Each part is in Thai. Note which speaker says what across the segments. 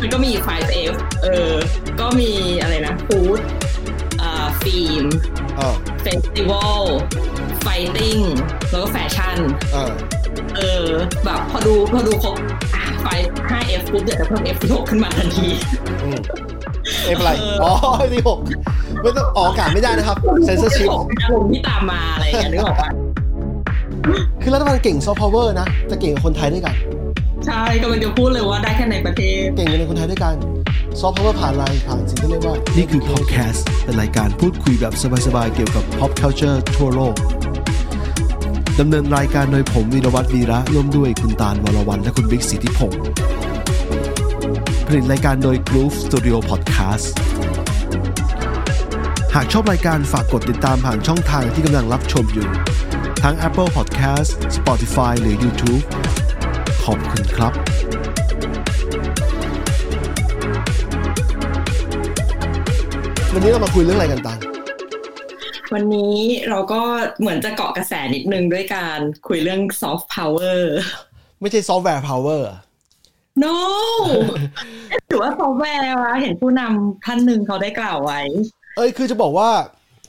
Speaker 1: มันก็มี 5F เออ ก็มีอะไรนะฟูดอ่าฟิล์ม
Speaker 2: เออ
Speaker 1: เฟสติวัลไฟติ้งแล้วก็แฟชั่น
Speaker 2: เออ
Speaker 1: เออ แบบพอดูพอดูครบอ่ะไฟ 5F ปุ๊บเดี๋ยวจะเพิ่ม F 6ขึ้นมาทันที
Speaker 2: อืมเอฟอะไร
Speaker 1: เอออ๋
Speaker 2: อ๋อที่หกไม่ต้องออกอากาศไม่ได้นะครับเซนเซอร์ชิพ
Speaker 1: ของอารมณ์ที่ตามมาอะไรอย่างเงี้ยนึกออกปะ
Speaker 2: คือรัฐบาลเก่งซอฟต์พาวเวอร์นะแต่เก่งกับคนไทยด้วยกัน
Speaker 1: ใช่กำลังจะพูดเลยว่าได้แค่ในประเทศ
Speaker 2: เก่งกับคนไทยด้วยกันซอฟต์พาวเวอร์ผ่านไลน์ผ่านสิ่งที่เรียกว่า
Speaker 3: นี่คือ Podcast เป็นรายการพูดคุยแบบสบายๆ เกี่ยวกับ pop culture ทั่วโลก ดำเนินรายการโดยผมวีรวัตรวีระร่วมด้วยคุณตาลวรวันและคุณบิ๊กสิทธิพงศ์ผลิตรายการโดย Groove Studio Podcast หากชอบรายการฝากกดติดตามผ่านช่องทางที่กำลังรับชมอยู่ ทั้ง Apple Podcast Spotify หรือ YouTube ขอบคุณครับ
Speaker 2: วันนี้เรามาคุยเรื่องอะไรกันตัน
Speaker 1: วันนี้เราก็เหมือนจะเกาะกระแสนิดนึงด้วยการคุยเรื่อง soft power
Speaker 2: ไม่ใช่ซอฟต์แวร์พาวเวอร์
Speaker 1: no ถือว่า soft แวร์วะเห็นผู้นำท่านหนึ่งเขาได้กล่าวไว้
Speaker 2: เอ้ยคือจะบอกว่า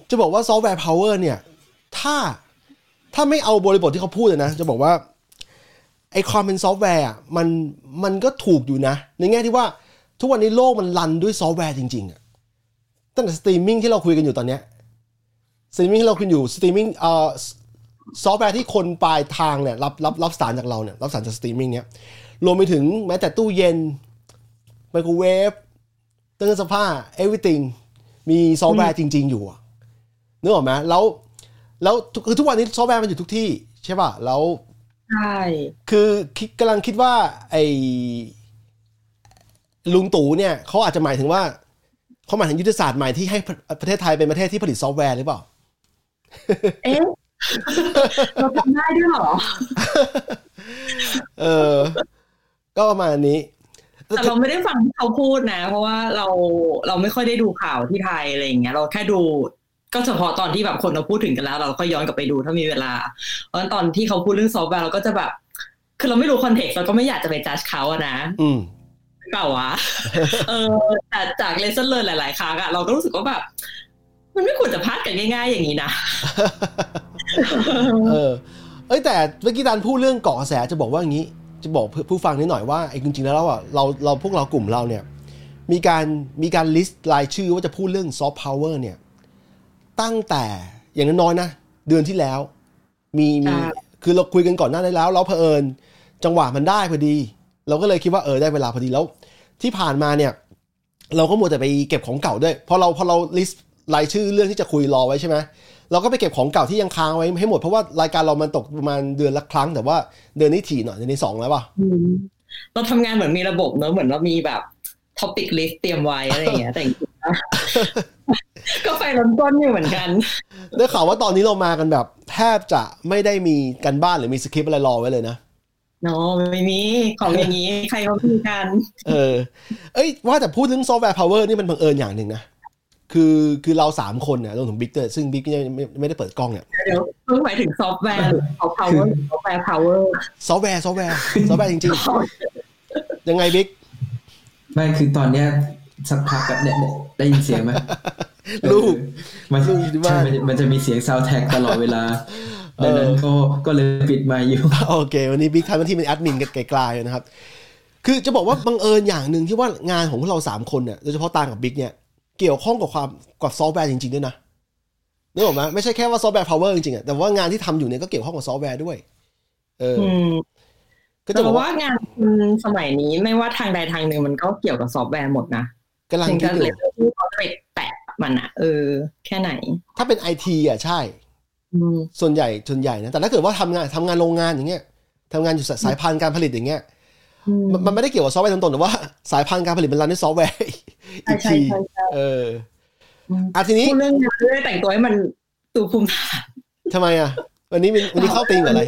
Speaker 2: จะบอกว่าซอฟต์แวร์พาวเวอร์เนี่ย ถ้าถ้าไม่เอาบริบทที่เขาพูดอะนะ จะบอกว่าไอความเป็นซอฟต์แวร์อะมันมันก็ถูกอยู่นะ ในแง่ที่ว่าทุกวันนี้โลกมันรันด้วยซอฟต์แวร์จริงๆอะตั้งแต่สตรีมมิ่งที่เราคุยกันอยู่ตอนเนี้ยสตรีมมิ่งที่เราคุยอยู่สตรีมมิ่งเอ่อซอฟต์แวร์ที่คนปลายทางเนี่ยรับรับรับสารจากเราเนี่ยรับสารจากสตรีมมิ่งเนี่ยรวมไปถึงแม้แต่ตู้เย็นไมโครเวฟตู้เสื้อผ้า everything มีซอฟต์แวร์จริง ๆ อยู่อะนึกออกไหมแล้ว แล้วทุกคือทุกวันนี้ซอฟต์แวร์มันอยู่ทุกที่ ใช่ป่ะ แล้ว
Speaker 1: ใช่
Speaker 2: คือคิดกำลังคิดว่า ไอ้ลุงตู่เนี่ยเขาอาจจะหมายถึงว่าเขาหมายถึงยุทธศาสตร์ใหม่ที่ให้ประประเทศไทยเป็นประเทศที่ผลิตซอฟต์แวร์หรือเปล่า
Speaker 1: เอ๊ะ เราทำได้ด้วยเหรอ
Speaker 2: เออ ก็ประมาณนี้
Speaker 1: แต่เราไม่ได้ฟังที่เขาพูดนะ เพราะว่าเราเราไม่ค่อยได้ดูข่าวที่ไทยอะไรอย่างเงี้ย เราแค่ดู ก็เฉพาะตอนที่แบบคนเราพูดถึงกันแล้ว เราก็ย้อนกลับไปดูถ้ามีเวลา เพราะฉะนั้นตอนที่เขาพูดเรื่องซอฟต์แวร์เราก็จะแบบ คือเราไม่รู้คอนเทกต์เราก็ไม่อยากจะไปจัดเขาอะนะ
Speaker 2: อืม
Speaker 1: เปล่าวะ เออแต่จากเลเซอร์เลยหลาย ๆ ครั้งอะเราก็รู้สึกว่าแบบ มันไม่ควรจะพลาดกันง่าย ๆ อย่างนี้นะ
Speaker 2: เออ เอ้ยแต่เมื่อกี้ดันพูดเรื่องเกาะกระแสจะบอกว่าอย่างนี้ จะบอกเพื่อผู้ฟังนิดหน่อยว่าไอ้จริงๆแล้วอ่ะเราเราพวกเรากลุ่มเราเนี่ย มีการมีการลิสต์รายชื่อว่าจะพูดเรื่องซอฟต์พาวเวอร์เนี่ย ตั้งแต่อย่างน้อยๆนะ เดือนที่แล้ว มีมี
Speaker 1: ใช่
Speaker 2: คือเราคุยกันก่อนหน้านี้แล้ว แล้วเผอิญจังหวะมันได้พอดี เราก็เลยคิดว่าเออได้เวลาพอดีแล้ว ที่ผ่านมาเนี่ย เราก็มัวแต่ไปเก็บของเก่าด้วยพอเราพอเราลิสต์รายชื่อเรื่องที่จะคุยรอไว้ใช่ไหมเราก็ไปเก็บของเก่าที่ยังค้างไว้ให้หมดเพราะว่ารายการเรามันตกประมาณเดือนละครั้ง แต่ว่าเดือนนี้ถี่หน่อยเดือนนี้สองแล้วป่ะ
Speaker 1: เราทำงานเหมือนมีระบบเนอะเหมือนเรามีแบบท็อปิกลิสเตรียมไว้อะไรอย่างเงี้ยแต่จริงๆนะ ก็ไฟล้นต้นอยู่เหมือนกัน
Speaker 2: ได้ข่าวว่าตอนนี้เรามากันแบบ แทบจะไม่ได้มีกันบ้านหรือมีสคริปต์อะไรรอไว้เลยนะ
Speaker 1: เนาะไม่มีของอย่างนี้ ใครเขาพูดกัน
Speaker 2: เออ เอ้ยว่าแต่พูดถึงซอฟต์แวร์พาวเวอร์นี่มันบังเอิญอย่างหนึ่งนะคือคือเราสามคนเนี่ยรวมถึงบิ๊กด้วยซึ่งบิ๊กยังไม่ไม่ได้เปิดกล้องเนี่ย
Speaker 1: เดี๋ยวเพิ่งหมายถึงซอฟต์แวร์หรือซอฟต์พาวเวอร์หรือซอฟต์แวร์พาวเวอร์
Speaker 2: ซอฟต์แวร์ซอฟต์แวร์ซอฟต์แวร์จริงๆ ยังไงบิ๊ก
Speaker 4: ไม่คือตอนเนี้ยสักพักอะเนี่ยเนี่ยได้ยินเสียงไหม
Speaker 2: ลูก
Speaker 4: มัน
Speaker 2: ลูกอยู่ที่บ้า
Speaker 4: ใช่
Speaker 2: น
Speaker 4: มันมันจะมีเสียงซาวแท็กตลอดเวลาดังนั้นก็ก็เลยปิดไมาอยู่
Speaker 2: โอเค วันนี้บิ๊กทำหน้าที่เป็นแอดมินกันไกลๆนะครับ คือจะบอกว่าบังเอิญอย่างหนึ่งที่ว่างานของพวกเราสามคนเนี่ยโดยเฉพาะตางกับบิ๊กเนี่ย เกี่ยวข้องกับความกับซอฟต์แวร์จริงๆด้วยนะนึกออกไหมไม่ใช่แค่ว่าซอฟต์แวร์พาวเวอร์จริงๆอะแต่ว่างานที่ทำอยู่เนี่ยก็เกี่ยวข้องกับซอฟต์แวร์ด้วย เออ
Speaker 1: อืม
Speaker 2: ก็จะ
Speaker 1: แต่
Speaker 2: บอกว่า
Speaker 1: ว่างานสมัยนี้ไม่ว่าทางใดทางหนึ่งมันก็เกี่ยวกับซอฟต์แวร์หมดนะ
Speaker 2: กำลัง
Speaker 1: ถึง
Speaker 2: คิด
Speaker 1: จะ
Speaker 2: อ
Speaker 1: เล
Speaker 2: ยู่
Speaker 1: ยที่เขาไปแตะมันอะเออ แค่ไหน
Speaker 2: ถ้าเป็นไอทีอ่ะใช่
Speaker 1: อืม
Speaker 2: ส่วนใหญ่ส่วนใหญ่นะแต่ถ้าเกิดว่าทำงานทำงานโรงงานอย่างเงี้ยทำงานอยู่สายพานการผลิตอย่างเงี้ย
Speaker 1: อืม
Speaker 2: มันมันไม่ได้เกี่ยวกับซอฟต์แวร์ตรงๆแต่ว่า สายพันธุ์การผลิตมันรันด้วยซอฟต์แวร์
Speaker 1: ใช่
Speaker 2: อีก
Speaker 1: ใช่
Speaker 2: ที
Speaker 1: ใช่ใช่
Speaker 2: เออ
Speaker 1: อืม
Speaker 2: อ่ะทีนี้
Speaker 1: พูดเรื่องงานเรื่อยแต่งตัวให้มันตูภูมิฐาน
Speaker 2: ทำไมอ่ะ วันนี้มีวันนี้เข้าตีมกับอะไร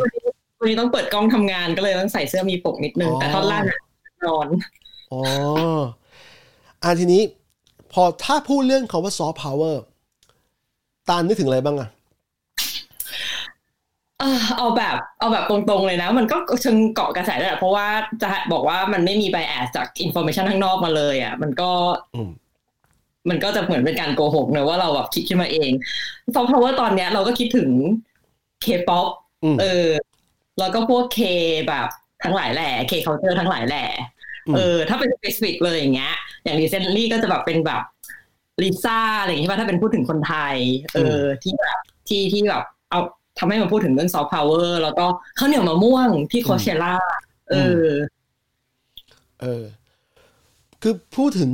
Speaker 1: วันนี้ต้องเปิดกล้องทำงานก็เลยต้องใส่เสื้อมีปกนิดนึง
Speaker 2: อ๋อ
Speaker 1: แต่ท่อนล่างอะนอน
Speaker 2: อ๋ออ่ะทีนี้ พอถ้าพูดเรื่องคำว่าซอฟต์พาวเวอร์ตาลนึกถึงอะไรบ้างอ่ะ
Speaker 1: เออเอา เอาแบบเอาแบบตรงๆเลยนะ มันก็เชิงเกาะกระแสแหละเพราะว่าจะบอกว่ามันไม่มีไบแอสจากอินโฟเมชันข้างนอกมาเลยอ่ะมันก็
Speaker 2: อืม
Speaker 1: มันก็จะเหมือนเป็นการโกหกเนอะว่าเราแบบคิดขึ้นมาเองซอฟต์พาวเวอร์ตอนเนี้ยเราก็คิดถึงเคป๊อป
Speaker 2: อืม
Speaker 1: เออ แล้วก็พวกเคแบบทั้งหลายแหล่เคเคาน์เตอร์ทั้งหลายแหล่
Speaker 2: อืม
Speaker 1: เออ ถ้าเป็นสเปซิฟิกเลยอย่างเงี้ย อย่างรีเซนลี่ก็จะแบบเป็นแบบลิซ่าอะไรอย่างเงี้ยใช่ป่ะถ้าเป็นพูดถึงคนไทย เออ ที่แบบที่ที่แบบเอาทำให้มาพูดถึงเรื่องซอฟต์พาวเวอร์แล้วก็ข้าวเหนียวมะม่วงที่โคเชล่าเออ
Speaker 2: เออ คือพูดถึง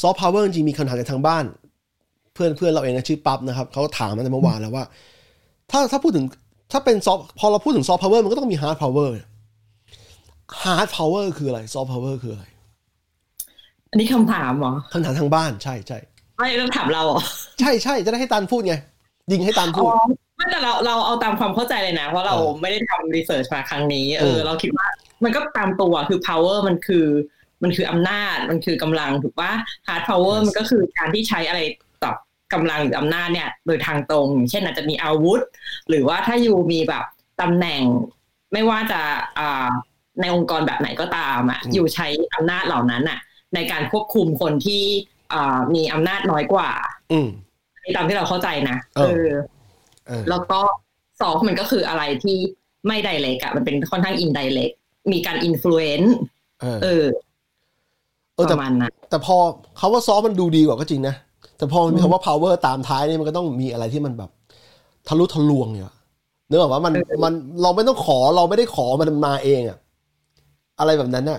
Speaker 2: ซอฟต์พาวเวอร์จริงๆมีคำถามจากทางบ้าน เพื่อนเพื่อนเราเองนะชื่อปั๊บนะครับเขาถามมาในเมื่อวานแล้วว่า ถ้าถ้าพูดถึงถ้าเป็นซอฟพอเราพูดถึงซอฟต์พาวเวอร์มันก็ต้องมีฮาร์ดพาวเวอร์ฮาร์ดพาวเวอร์คืออะไรซอฟต์พาวเวอร์คืออะไร
Speaker 1: อันนี้คำถามเหรอ
Speaker 2: คำถามทางบ้านใช่ใช่
Speaker 1: ไม่ต้องถามเราเหรอ
Speaker 2: ใช่ใช่จะได้ให้ตันพูดไง ยิงให้ตันพูด
Speaker 1: ไม่แต่เราเราเอาตามความเข้าใจเลยนะ เพราะเรา
Speaker 2: เออ
Speaker 1: ไม่ได้ทำรีเสิร์ชมาครั้งนี้เอ
Speaker 2: เอ
Speaker 1: อ
Speaker 2: อ
Speaker 1: เราคิดว่ามันก็ตามตัวคือ power มันคือมันคืออำนาจมันคือกำลังถูกปะ hard power มันก็คือการที่ใช้อะไรตอบกำลังหรืออำนาจเนี่ย โดยทางตรง เช่นอาจจะมีอาวุธ หรือว่าถ้าอยู่มีแบบตำแหน่ง ไม่ว่าจะอ่าในองค์กรแบบไหนก็ตามอ่ะ
Speaker 2: อืม
Speaker 1: อยู่ใช้อำนาจเหล่านั้นอ่ะ ในการควบคุมคนที่อ่ามีอำนาจน้อยกว่า
Speaker 2: อืม
Speaker 1: ตามที่เราเข้าใจนะ
Speaker 2: เออ เออ
Speaker 1: แล้วก็สองมันก็คืออะไรที่ไม่ไดเ c กอะมันเป็นค่อนข้างอินไดเ c กมีการอิ f ฟลูเอนซ์
Speaker 2: เออ
Speaker 1: เออ
Speaker 2: เออ
Speaker 1: ป
Speaker 2: แต่
Speaker 1: ระมาณนั้น
Speaker 2: แต่พอคาว่าซอฟต์มันดูดีกว่าก็จริงนะ แต่พอมันมีคำว่า power ตามท้ายเนี่ยมันก็ต้องมีอะไรที่มันแบบ ทะลุทะลวงเนี่ยเนื้ออกว่ามันมันเราไม่ต้องขอเราไม่ได้ขอมันมาเองอะอะไรแบบนั้นน่ะ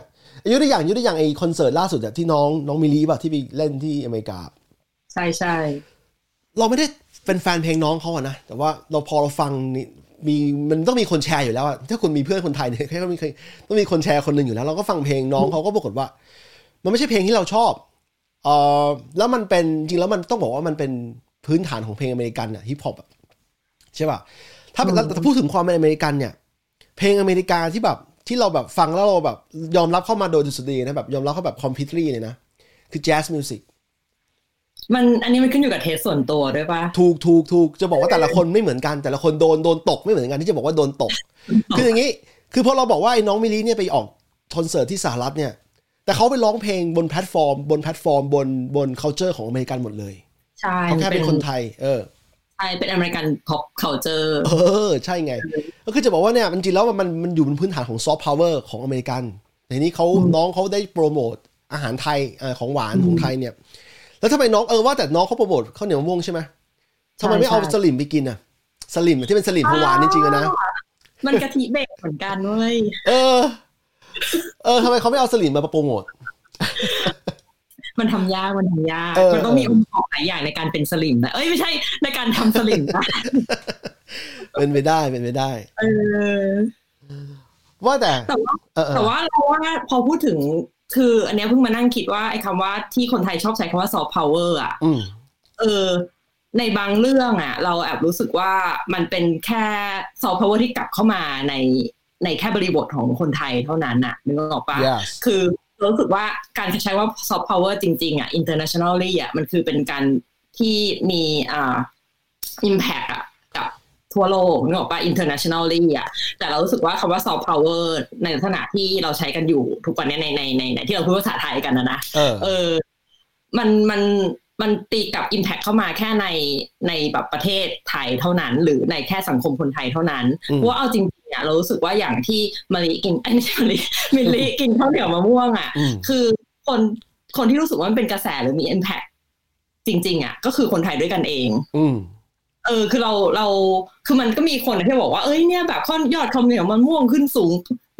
Speaker 2: ยกตัวอย่างยกตัวอย่างไอคอนเสิร์ตล่าสุดอะที่น้องน้องมิลลีป่ะที่ไปเล่นที่อเมริกา
Speaker 1: ใช่ใช่
Speaker 2: เราไม่ได้เป็นแฟนเพลงน้องเขาอะนะ แต่ว่าเราพอเราฟังนี่มีมันต้องมีคนแชร์อยู่แล้วอะถ้าคุณมีเพื่อนคนไทยเนี่ยแค่ต้องมีใครต้องมีคนแชร์คนหนึ่งอยู่แล้ว เราก็ฟังเพลงน้องเขาก็ปรากฏว่า มันไม่ใช่เพลงที่เราชอบเออแล้วมันเป็นจริงแล้วมันต้องบอกว่ามันเป็นพื้นฐานของเพลงอเมริกันอะฮิปฮอปอะใช่ป่ะถ้าเป็นแล้วแต่พูดถึงความเป็นอเมริกันเนี่ย เพลงอเมริกาที่แบบที่เราแบบฟังแล้วเราแบบยอมรับเข้ามาโดยดุษฎีนะแบบยอมรับเข้าแบบคอมพิวเตอร์เลยนะคือแจ๊สมิวสิก
Speaker 1: มันอันนี้มันขึ้นอยู่กับเทสส่วนตัวด้วยปะ
Speaker 2: ถูกถูกถูกจะบอกว่าแต่ละคนไม่เหมือนกันแต่ละคนโดนโดนตกไม่เหมือนกันที่จะบอกว่าโดนต ก คืออย่างนี้ คือพอเราบอกว่าไอ้น้องมิลลีเนี่ยไปออกคอนเสิร์ตที่สหรัฐเนี่ย แต่เขาไปร้องเพลงบนแพลตฟอร์ม บนแพลตฟอร์ม บนบน c u l t u r e ของอเมริกันหมดเลย
Speaker 1: ใช่
Speaker 2: เขาแค่เป็นคนไทย เออ
Speaker 1: ใช่เป็นอเมริกัน pop culture
Speaker 2: เออ ใช่ไง ก็คือจะบอกว่าเนี่ยมันจริงแล้วมันมันมันอยู่บนพื้นฐานของซอฟต์พาวเวอร์ของอเมริกันในนี้เขาน้องเขาได้โปรโมทอาหารไทยอ่าของหวานของไทยเนี่ย แล้วทำไมน้องเออว่าแต่น้องเขาโปรโมทข้าวเหนียวมะม่วงใช่ไหมทำไมไม่เอา
Speaker 1: ใช่
Speaker 2: สลิมไปกินอ่ะสลิมที่เป็นสลิมของหวานจริงๆอะนะ
Speaker 1: มันกะทิเบรกเหมือนกันเว้ย
Speaker 2: เออ เออทำไมเขาไม่เอาสลิมมาโปรโมท
Speaker 1: มันทำยากมันทำยาก
Speaker 2: เออ
Speaker 1: มันต้องมีองค์ประกอบหลายอย่างในการเป็นสลิมนะเอ้ยไม่ใช่ในการทำสลิมนะ
Speaker 2: เป็นไปได้เป็นไปได้
Speaker 1: เออ
Speaker 2: ว่าแต่
Speaker 1: แต่ว่า
Speaker 2: เออเอ
Speaker 1: แต่
Speaker 2: อ
Speaker 1: ว่าเราว่าพอพูดถึงคืออันเนี้ยเพิ่งมานั่งคิดว่าไอ้คำว่าที่คนไทยชอบใช้คำว่าซอฟต์พาวเวอร์อ่ะ
Speaker 2: อืม
Speaker 1: เออ ในบางเรื่องอ่ะ เราแอบรู้สึกว่ามันเป็นแค่ซอฟต์พาวเวอร์ที่กลับเข้ามาในในแค่บริบทของคนไทยเท่านั้นน่ะนึกออกปะ
Speaker 2: yes
Speaker 1: คือเรารู้สึกว่าการใช้ว่าซอฟต์พาวเวอร์จริง ๆ อ่ะ internationally อ่ะมันคือเป็นการที่มีอ่า impact อ่ะกับทั่วโลกนึกออกป่ะ internationally อ่ะแต่เรารู้สึกว่าคำว่าซอฟต์พาวเวอร์ในลักษณะที่เราใช้กันอยู่ทุกวันเนี้ยในในในในที่เราพูดภาษาไทยกันนะนะ
Speaker 2: เออ
Speaker 1: เออ มัน มัน มันตีกลับ Impact เข้ามาแค่ใน ในแบบประเทศไทยเท่านั้น หรือในแค่สังคมคนไทยเท่านั้น
Speaker 2: อืม
Speaker 1: เพราะว่าเอาจริงๆเนี่ยเรารู้สึกว่าอย่างที่มาริกิน เอ้ยไม่ใช่มาริมิลลิกินข้าวเหนียวมะม่วงอ่ะ
Speaker 2: อืม
Speaker 1: คือคนคนที่รู้สึกว่ามันเป็นกระแสหรือมี Impact จริง ๆ อ่ะ ก็คือคนไทยด้วยกันเอง
Speaker 2: อืม
Speaker 1: เออคือเราเราคือมันก็มีคนที่บอกว่าเอ้ยเนี่ยแบบข้อยอดข้าวเหนียวมันม่วงขึ้นสูง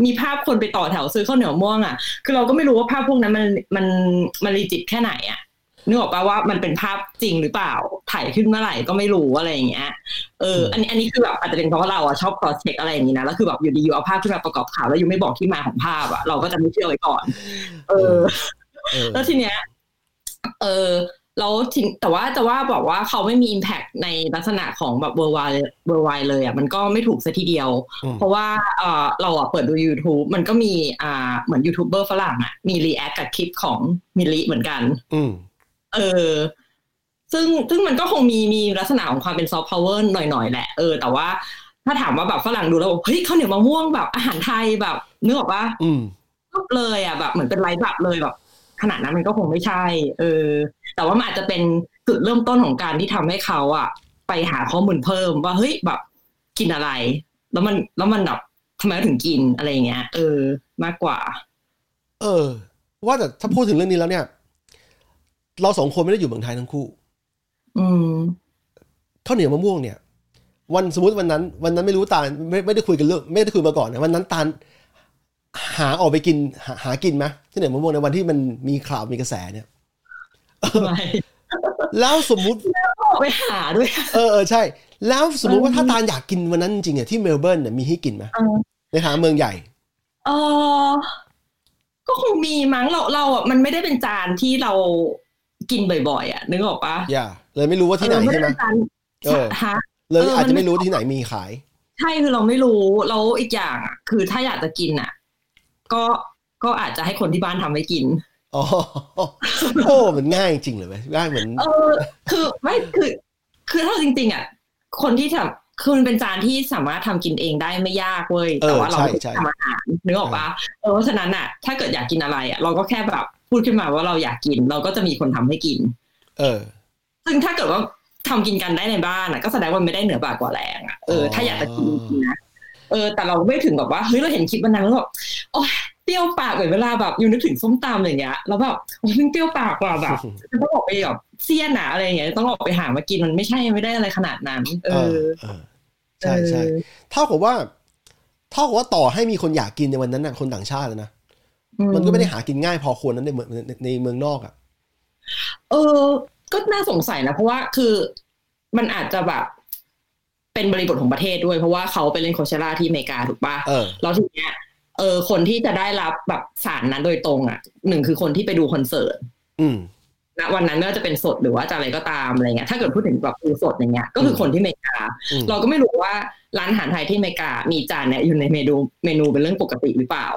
Speaker 1: มีภาพคนไปต่อแถวซื้อข้าวเหนียวม่วงอ่ะคือเราก็ไม่รู้ว่าภาพพวกนั้นมันมันมันรีจิตแค่ไหนอ่ะนึกออกปะว่ามันเป็นภาพจริงหรือเปล่าถ่ายขึ้นเมื่อไหร่ก็ไม่รู้อะไรอย่างเงี้ยเอออันนี้อันนี้คือแบบอาจจะเป็นเพราะว่าเราอ่ะชอบ cross check อะไรอย่างนี้นะแล้วคือแบบอยู่ดีอยู่เอาภาพขึ้นมาประกอบข่าวแล้วอยู่ไม่บอกที่มาของภาพอ่ะเราก็จะไม่เชื่อไว้ก่อน เออ
Speaker 2: เออ
Speaker 1: แล้วทีเนี้ย เออแล้วทีแต่ว่าแต่ว่าบอกว่าเขาไม่มี impact ในลักษณะของแบบเบอร์ไวเบอร์ไวเลยอ่ะมันก็ไม่ถูกซะทีเดียว
Speaker 2: อืม
Speaker 1: เพราะว่าเออเราอ่ะเปิดดู YouTube มันก็มีอ่าเหมือนยูทูบเบอร์ฝรั่งอ่ะมีรีแอคกับคลิปของมิลลิเหมือนกัน
Speaker 2: อืม
Speaker 1: เออ ซึ่งซึ่งมันก็คงมีมีลักษณะของความเป็นซอฟต์พาวเวอร์หน่อยๆ แหละ เออ แต่ว่า ถ้าถามว่าแบบฝรั่งดูแล้วบอกเฮ้ยข้าวเหนียวมะม่วงแบบอาหารไทยแบบนึกออกปะ
Speaker 2: อืม
Speaker 1: ปุ๊บเลยอ่ะแบบเหมือนเป็นไลฟ์แบบเลยแบบขนาดนั้นมันก็คงไม่ใช่ เออ แต่ว่ามันอาจจะเป็นจุดเริ่มต้นของการที่ทำให้เขาอ่ะ ไปหาข้อมูลเพิ่มว่าเฮ้ยแบบกินอะไร แล้วมันแล้วมันแบบทำไมถึงกินอะไรอย่างเงี้ยเออ มากกว่า
Speaker 2: เออ ว่าแต่ถ้าพูดถึงเรื่องนี้แล้วเนี่ย เราสองคนไม่ได้อยู่เมืองไทยทั้งคู่
Speaker 1: อืม
Speaker 2: ข้าวเหนียวมะม่วงเนี่ย วันสมมติวันนั้น วันนั้นไม่รู้ตาลไม่ไม่ได้คุยกันเรื่องไม่ได้คุยมาก่อนนะวันนั้นตาลหาออกไปกินหาหากินไหมข้าวเหนียวมะม่วงในวันที่มันมีข่าวมีกระแสเนี่ย
Speaker 1: ไม่
Speaker 2: แล้วสมมุติ
Speaker 1: ออกไปหาด้วย
Speaker 2: เออเออใช่ แล้วสมมุติว่าถ้าตาลอยากกินวันนั้นจริงๆอ่ะที่เมลเบิร์นเนี่ยมีให้กินไหม
Speaker 1: เออ
Speaker 2: ในฐานะเมืองใหญ่
Speaker 1: เออก็คงมีมั้งเราเราอ่ะมันไม่ได้เป็นจานที่เรากินบ่อยๆอ่ะนึกออกปะ
Speaker 2: อย่า เลยไม่รู้ว่าที่ไหน
Speaker 1: เออ
Speaker 2: ใช่ไห
Speaker 1: ด้
Speaker 2: ม
Speaker 1: เป็นจาน
Speaker 2: เออ
Speaker 1: ฮะ
Speaker 2: เลย
Speaker 1: เออมัน
Speaker 2: อาจจะไม่รู้ที่ไหนมีขาย
Speaker 1: ใช่คือเราไม่รู้แล้วอีกอย่างอะคือถ้าอยากจะกินอ่ะ ก็ก็อาจจะให้คนที่บ้านทำให้กิน
Speaker 2: อ๋ อ โอ้มันง่ายจริงเลยไหมง่ายเหมือน
Speaker 1: เออ คือไม่คือ คือถ้าจริง ๆอ่ะคนที่ทำคือมันเป็นจานที่สามารถทำกินเองได้ไม่ยากเว้ย
Speaker 2: เออ
Speaker 1: แต่ว่าเรา
Speaker 2: ใช่
Speaker 1: ไม่
Speaker 2: ใช่
Speaker 1: ได้ทำอาหารนึกออกปะเออเพราะฉะนั้นอ่ะ ถ้าเกิดอยากกินอะไรอ่ะเราก็แค่แบบพูดขึ้นมาว่าเราอยากกิน เราก็จะมีคนทำให้กิน
Speaker 2: เออ
Speaker 1: ซึ่งถ้าเกิดว่าทำกินกันได้ในบ้านอ่ะก็แสดงว่ามันไม่ได้เหนือบากกว่าแรงอ่ะเออ
Speaker 2: อ๋อ
Speaker 1: ถ้าอยากจะกินจริงๆนะเออ แต่เราไม่ถึงแบบว่าเฮ้ยเราเห็นคลิปมันนั้นแล้วแบบโอ้เปรี้ยวปากเหมือนเวลาแบบอยู่นึกถึงส้มตำอะไรอย่างเงี้ยแล้วแบบโอ้ยมันเปรี้ยวปากกว่าแบบ มันต้องออกไปแบบเสี้ยนอะอะไรอย่างเงี้ยต้องออกไปหามากินมันไม่ใช่ไม่ได้อะไรขนาดนั้น เอ
Speaker 2: เออ
Speaker 1: อ
Speaker 2: เออใช่ใช่เท่ากับว่าเท่ากับว่าต่อให้มีคนอยากกินในวันนั้นน่ะคนต่างชาติอะนะ
Speaker 1: อื
Speaker 2: มันก็ไม่ได้หากินง่ายพอควรนั้นในเมืองในในเมืองนอกอ่ะ
Speaker 1: เออ ก็น่าสงสัยนะเพราะว่าคือมันอาจจะแบบเป็นบริบทของประเทศด้วยเพราะว่าเขาไปเล่นโคเชล่าที่อเมริกาถูกปะ
Speaker 2: เออ
Speaker 1: แล้วทีเนี้ยเออคนที่จะได้รับแบบสารนั้นโดยตรงอ่ะหนึ่งคือคนที่ไปดูคอนเสิร์ต
Speaker 2: อืม
Speaker 1: ณวันนั้นไม่ว่าจะเป็นสดหรือว่าจะอะไรก็ตามอะไรเงี้ยถ้าเกิดพูดถึงแบบดูสดอย่างเงี้ยก็คือคนที่อเมริกา
Speaker 2: อืม
Speaker 1: เราก็ไม่รู้ว่าร้านอาหารไทยที่อเมริกามีจานเนี้ยอยู่ในเมนูเมนูเป็นเรื่องปกติหรือเปล่า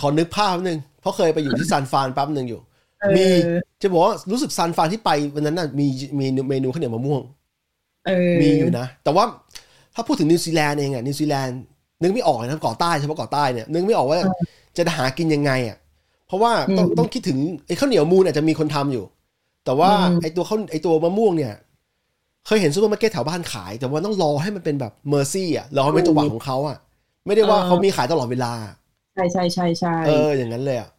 Speaker 2: ขอนึกภาพนิดนึงเพราะเคยไปอยู่ที่ซานฟรานแป๊บหนึ่งอยู่ มี
Speaker 1: มี
Speaker 2: จะบอกว่ารู้สึกซานฟรานที่ไปวันนั้นน่ะมีมีเมนูข้าวเหนียวมะม่วง
Speaker 1: เออ
Speaker 2: มีอยู่นะ แต่ว่าถ้าพูดถึงนิวซีแลนด์เองอะนิวซีแลนด์นึกไม่ออกเลยนะเกาะใต้เฉพาะเกาะใต้เนี่ยนึกไม่ออกว่าจะหากินยังไงอะเพราะว่าต้องต้องคิดถึงไอ้ข้าวเหนียวมูนอาจจะมีคนทำอยู่ แต่ว่าไอ้ตัวข้าวไอ้ตัวมะม่วงเนี่ย เคยเห็นซูเปอร์มาร์เก็ตแถวบ้านขาย แต่ว่าต้องรอให้มันเป็นแบบเมอร์ซี่อะรอให้เป็นตัวหวังของเขาอะไม่ได้ว่าเขามีขายตลอดเวลา
Speaker 1: ใช่ใช่ใช่ใช่
Speaker 2: เอออย่างนั้นเลยอะ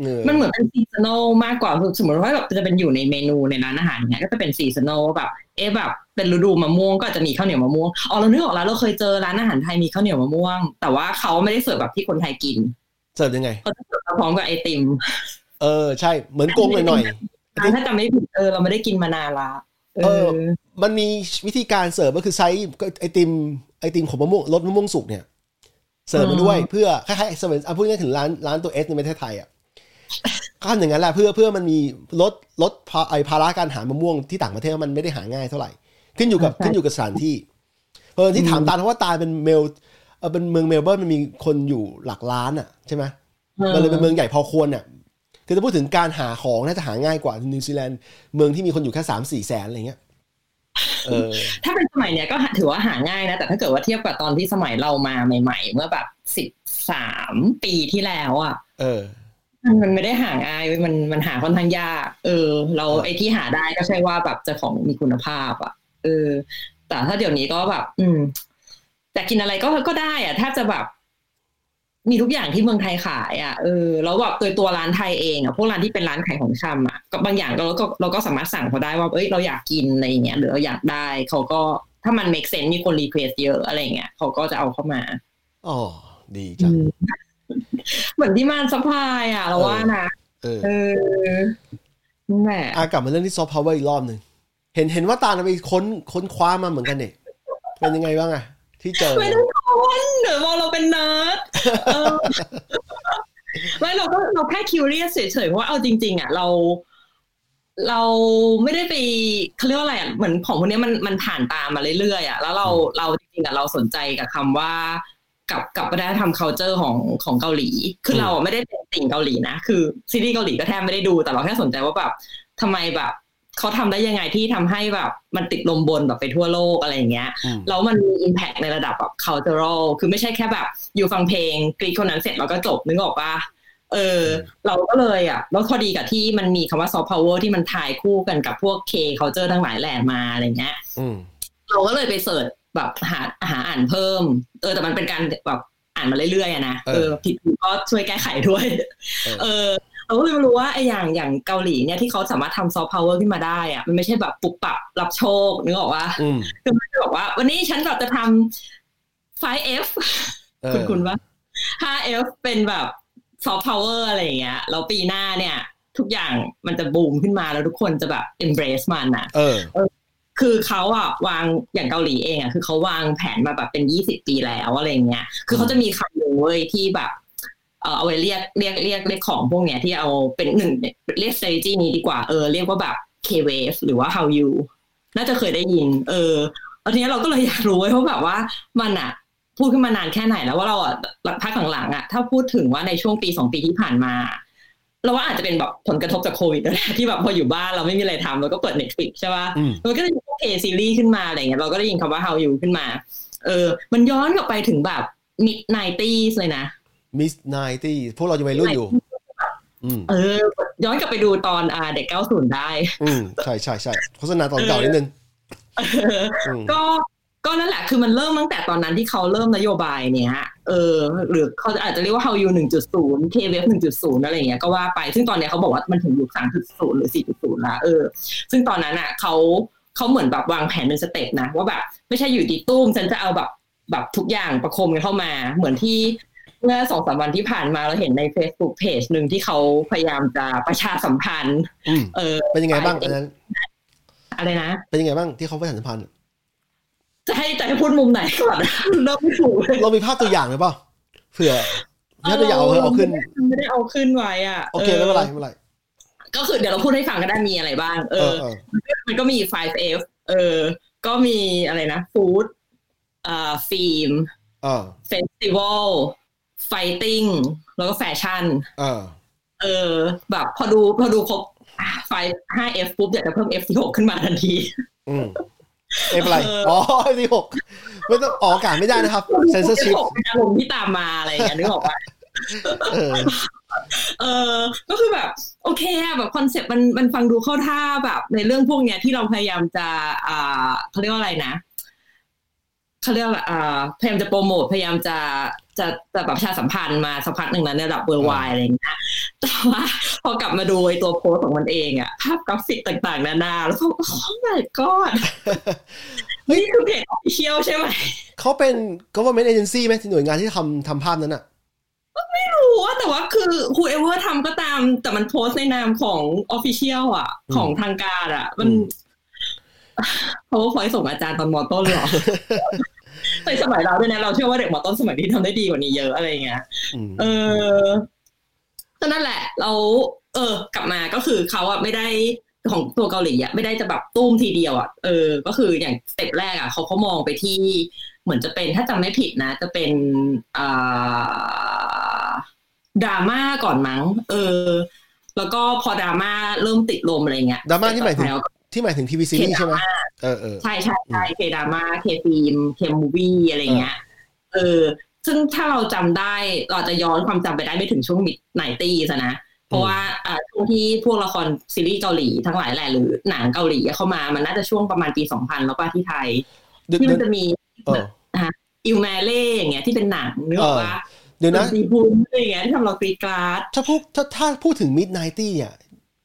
Speaker 2: เออ
Speaker 1: มันเหมือนเป็นซีซันอลมากกว่าคือสมมติว่าแบบจะเป็นอยู่ในเมนูในร้านอาหารอย่างเนี้ยก็จะเป็นซีซันอลแบบเอ๊ะแบบเป็นฤดูมะม่วงก็อาจจะมีข้าวเหนียวมะม่วงอ๋อเรานึกออกแล้วเราเคยเจอร้านอาหารไทยมีข้าวเหนียวมะม่วง แต่ว่าเขาไม่ได้เสิร์ฟแบบที่คนไทยกิน
Speaker 2: เสิร์ฟยังไง
Speaker 1: เขาจะเสิร์ฟมาพร้อมกับไอติม
Speaker 2: เออใช่เหมือนโกงหน่อยๆ
Speaker 1: ถ้าจำไม่ผิดเออเราไม่ได้กินมานานละเอ
Speaker 2: เอ
Speaker 1: อ
Speaker 2: อ มันมีวิธีการเสิร์ฟก็คือใช้ไอติมไอติมของมะม่วงรสมะม่วงสุกเนี่ย เสิร์ฟมาด้วยเพื่อคล้ายๆสมัยอ่ะพูดง่ายๆถึงร้านร้านตัวเอสในประเทศไทยอ่ะก็ทำอย่างนั้นแหละเพื่อเพื่อมันมีลดลดภาไอภาระการหามะม่วงที่ต่างประเทศมันไม่ได้หาง่ายเท่าไหร่ ขึ้นอยู่กับ
Speaker 1: ใช่
Speaker 2: ขึ้นอยู่กับสถานที่เพราะที่ถามตาลเพราะว่าตาลเป็นเมลเออเป็นเมืองเมลเบิร์นมันมีคนอยู่หลักล้านอ่ะใช่ไหม มันเลยเป็นเมืองใหญ่พอควรน่ะ คือจะพูดถึงการหาของน่าจะหาง่ายกว่านิวซีแลนด์เมืองที่มีคนอยู่แค่สามสี่แสนอะไรเงี้ย เออ
Speaker 1: ถ้าเป็นสมัยเนี้ยก็หาถือว่าหาง่ายนะ แต่ถ้าเกิดว่าเทียบกับตอนที่สมัยเรามาใหม่ ๆ เมื่อแบบสิบสามปีที่แล้วอ่ะ
Speaker 2: เออ
Speaker 1: มันมันไม่ได้หาง่ายเว้ยมันมันหาค่อนข้างยาก เออ เรา
Speaker 2: ครับ
Speaker 1: ไอ้ที่หาได้ก็ใช่ว่าแบบจะของมีคุณภาพ อ่ะ เออ แต่ถ้าเดี๋ยวนี้ก็แบบ อืมแต่กินอะไรก็ก็ได้อ่ะ ถ้าจะแบบ มีทุกอย่างที่เมืองไทยขาย อ่ะเออแล้วแบบตัวตัวร้านไทยเองอ่ะพวกร้านที่เป็นร้านขายของชำอ่ะก็บางอย่างก็เราก็เราก็สามารถสั่งเขาได้ว่าเอ้ยเราอยากกินอะไรอย่างเงี้ยหรือเราอยากได้เขาก็ถ้ามัน make sense มีคนรีเควสเยอะอะไรอย่างเงี้ยเขาก็จะเอาเข้ามา
Speaker 2: อ๋อ ดีจัง
Speaker 1: เหมือนที่มานสะพายอ่ะ เราว่านะ
Speaker 2: เออ
Speaker 1: เออนั่นแหละ
Speaker 2: อากลับมาเรื่องที่ซอฟต์พาวเวอร์อีกรอบหนึ่ง เห็นเห็นว่าตาลไปค้นค้นคว้ามาเหมือนกันเนี่ย เป็นยังไงบ้างอะที่เจอ
Speaker 1: ไม่ต้องทนเดี๋ยวมองเราเป็นเนิร์ดเออ ไม่เราก็เราแค่คิวเรียสเฉยๆเพราะว่าเอาจริง ๆอ่ะเรา เราไม่ได้ไปเขาเรียกว่าอะไรอ่ะเหมือนของพวกเนี้ยมันมันผ่านตามมาเรื่อยๆอ่ะแล้วเราเราจริงๆอ่ะเราสนใจกับคำว่า กับกับวัฒนธรรม culture ของของเกาหลี คือ
Speaker 2: ม
Speaker 1: เราอ่ะไม่ได้เป็นติ่งเกาหลีนะคือซีรีส์เกาหลีก็แทบไม่ได้ดู แต่เราแค่สนใจว่าแบบทำไมแบบ เขาทำได้ยังไงที่ทำให้แบบมันติดลมบนแบบไปทั่วโลกอะไรอย่างเงี้ย
Speaker 3: อืม
Speaker 1: แล้วมันมี impact ในระดับแบบ cultural คือไม่ใช่แค่แบบ อยู่ฟังเพลงกรีดคนนั้นเสร็จแล้วก็จบนึกออกปะเออ เราก็เลยอ่ะแล้วพอดีกับที่มันมีคำว่า soft power ที่มันทายคู่กันกับพวก K culture ทั้งหลายแหล่มาอะไรเงี้ย
Speaker 2: อืม
Speaker 1: เราก็เลยไปเสิร์ชแบบหาหาอ่านเพิ่ม เออ แต่มันเป็นการแบบอ่านมาเรื่อยๆอะนะ
Speaker 2: เออ
Speaker 1: เออผิดก็ช่วยแก้ไขด้วย
Speaker 2: เออ
Speaker 1: เออเราก็เลยมารู้ว่าไอ้อย่างอย่างเกาหลีเนี่ยที่เขาสามารถทำซอฟต์พาวเวอร์ขึ้นมาได้อะมันไม่ใช่แบบปุบปับรับโชคนึกออกว่า
Speaker 2: อืม
Speaker 1: คือมันจะบอกว่า วันนี้ฉันแบบจะทำไฟ F
Speaker 2: เออ
Speaker 1: คุณคุณว่า 5F เป็นแบบซอฟต์พาวเวอร์อะไรอย่างเงี้ยแล้วปีหน้าเนี่ย ทุกอย่างมันจะบูมขึ้นมาแล้วทุกคนจะแบบ embrace มันอะ
Speaker 2: เออ
Speaker 1: คือเขาอ่ะวางอย่างเกาหลีเองอ่ะคือเขาวางแผนมาแบบเป็นยี่สิบปีแล้วอะไรอย่างเงี้ย คือเขาจะมีคำหนึ่งเว้ยที่แบบเอ่อเอาไว้เรียกเรียกเรียกเรียกของพวกเนี้ยที่เอาเป็นหนึ่งเรียก strategy นี้ดีกว่าเออเรียกว่าแบบ K wave หรือว่า how you น่าจะเคยได้ยิน เออแล้วทีเนี้ยเราก็เลยอยากรู้เว้ยว่าแบบว่ามันอ่ะ พูดขึ้นมานานแค่ไหนแล้วว่าเราอ่ะหลักพักหลังๆอ่ะถ้าพูดถึงว่าในช่วงปีสองปีที่ผ่านมา เราว่าอาจจะเป็นแบบผลกระทบจากโควิดนั่นแหละที่แบบพออยู่บ้านเราไม่มีอะไรทำเราก็เปิด Netflix ใช่ปะ
Speaker 2: อืม
Speaker 1: มันก็จะมีเพซีรีส์ขึ้นมาอะไรเงี้ยเราก็ได้ยินคำว่า how you ขึ้นมา เออ มันย้อนกลับไปถึงแบบ mid 90s เลยนะ
Speaker 2: มิสไนตี้พวกเราจะวัยรุ่นอยู่ อืม
Speaker 1: เออ ย้อนกลับไปดูตอนอ่าเด็ก 90 ได้
Speaker 2: อืมใช่ใช่ใช่โฆษณาตอนเก่านิดนึงอืม
Speaker 1: ก็ก็นั่นแหละคือมันเริ่มตั้งแต่ตอนนั้นที่เขาเริ่มนโยบายเนี้ยเออ หรือเขาอาจจะเรียกว่า how you 1.0 k wave 1.0 อะไรอย่างเงี้ยก็ว่าไป ซึ่งตอนเนี้ยเขาบอกว่ามันถึงยุค3.0 หรือ 4.0 ละเออ ซึ่งตอนนั้นอ่ะเขาเขาเหมือนแบบวางแผนเป็นสเต็ปนะว่าแบบไม่ใช่อยู่ดีตุ้มฉันจะเอาแบบแบบทุกอย่างประคมกันเข้ามา เหมือนที่เมื่อสองสามวันที่ผ่านมาเราเห็นใน Facebook Page หนึ่งที่เขาพยายามจะประชาสัมพันธ์
Speaker 2: อืม
Speaker 1: เออ
Speaker 2: เป็นยังไงบ้างอันนั้น
Speaker 1: อะไรนะ
Speaker 2: เป็นยังไงบ้างที่เขาประชาสัมพันธ์อะ
Speaker 1: จะให้จะให้พูดมุมไหนก่อน เริ่มไม่ถูกเลย
Speaker 2: เรามีภาพตัวอย่างหรือเปล่าเผื่อถ้าตัวอย่างเอาเอาขึ้น
Speaker 1: ไม่ได้เอาขึ้นไว้อะ
Speaker 2: โอเคไม่เป็นไรไม่เป็นไร
Speaker 1: ก็คือเดี๋ยวเราพูดให้ฟังก็ได้มีอะไรบ้าง เอ
Speaker 2: เอ
Speaker 1: อ
Speaker 2: อเออ
Speaker 1: มันก็มี 5F เออ ก็มีอะไรนะฟู้ดอ่าฟิล์ม
Speaker 2: เออ
Speaker 1: เฟสติวัลไฟติ้งแล้วก็แฟชั่น
Speaker 2: เออ
Speaker 1: เออ แบบพอดูพอดูครบไฟ 5F ปุ๊บอยากจะเพิ่ม F ที่หกขึ้นมาทันที
Speaker 2: อืมเอ้ยไม่เป็นไรอ๋อที่หกไม่ต้องออกอากาศไม่ได้นะครับเซนเซอร์ชิพ
Speaker 1: F หกเป็นอารมณ์ที่ตามมาอะไรอย่างเงี้ยนึกออกปะ
Speaker 2: เออ
Speaker 1: เออ ก็คือแบบ โอเคอะแบบคอนเซ็ปต์มันมันฟังดูเข้าท่าแบบ ในเรื่องพวกเนี้ยที่เราพยายามจะอ่าเขาเรียกว่าอะไรนะเขาเรียกว่าอ่าพยายามจะโปรโมทพยายามจะจะจะแบบประชาสัมพันธ์มาสักพักหนึ่งแล้วในระดับเบอร์วายอะไรอย่างเงี้ยแต่ว่าพอกลับมาดูไอ้ตัวโพสต์ของมันเองอะภาพกราฟิกต่างๆ นานาแล้วก็โอ้ my god
Speaker 2: เฮ้ย
Speaker 1: นี่คือเพจออฟฟิเชียลใช่ไหม
Speaker 2: เขาเป็น government agency ไหมหน่วยงานที่ทำทำภาพนั้นอ่ะ
Speaker 1: รู้ว่าแต่ว่าคือ whoever ทำก็ตาม แต่มันโพสต์ในนามของ official อ่ะ
Speaker 2: อืม
Speaker 1: ของทางการอ่ะ มัน
Speaker 2: อืม
Speaker 1: powerpoint ส่งอาจารย์ตอนมอต้น เหรอ ในสมัยเราด้วยนะเราเชื่อว่าเด็กมอต้นสมัยนี้ทำได้ดีกว่านี้เยอะอะไรอย่างเงี้ย
Speaker 2: อืม
Speaker 1: เออก็นั่นแหละ เรา เออ กลับมาก็คือเขาอะไม่ได้ของตัวเกาหลีอะไม่ได้จะแบบตุ้มทีเดียวอะเออ ก็คืออย่างสเต็ปแรกอะเขาเขามองไปที่ เหมือนจะเป็นถ้าจำไม่ผิดนะ จะเป็นอ่าดราม่าก่อนมั้ง เออ แล้วก็พอดราม่าเริ่มติดลมอะไรเงี้ย
Speaker 2: ดราม่าที่หมายถึง
Speaker 1: แล้ว
Speaker 2: ที่หมายถึงทีวีซีรีส์ใช่ไหมเออเออ
Speaker 1: ใช่ใช่ใช่เคดราม่าเคฟิล์มเคมูวี่อะไรเงี้ย เออ ซึ่งถ้าเราจำได้เราอาจจะย้อนความจำไปได้ไม่ถึงช่วงมิดไนตี้ซะนะ เพราะว่าอ่าช่วงที่พวกละครซีรีส์เกาหลีทั้งหลายแหละหรือหนังเกาหลีเข้ามามันน่าจะช่วงประมาณปี 2000 แล้วป่ะที่ไทย
Speaker 2: เดี๋ยว
Speaker 1: ที่มั
Speaker 2: เดี๋ยวน
Speaker 1: จะมี
Speaker 2: เออ
Speaker 1: อิวแมเล่อย่างเงี้ยที่เป็นหนังนึกออกปะ
Speaker 2: เดี๋ยวนะ
Speaker 1: ซีพูนอะไรอย่างเงี้ยที่ทำเรากรีดกราด
Speaker 2: ถ้าพูดถ้าถ้าพูดถึง mid 90เนี่ย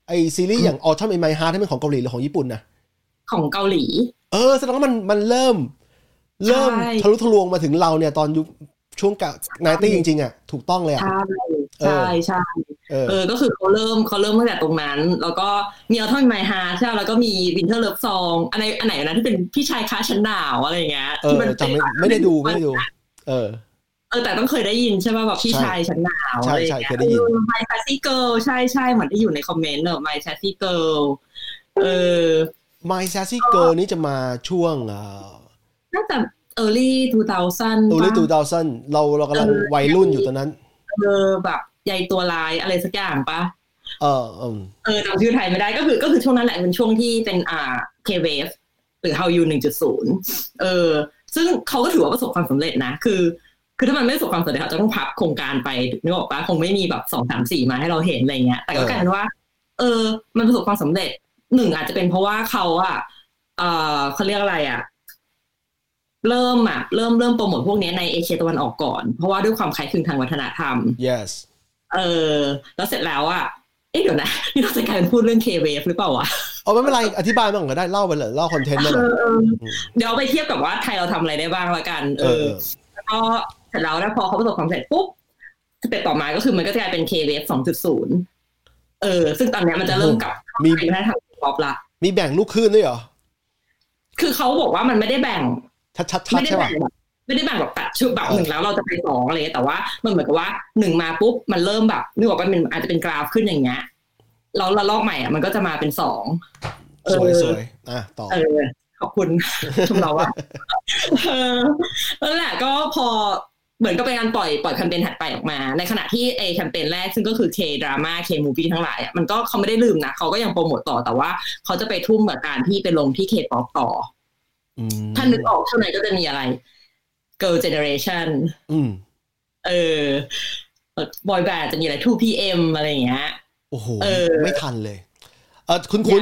Speaker 2: ไอซีรีส์อย่าง Autumn in My Heart ที่เป็นของเกาหลีหรือของญี่ปุ่นนะ
Speaker 1: ของเกาหลี
Speaker 2: เออแสดงว่ามันมันเริ่ม เริ่ม
Speaker 1: ใช่
Speaker 2: ทะลุทะลวงมาถึงเราเนี่ยตอนยุคช่วงกับนตี้จริง ๆ อ่ะ ถูกต้องเลยอ่ะ
Speaker 1: ใช่ใช่ใช่
Speaker 2: เออ
Speaker 1: เออ ก็คือเขาเริ่มเขาเริ่มตั้งแต่ตรงนั้น แล้วก็มีเอาท่อนไมฮาใช่ไหมแล้วก็มีวินเทอร์เลิฟซองอันไหนอันไหนนะที่เป็นพี่ชายค้าชั้นหนาวอะไรอย่างเงี้ย
Speaker 2: เออ
Speaker 1: ที่มัน
Speaker 2: จำไม่ไม่ได้ดูไม่ได้ดู เออ
Speaker 1: เออแต่ต้องเคยได้ยินใช่ป่ะแบบพี่
Speaker 2: ใช่
Speaker 1: ชายชั้นหนาว
Speaker 2: ใช่
Speaker 1: อะไรอา
Speaker 2: ใช่
Speaker 1: งงี้
Speaker 2: เคยได้ยิน
Speaker 1: ไมชาซี่เกิลใช่ใช่เหมือนที่อยู่ในคอมเมนต์เนอะไมชาซี่เกิลเออ
Speaker 2: My Sassy Girl นี่จะมาช่วงเอ่อ
Speaker 1: น่าจะ early 2000
Speaker 2: ตูริตู
Speaker 1: ป่ะ
Speaker 2: ดาวซันเราเรากำลัง
Speaker 1: เออ
Speaker 2: วัยรุ่นอยู่ตอนนั้น
Speaker 1: เออแบบใหญ่ตัวลายอะไรสักอย่างป่ะ
Speaker 2: เออเออ
Speaker 1: เออจำชื่อไทยไม่ได้ก็คือก็คือช่วงนั้นแหละเป็นช่วงที่เป็นอ่า K Wave หรือ How You 1.0 เออ ซึ่งเขาก็ถือว่าประสบความสำเร็จนะ คือ คือถ้ามันไม่ประสบความสำเร็จเขาจะต้องพับโครงการไปนึกออกปะคงไม่มีแบบสองสามสี่มาให้เราเห็นอะไรเงี้ย แต่ก็กลายเป็นว่า เออ มันประสบความสำเร็จหนึ่งอาจจะเป็นเพราะว่าเขาอะเออเขาเรียกอะไรอะเริ่มอะเริ่มเริ่มโปรโมทพวกเนี้ยในเอเชียตะวันออกก่อน เพราะว่าด้วยความคล้ายคลึงทางวัฒนธรรม
Speaker 2: yes
Speaker 1: เออ แล้วเสร็จแล้วอะเอ๊ะเดี๋ยวนะ นี่เราจะกลายเป็นพูดเรื่อง K-Wave หรือเปล่าวะ
Speaker 2: เอาไม่เป็นไรอธิบายบ้างก็ได้เล่าไปเลยเล่าคอนเทนต์ไปเลย
Speaker 1: เออเดี๋ยวเอาไปเทียบกับว่าไทยเราทำอะไรได้บ้างละกัน
Speaker 2: เอ
Speaker 1: เอ
Speaker 2: อ
Speaker 1: อ
Speaker 2: เออ
Speaker 1: แล้วก็เสร็จแล้วนะพอเขาประสบความสำเร็จปุ๊บสเต็ปต่อมาก็คือมันก็จะกลายเป็น K-Wave 2.0 เออ ซึ่งตอนเนี้ยมันจะเริ่มกลับ
Speaker 2: มี
Speaker 1: เป็นวัฒนธรรมป๊อปละ
Speaker 2: มีแบ่งลูกคลื่นด้วยเหรอ
Speaker 1: คือเขาบอกว่ามันไม่ได้แบ่ง
Speaker 2: ชัดชัดชัด
Speaker 1: ไม่ได้
Speaker 2: ใช่
Speaker 1: แบ่
Speaker 2: ป่ะ
Speaker 1: งแบบไม่ได้แบ่งแบบตัดชุดแบบ
Speaker 2: เออ
Speaker 1: หนึ่งแล้วเราจะไปสองอะไรอย่างเงี้ยแต่ว่ามันเหมือนกับว่าหนึ่งมาปุ๊บมันเริ่มแบบนึกออกว่ามันอาจจะเป็นกราฟขึ้นอย่างเงี้ยแล้วระลอกใหม่อ่ะมันก็จะมาเป็นสองเอ
Speaker 2: ส
Speaker 1: อ
Speaker 2: วยสวยอ่ะต่อ
Speaker 1: เออขอบคุณ ชมเราอะเออนั่นแหละก็พอเหมือนก็เป็นการปล่อยปล่อยแคมเปญถัดไปออกมา ในขณะที่ไอแคมเปญแรกซึ่งก็คือ K drama K movie ทั้งหลายอะมันก็เขาไม่ได้ลืมนะเขาก็ยังโปรโมตต่อแต่ว่าเขาจะไปทุ่มกับการที่ไปลงที่ K pop ต่อ
Speaker 2: อืม
Speaker 1: ถ้านึกออกเท่าไหร่ก็จะมีอะไร girl generation
Speaker 2: อืม
Speaker 1: เออบอยแบนด์จะมีอะไร 2PM อะไรอย่างเงี้ย
Speaker 2: โอ้โห
Speaker 1: เออ
Speaker 2: ไม่ทันเลยเออคุ้นคุ้น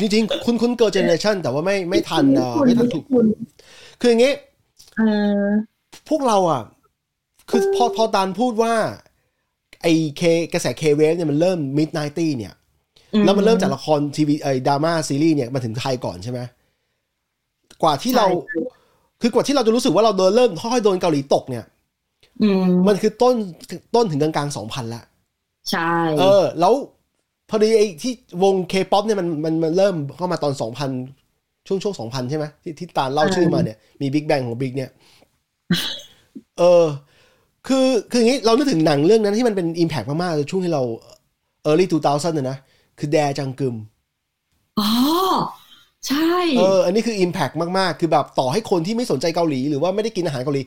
Speaker 2: จริงๆ คุ้นคุ้นเกิร์เจเนเรชันแต่ว่าไม่ไม่ทันเอ่อไม่ทันถูก
Speaker 1: คุณ
Speaker 2: คืออย่างงี้
Speaker 1: เออ
Speaker 2: พวกเราอ่ะ คือพอพอดันพูดว่า ไอเคกระแสเคเวฟเนี่ยมันเริ่มมิดไนตี้เนี่ย
Speaker 1: อืม
Speaker 2: แล้วมันเริ่มจากละครทีวีไอดราม่าซีรีส์เนี่ยมาถึงไทยก่อนใช่ไหมกว่าที่เรา
Speaker 1: ใช่ใช่
Speaker 2: คือกว่าที่เราจะรู้สึกว่าเราโดนเริ่มค่อยๆโดนเกาหลีตกเนี่ย
Speaker 1: อืม
Speaker 2: มันคือต้นต้นถึงกลางๆสองพันละ
Speaker 1: ใช่
Speaker 2: เออ แล้วพอดีไอ้ที่วงเคป๊อปเนี่ยมันมันมันเริ่มเข้ามาตอนสองพันช่วงช่วงสองพันใช่ไหมที่ที่ตาลเล่า
Speaker 1: อ่า
Speaker 2: ชื่อมาเนี่ย มีบิ๊กแบงของบิ๊กเนี่ย เออ คือคืออย่างนี้เรานึกถึงหนังเรื่องนั้นที่มันเป็นอิมแพกมากๆเลยช่วงที่เรา early 2000นะนะ คือแดจังกึม
Speaker 1: อ๋อ ใช่
Speaker 2: เออ อันนี้คือ Impact มาก ๆ คือแบบต่อให้คนที่ไม่สนใจเกาหลี หรือว่าไม่ได้กินอาหารเกาหลี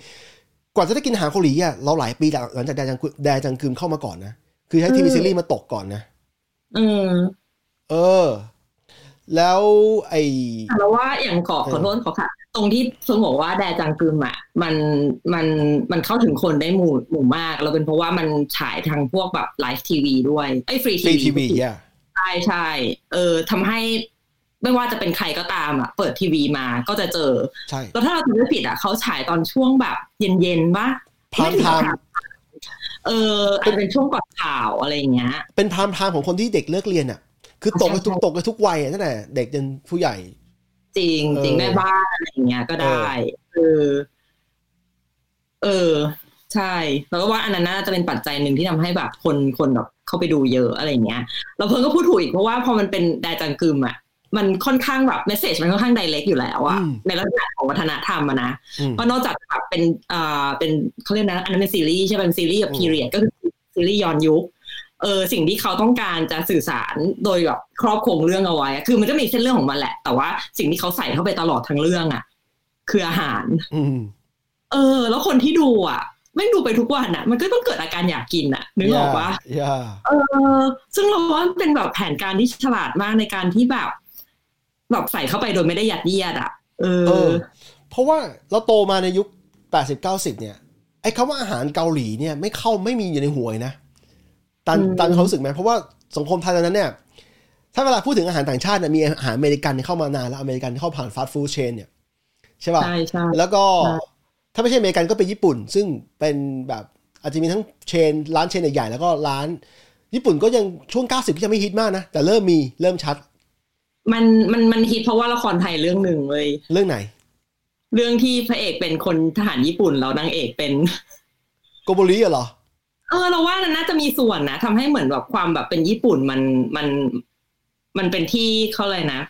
Speaker 2: กว่าจะได้กินอาหารเกาหลีอ่ะเราหลายปีหลังจากแดจังกึมแดจังกึมเข้ามาก่อนนะ คือให้ทีวี
Speaker 1: อืม
Speaker 2: ซีรีส์มาตกก่อนนะ
Speaker 1: เออ
Speaker 2: เออ แล้วไอ
Speaker 1: แต่เราว่าอย่างขอ
Speaker 2: เออ
Speaker 1: ขอโทษขอค่ะ ตรงที่สมบอกว่าแดจังกึมอ่ะ มันมันมันเข้าถึงคนได้หมู่หมู่มาก เราเป็นเพราะว่ามันฉายทางพวกแบบไลฟ์ทีวีด้วยไอ้ฟรี
Speaker 2: ฟรีที
Speaker 1: ที
Speaker 2: วี
Speaker 1: วี
Speaker 2: อ่ะ
Speaker 1: ใช่ใช่เออทำให้ไม่ว่าจะเป็นใครก็ตามอ่ะ เปิดทีวีมาก็จะเจอ
Speaker 2: ใช่
Speaker 1: แล้วถ้าเราจำไม่ผิดอ่ะเขาฉายตอนช่วงแบบเย็นๆปะ
Speaker 2: พามไทม์
Speaker 1: เอออาจจะเป็นช่วงก่อนข่าวอะไรอย่างเงี้ย
Speaker 2: เป็นพามไทม์ของคนที่เด็กเลิกเรียนอ่ะ คือตกไปทุกตกไปทุกวัยอ่ะตั้งแต่เด็กจนผู้ใหญ่
Speaker 1: จริง
Speaker 2: เออ
Speaker 1: จริงแม่บ้านอะไรอย่างเงี้ยก็ได้ เออ เออ ใช่แล้วก็ว่าอันนั้นน่าจะเป็นปัจจัยหนึ่งที่ทำให้แบบคนคนแบบเข้าไปดูเยอะอะไรอย่างเงี้ยเราเพิ่งก็พูดถูกอีกเพราะว่าพอมันเป็นไดจังกึมอ่ะ มันค่อนข้างแบบเมสเซจมันค่อนข้างไดเรกอยู่แล้วอะ
Speaker 2: อืม
Speaker 1: ในลักษณะของวัฒนธรรมอะนะ
Speaker 2: อืม
Speaker 1: เพราะนอกจากแบบเป็นเอ่อเป็นเขาเรียกนะอันนั้นเป็นซีรีส์ใช่ไหมเป็นซีรีส์แบบ
Speaker 2: อืม
Speaker 1: พีเรียดก็คือซีรีส์ย้อนยุคเออสิ่งที่เขาต้องการจะสื่อสารโดยแบบครอบคลุมเรื่องเอาไว้อะคือมันก็มีเส้นเรื่องของมันแหละ แต่ว่าสิ่งที่เขาใส่เข้าไปตลอดทั้งเรื่องอ่ะ คืออาหาร
Speaker 2: อืม
Speaker 1: เออ แล้วคนที่ดูอ่ะไม่งดูไปทุกวันอ่ะ มันก็ต้องเกิดอาการอยากกินอ่ะนึกออกปะ
Speaker 2: ย่า
Speaker 1: เออซึ่งเราว่ามันเป็นแบบแผนการที่ฉลาดมากในการที่แบบ แบบใส่เข้าไปโดยไม่ได้ยัดเยียดอ่ะเอ
Speaker 2: เอ
Speaker 1: อ
Speaker 2: อเพราะว่าเราโตมาในยุค 80 90 เนี่ย ไอ้คำว่าอาหารเกาหลีเนี่ยไม่เข้าไม่มีอยู่ในหัวเลยนะตัน
Speaker 1: อืม
Speaker 2: ตันเขามรู้สึกไหมเพราะว่าสังคมไทยตอนนั้นเนี่ย ถ้าเวลาพูดถึงอาหารต่างชาติเนี่ยมีอาหารอเมริกันเข้ามานานแล้วอเมริกันเข้าผ่านฟาสต์ฟู้ดเชนเนี่ยใช่ป่ะ
Speaker 1: ใช่ใช่
Speaker 2: แล้วก็
Speaker 1: ใช่
Speaker 2: ถ้าไม่ใช่อเมริกันก็เป็นญี่ปุ่น ซึ่งเป็นแบบอาจจะมีทั้งเชนร้านเชนใหญ่ๆแล้วก็ร้าน ญี่ปุ่นก็ยังช่วง 90 ก็ยังไม่ฮิตมากนะ แต่เริ่มมีเริ่มชัด
Speaker 1: มันมันมันฮิตเพราะว่าละครไทยเรื่องหนึ่งเลย
Speaker 2: เรื่องไหน
Speaker 1: เรื่องที่พระเอกเป็นคนทหารญี่ปุ่นแล้วนางเอกเป็น
Speaker 2: โกโบริเหรอ
Speaker 1: เออเราว่ามันน่าจะมีส่วนนะทำให้เหมือนแบบความแบบเป็นญี่ปุ่นมันมันมันเป็นที่เขาเลยกนะ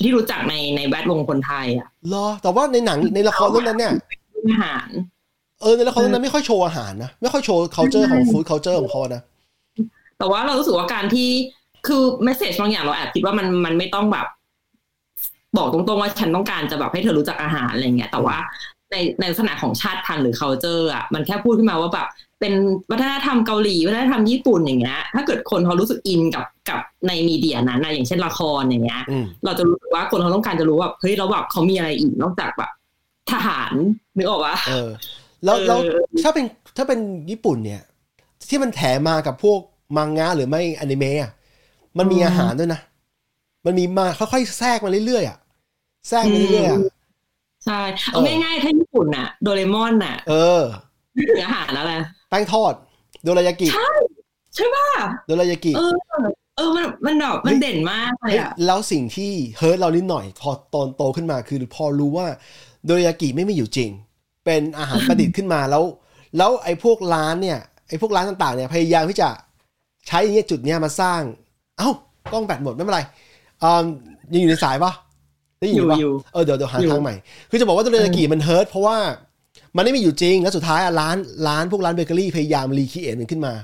Speaker 1: ที่รู้จักในในแวดวงคนไทยอ่ะ
Speaker 2: เหรอ แต่ว่าในหนัง ในละครเรื่องนั้นเนี่ย
Speaker 1: เรื่องอาหาร
Speaker 2: เออในละครเรื่องนั้นไม่ค่อยโชว์อาหารนะ ไม่ค่อยโชว์ culture ของ food culture ของเขานะ
Speaker 1: แต่ว่าเรารู้สึกว่าการที่คือเมสเซจบางอย่างเราแอบคิดว่ามันมันไม่ต้องแบบ บอกตรงๆว่าฉันต้องการจะแบบให้เธอรู้จักอาหารอะไรเงี้ยแต่ว่า ในในลักษณะของชาติพันธุ์หรือ culture อ่ะมันแค่พูดขึ้นมาว่าแบบเป็นวัฒนธรรมเกาหลีวัฒนธรรมญี่ปุ่นอย่างเงี้ยถ้าเกิดคนเขารู้สึกอินกับกับในมีเดียนั้นนะอย่างเช่นละครอย่างเงี้ย
Speaker 2: อืม
Speaker 1: เราจะรู้สึกว่าคนเขาต้องการจะรู้ว่าเฮ้ยแล้วแบบเขามีอะไรอีกนอกจากแบบทหารนึกออกปะ
Speaker 2: เออแล้ว
Speaker 1: เออ
Speaker 2: แล้วถ้าเป็นถ้าเป็นญี่ปุ่นเนี่ย ที่มันแถมมากับพวกมังงะหรือไม่อนิเมะอะมันมีอาหารด้วยนะ มันมีมาค่อยๆแทรกมาเรื่อยๆอ่ะแทรกมาเรื่อยๆอ่ะ
Speaker 1: ใช่เอา
Speaker 2: เออ
Speaker 1: ง่ายๆถ้าญี่ปุ่นน่ะโดเรมอนน่ะ
Speaker 2: เออ
Speaker 1: นึกถึงอาหารอะไร
Speaker 2: แป้งทอด โดรายากิ
Speaker 1: ใช่ใช่ป่ะ
Speaker 2: โดรายากิ
Speaker 1: เออ เออมันมันแบบมันเด่นมากเลย
Speaker 2: เฮ้ย
Speaker 1: อ่ะ
Speaker 2: แล้วสิ่งที่เฮิร์ตเรานิดหน่อย พอตอนโตขึ้นมาคือพอรู้ว่าโดรายากิไม่มีอยู่จริง เป็นอาหารประดิษฐ์ขึ้นมาแล้ว แล้วไอ้พวกร้านเนี่ยไอ้พวกร้านต่างๆเนี่ยพยายามที่จะใช้อย่างเงี้ยจุดเนี้ยมาสร้าง เอ้ากล้องแบตหมดไม่เป็นไรอ่ายังอยู่ในสายปะได้ยิน
Speaker 1: อ
Speaker 2: อ
Speaker 1: อ
Speaker 2: ยู่ ยู่ปะ
Speaker 1: ยู่
Speaker 2: เออเดี๋ยวเดี๋ยวหา
Speaker 1: อยู่
Speaker 2: ทางใหม่ คือจะบอกว่าตัวเลนกีมันเฮิร์ตเพราะว่ามันไม่มีอยู่จริง แล้วสุดท้ายอะร้านร้านพวกร้านเบเกอรี่พยายามรีคิเอทมันขึ้นมา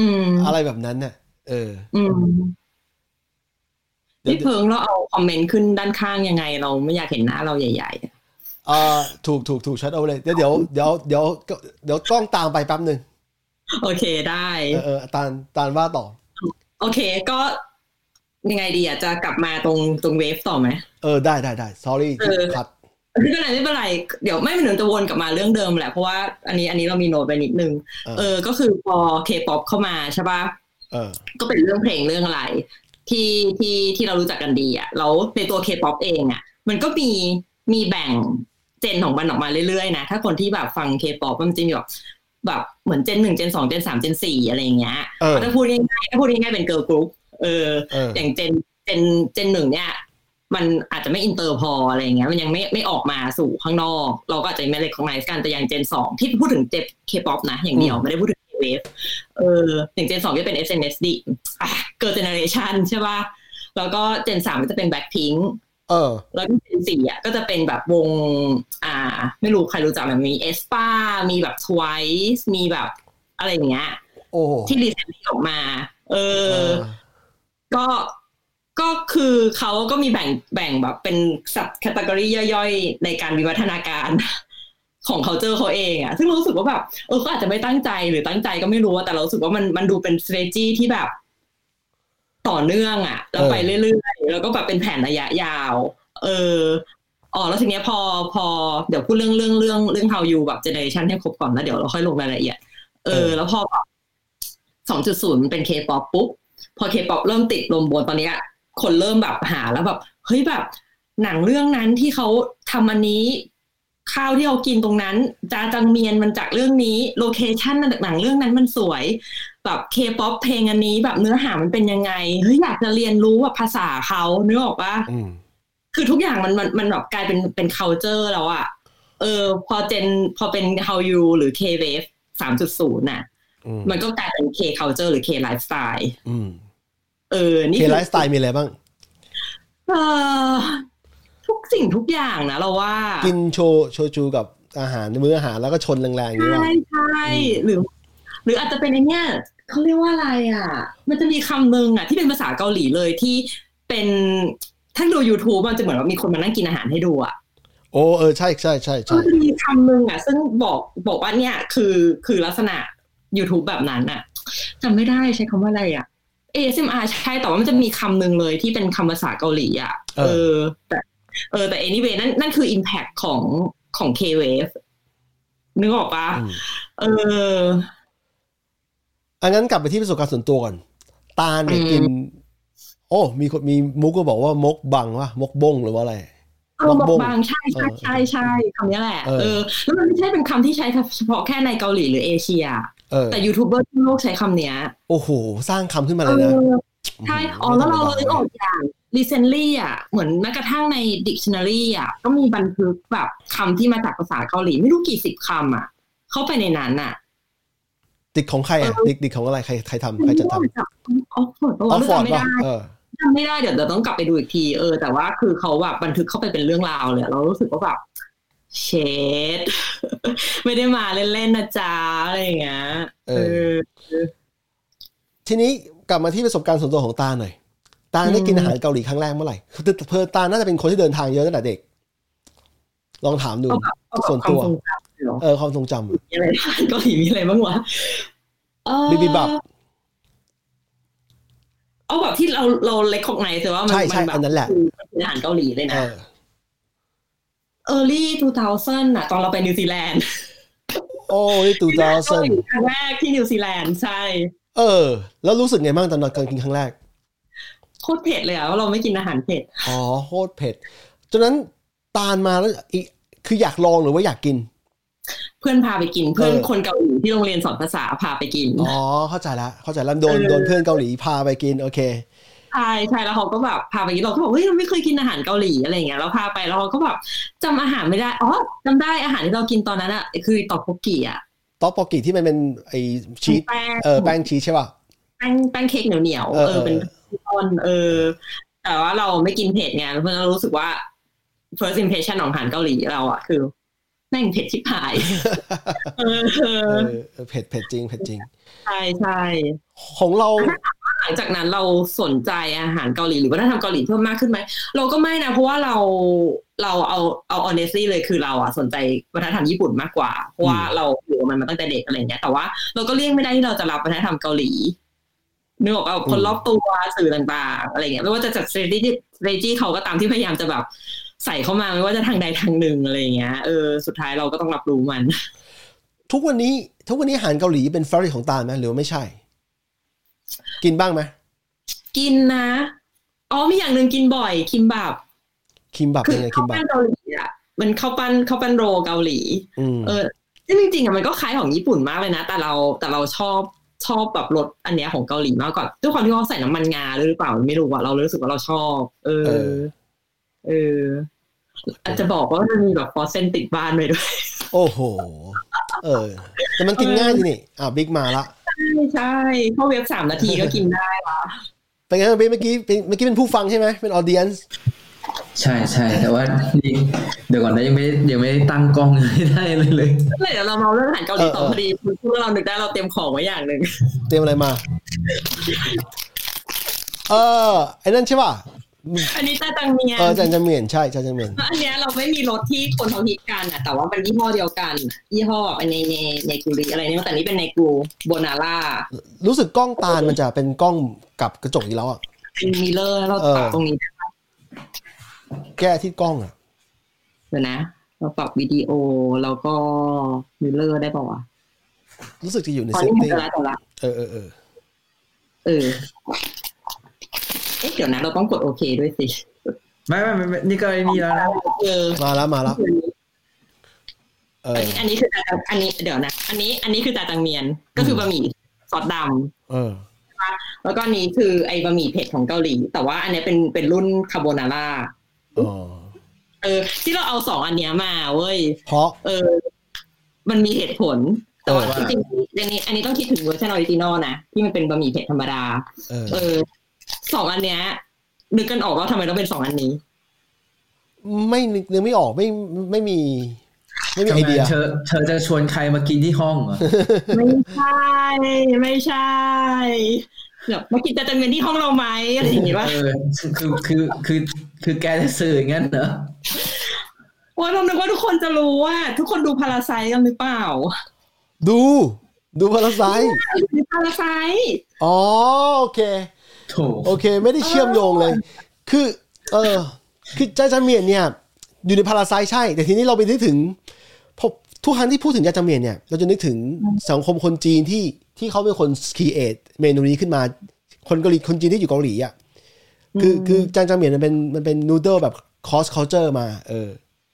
Speaker 1: อืม
Speaker 2: อะไรแบบนั้นน่ะ เออ
Speaker 1: อืม
Speaker 2: เดี๋ยว
Speaker 1: พี่เพิงเราเอาคอมเมนต์ขึ้นด้านข้างยังไง เราไม่อยากเห็นหน้าเราใหญ่ ๆอะ
Speaker 2: เออถูกถูกถูกชัดเอาเลยเดี๋ยวเดี๋ยวเดี๋ยวเดี๋ยวเดี๋ยวกล้องตามไปแป๊บหนึ่ง
Speaker 1: โอเคได้
Speaker 2: เออเออตาลตาลว่าต่อ
Speaker 1: โอเคก็ยังไงดีอ่ะจะกลับมาตรงตรงเวฟต่อไหม
Speaker 2: เออได้ได้ได้ sorry ที่
Speaker 1: เออ
Speaker 2: ขัด
Speaker 1: ไม่เป็นไรไม่เป็นไรเดี๋ยวไม่เป็นหนึ่งจะวนกลับมาเรื่องเดิมแหละเพราะว่าอันนี้อันนี้เรามีโน้ตไปนิดนึง
Speaker 2: เออ
Speaker 1: เออก็คือพอเคป๊อปเข้ามาใช่ปะ
Speaker 2: เออ
Speaker 1: ก็เป็นเรื่องเพลงเรื่องอะไร ที่ที่ที่เรารู้จักกันดีอ่ะแล้วในตัวเคป๊อปเองอ่ะมันก็มีมีแบ่งเจนของมันออกมาเรื่อยๆนะถ้าคนที่แบบฟังเคป๊อปมันจะมีแบบแบบเหมือนเจนหนึ่งเจนสองเจนสามเจนสี่อะไรอย่างเงี้ย
Speaker 2: เออ
Speaker 1: ถ้าพูดง่ายๆถ้าพูดง่ายๆเป็นเกิร์ลกรุ๊ปเออ
Speaker 2: เออ
Speaker 1: อย่างเจนเจนเจนหนึ่งเนี่ย มันอาจจะไม่อินเตอร์พออะไรอย่างเงี้ยมันยังไม่ไม่ออกมาสู่ข้างนอก เราก็อาจจะไม่เลยของไนซ์กันแต่อย่างเจนสองที่พูดถึงเจนเคป๊อปนะ อย่างเดียวไม่ได้พูดถึงเวฟเอออย่างเจนสองก็เป็น SNSD อ่ะเกิร์ลเจเนเรชันใช่ป่ะ แล้วก็เจนสามก็จะเป็นแบ็คพิง
Speaker 2: เออ
Speaker 1: แล้วก็เจนสี่อ่ะก็จะเป็นแบบวง อ่า ไม่รู้ใครรู้จักแบบมีเอสปามีแบบทวายมีแบบอะไรอย่างเงี้ย
Speaker 2: โอ้โห
Speaker 1: ที่รีเซนต์ออกมา เอ
Speaker 2: เอ
Speaker 1: อ
Speaker 2: อ
Speaker 1: ก็ก็คือเขาก็มีแบ่งแบ่งแบบเป็นสับแคตตากรีย่อยๆ ในการวิวัฒนาการ ของ culture เขาเองอะซึ่งเรารู้สึกว่าแบบเออเขาอาจจะไม่ตั้งใจหรือตั้งใจก็ไม่รู้อะแต่เรารู้สึกว่ามันมันดูเป็น strategy ที่แบบ ต่อเนื่องอะแล้ว
Speaker 2: เออ
Speaker 1: ไปเรื่อยๆ แล้วก็แบบเป็นแผนระยะยาว เอออ๋อแล้วทีเนี้ยพอพอเดี๋ยวพูดเรื่องเรื่องเรื่องเรื่อง how you แบบ generation ให้ครบก่อนแล้วเดี๋ยวเราค่อยลงรายละเอียด เออ แล้วพอแบบสองจุดศูนย์เป็น K-pop ปุ๊บ พอเคป๊อปเริ่มติดลมบนตอนเนี้ยคนเริ่มแบบหาแล้วแบบเฮ้ยแบบ หนังเรื่องนั้นที่เขาทำอันนี้ ข้าวที่เขากินตรงนั้น จาจังเมียนมันจากเรื่องนี้โลเคชันหนังเรื่องนั้นมันสวย แบบเคป๊อปเพลงอันนี้แบบเนื้อหามันเป็นยังไงเฮ้ยอยากจะเรียนรู้แบบภาษาเขาเนื้อออกปะ
Speaker 2: อืม
Speaker 1: คือทุกอย่างมันมันมันแบบกลายเป็นเป็น culture แล้วอะเออ พอเจนพอเป็น how you หรือ K wave สามจุดศูนย์น่ะ
Speaker 2: อืม
Speaker 1: มันก็กลายเป็น K culture หรือ K lifestyle
Speaker 2: อืม
Speaker 1: เออ นี่
Speaker 2: เค
Speaker 1: คือ
Speaker 2: ไลฟ์สไตล์มีอะไรบ้าง
Speaker 1: เออทุกสิ่งทุกอย่างนะเราว่า
Speaker 2: กินโชโชจูกับอาหารมื้ออาหารแล้วก็ชนแรงๆอย่างนี้
Speaker 1: ใช่
Speaker 2: ว่ะ
Speaker 1: ใช่หรือ หรืออาจจะเป็นไอเนี้ยเขาเรียกว่าอะไรอ่ะ มันจะมีคำหนึ่งอ่ะ ที่เป็นภาษาเกาหลีเลยที่เป็นถ้าดู YouTube มันจะเหมือนว่ามีคนมานั่งกินอาหารให้ดูอ่ะ
Speaker 2: โอ้เออใช่ใช่ใช่
Speaker 1: ก็
Speaker 2: ใช่
Speaker 1: จะมีคำหนึ่งอ่ะ ซึ่งบอกบอกว่าเนี่ยคือคือลักษณะ YouTube แบบนั้นอ่ะจำไม่ได้ใช้คำว่าอะไรอ่ะ ASMR ใช่แต่ว่ามันจะมีคำหนึ่งเลยที่เป็นคำภาษาเกาหลีอ่ะเออ แต่เออแต่ anyway นั่นนั่นคือ impact ของของ K-Wave นึกออกปะ
Speaker 2: อืม
Speaker 1: เออ
Speaker 2: อันนั้นกลับไปที่ประสบการณ์ส่วนตัวก่อน ตาลเนี่ย
Speaker 1: อืม
Speaker 2: กิน โอ้มีคนมีมุกก็บอกว่ามกบังวะมกบงหรือว่าอะไร
Speaker 1: เออ
Speaker 2: บบ อ
Speaker 1: อกก
Speaker 2: บ่ง
Speaker 1: บางใช่ใช่ใช่ใช่คำนี้แหละ
Speaker 2: เออ
Speaker 1: เออ แล้วมันไม่ใช่เป็นคำที่ใช้เฉพาะแค่ในเกาหลีหรือเอเชีย
Speaker 2: เออ
Speaker 1: แต่ยูทูบเบอร์ทั่วโลกใช้คำเนี้ย
Speaker 2: โอ้โห สร้างคำขึ้นมาเลยนะ
Speaker 1: เออ ใช่ อ๋อ แล้วเราเรา
Speaker 2: ไม่
Speaker 1: นึก
Speaker 2: ธ
Speaker 1: อ
Speaker 2: ม
Speaker 1: อก
Speaker 2: ด
Speaker 1: อย่าง recently อ่ะ เหมือนแม้กระทั่งใน dictionary อ่ะ ก็มีบันทึกแบบคำที่มาจากภาษาเกาหลี ไม่รู้กี่สิบคำอ่ะ เข้าไปในนั้นอ่ะ
Speaker 2: ติดของใครอ่ะติดติดของอะไรใครใครทำใครจะทำ
Speaker 1: ออกฟอร์ด
Speaker 2: อ
Speaker 1: ปะ
Speaker 2: อ
Speaker 1: วะ
Speaker 2: ฟฟอร์ด
Speaker 1: จำไม่ได้
Speaker 2: ป่ะเออ
Speaker 1: จำไม่ได้ เดี๋ยวเดี๋ยวต้องกลับไปดูอีกที เออ แต่ว่าคือเขาแบบบันทึกเข้าไปเป็นเรื่องราวเลย เรารู้สึกว่าแบบเชด ไม่ได้มาเล่นๆนะจ๊ะอะไรอย่างเงี้ย
Speaker 2: เออ ทีนี้กลับมาที่ประสบการณ์ส่วนตัวของตาหน่อย ตาได้กินอาหารเกาหลีครั้งแรกเมื่อไหร่เธอตาน่าจะเป็นคนที่เดินทางเยอะตั้งแต่เด็ก ลองถามดู
Speaker 1: ก็แบบก็แบบ
Speaker 2: ส่วนตัว
Speaker 1: คามทรงจำเหรอ
Speaker 2: เออความทรงจำอะ
Speaker 1: มีอะไรบ้างเกาหลีมีอะไรบ้างวะเอ่อ
Speaker 2: บิบิบับ
Speaker 1: เอาแบบที่เราเราเล็กของไงแต่ว่ามัน
Speaker 2: ใช่ใช่
Speaker 1: มัแบบ
Speaker 2: อันนั้นแหละ
Speaker 1: คือมันเป็นอาหารเกาหลีเลย
Speaker 2: เอ
Speaker 1: นะ
Speaker 2: อ
Speaker 1: early 2000น่ะ ตอนเราไปนิวซีแลนด์
Speaker 2: โอ้ยตูจอ
Speaker 1: เกา
Speaker 2: เน
Speaker 1: หลีครั้งแรกที่นิวซีแลนด์ใช่
Speaker 2: เออ แล้วรู้สึกไงบ้างตอนนอนการกินครั้งแรก
Speaker 1: โคตรเผ็ดเลยอ่ะว่าเราไม่กินอาหารเผ็ด
Speaker 2: อ๋อโคตรเผ็ดจนนั้นตาลมาแล้วอีคืออยากลองหรือว่าอยากกิน
Speaker 1: เพื่อนพาไปกิน เพื่อน
Speaker 2: เออ
Speaker 1: คนเกาหลีที่โรงเรียนสอนภาษาพาไปกิน
Speaker 2: อ๋อเข้าใจละเข้าใจละโดนโดนเพื่อนเกาหลีพาไปกินโอเค
Speaker 1: ใช่ใช่แล้วเขาก็แบบพาไปกินเราก็บอกเฮ้ยเราไม่เคยกินอาหารเกาหลีอะไรอย่างเงี้ยเราพาไปแล้วเขาก็แบบจำอาหารไม่ได้อ๋อจำได้อาหารที่เรากินตอนนั้นอ่ะคือตอกโกกีอ่ะ
Speaker 2: ต๊อกปอกกิที่มันเป็นไอชีส
Speaker 1: แป้ง
Speaker 2: เออแป้งชีสใช่ป่ะ
Speaker 1: แป้งแป้งเค้กเหนียวเหนียวๆ
Speaker 2: เออ
Speaker 1: เออเป็น
Speaker 2: เอ
Speaker 1: ต้นเออ แต่ว่าเราไม่กินเผ็ดไงเพราะฉะนั้นเรารู้สึกว่า first impression ของอาหารเกาหลีเราอ่ะคือแม่งเผ็ดชิบหาย เออเอ
Speaker 2: เอ
Speaker 1: อ
Speaker 2: อเออเผ็ดเผ็ดจริงเผ็ดจริง
Speaker 1: ใช่ใช่
Speaker 2: ของเรา
Speaker 1: หลังจากนั้นเราสนใจอาหารเกาหลีหรือวัฒนธรรมเกาหลีเพิ่มมากขึ้นไหมเราก็ไม่นะเพราะว่าเราเราเอาเอา honestly เลยคือเราอะสนใจวัฒนธรรมญี่ปุ่นมากกว่าเพราะว่าเราอยู่กับมันมาตั้งแต่เด็กอะไรอย่างเงี้ยแต่ว่าเราก็เลี่ยงไม่ได้ที่เราจะรับวัฒนธรรมเกาหลีนึกออกเอาคนรอบตัวสื่อต่างๆอะไรเงี้ยไม่ว่าจะจัด strategy strategy เขาก็ตามที่พยายามจะแบบใส่เข้ามาไม่ว่าจะทางใดทางหนึ่งอะไรอย่างเงี้ยเออสุดท้ายเราก็ต้องรับรู้มัน
Speaker 2: ทุกวันนี้ ทุกวันนี้อาหารเกาหลีเป็นเฟรนด์ของตาลไหมหรือว่าไม่ใช่ กินบ้างไหม
Speaker 1: กินนะอ๋อมีอย่างหนึ่งกินบ่อยคิมบับ
Speaker 2: คิมบับ
Speaker 1: คื
Speaker 2: เป็
Speaker 1: อน
Speaker 2: ไงคิ
Speaker 1: ข้าว
Speaker 2: มบับ
Speaker 1: ปั้นเกาหลีอ่ะมันข้าวปั้นข้าวปั้นโรเกาหลี
Speaker 2: อืม
Speaker 1: เออซึ่งจริงๆอ่ะมันก็คล้ายของญี่ปุ่นมากเลยนะ แต่เราแต่เราชอบชอบแบบรสอันเนี้ยของเกาหลีมากกว่าด้วยความที่เขาใส่น้ำมันงาด้วยหรือเปล่าไม่รู้อะเรารู้สึกว่าเราชอบ เออ เออ อาจจะบอกว่ามันมีแบบฟอสเซนติดบ้านไปด้วย
Speaker 2: โอ้โห เออ แต่มันกินง่ายดีนี่อ่ะบิ๊กมาละ
Speaker 1: ใช่ใช่เข้าเว็บสามนาทีก็กินได้ละ
Speaker 2: เป็นไงบ้างบิ๊กเมื่อกี้เป็นเมื่อกี้เป็นผู้ฟังใช่ไหมเป็นออเดียนส์
Speaker 4: ใช่ใช่แต่ว่านี่เดี๋ยวก่อนนะยังไม่ได้ยังไม่ได้ตั้งกล้องไม่ได้เลยเลย
Speaker 1: เลยเดี๋ยวเรามาเรื่องอาหารเกาหลีต่อพอดีคุณพูดว่าเรานึกได้เราเตรียมของไว้อย่างหนึ่ ง
Speaker 2: เตรียมอะไรมา เออไอ้นั่นใช่ป่ะ
Speaker 1: อันนี้ตาตังเมียน
Speaker 2: เออจานจานเหมียนใช่จานจานเหมียน
Speaker 1: อันเนี้ยเราไม่มีรถที่คนเขาฮิตกันอ่ะ แต่ว่ามันยี่ห้อเดียวกันยี่ห้ออันในในในกูริอะไรเนี่ยแต่นี้เป็นในกูโบนาร่า
Speaker 2: รู้สึกกล้องตาลมันจะเป็นกล้องกับกระจกอีกแล้วอ่ะ
Speaker 1: เป็นมิลเลอร์เราปรับ
Speaker 2: เออ
Speaker 1: ตรงนี้
Speaker 2: แก้ที่กล้องอ่ะ
Speaker 1: เดี๋ยวนะ เราปรับวิดีโอแล้วก็มิลเลอร์ได้ป่าวะ
Speaker 2: รู้สึกจะอยู่ใน
Speaker 1: ตอน
Speaker 2: เซต
Speaker 1: นี้
Speaker 2: ติ้ง
Speaker 1: เจอแล้วเจอแล้ว
Speaker 2: เออเออเออ
Speaker 1: เออเอ๊ะเดี๋ยวนะ เราต้องกดโอเคด้วยสิ
Speaker 4: ไม่ไม่ไม่ไม่นี่ก็ไอ้นี่แล้วนะ
Speaker 1: เออ
Speaker 2: มาแล้วมาแล้วเออ
Speaker 1: อันนี้คือจาจังอันนี้เดี๋ยวนะ อันนี้อันนี้คือจาจังเมียน ก็คืออบะหมี่ซอสดำ
Speaker 2: เออ
Speaker 1: แล้วก็อันนี้คือไอ้บะหมี่เผ็ดของเกาหลี แต่ว่าอันเนี้ยเป็นเป็นรุ่นคาโบนาร่า
Speaker 2: อ๋อ
Speaker 1: เออ ที่เราเอาสองอันเนี้ยมาเว้ย
Speaker 2: เพราะ
Speaker 1: เออ มันมีเหตุผล แต่ว่า
Speaker 2: เออว่า
Speaker 1: จริงๆอันนี้อันนี้ต้องคิดถึงเวอร์ชันออริจินอลนะ ที่มันเป็นบะหมี่เผ็ดธรรมดา
Speaker 2: เออ
Speaker 1: เออ สองอันเนี้ยนึกกันออกว่าทำไมต้องเป็นสองอันนี้
Speaker 2: ไม่นึกนึกไม่ออกไม่ไม่มี ไม่มีไอเดีย
Speaker 4: เธอเธอจะชวนใครมากินที่ห้องเหรอ
Speaker 1: ไม่ใช่ ไม่ใช่แบบมากินจะจำเป็นที่ห้องเราไหมอะไรอย่างงี้ป่ะ
Speaker 4: เออคือคือคือคือแกจะสื่ออย่างนั้นเหรอ
Speaker 1: ว่าเราคิดว่าทุกคนจะรู้ว่า ทุกคนดูพาราไซกันหรือเปล่า
Speaker 2: ดู ดูพาราไซ
Speaker 1: ดูพาราไซ
Speaker 2: อ๋อ โอเค
Speaker 4: โถ
Speaker 2: โอเค ไม่ได้เชื่อมโยงเลย คือ เออ คือจาจาเมียนเนี่ย อยู่ในพาราไซใช่ แต่ทีนี้เราไปนึกถึงพบทุกครั้งที่พูดถึงจาจาเมียนเนี่ย เราจะนึกถึงสังคมคนจีนที่ที่เขาเป็นคนคีเอทเมนูนี้ขึ้นมา คนเกาหลีคนจีนที่อยู่เกาหลีอ่ะ คือคือจางจางเหมียนมันเป็นมันเป็นนูเดิลแบบคอสค u เจอร์มาเออ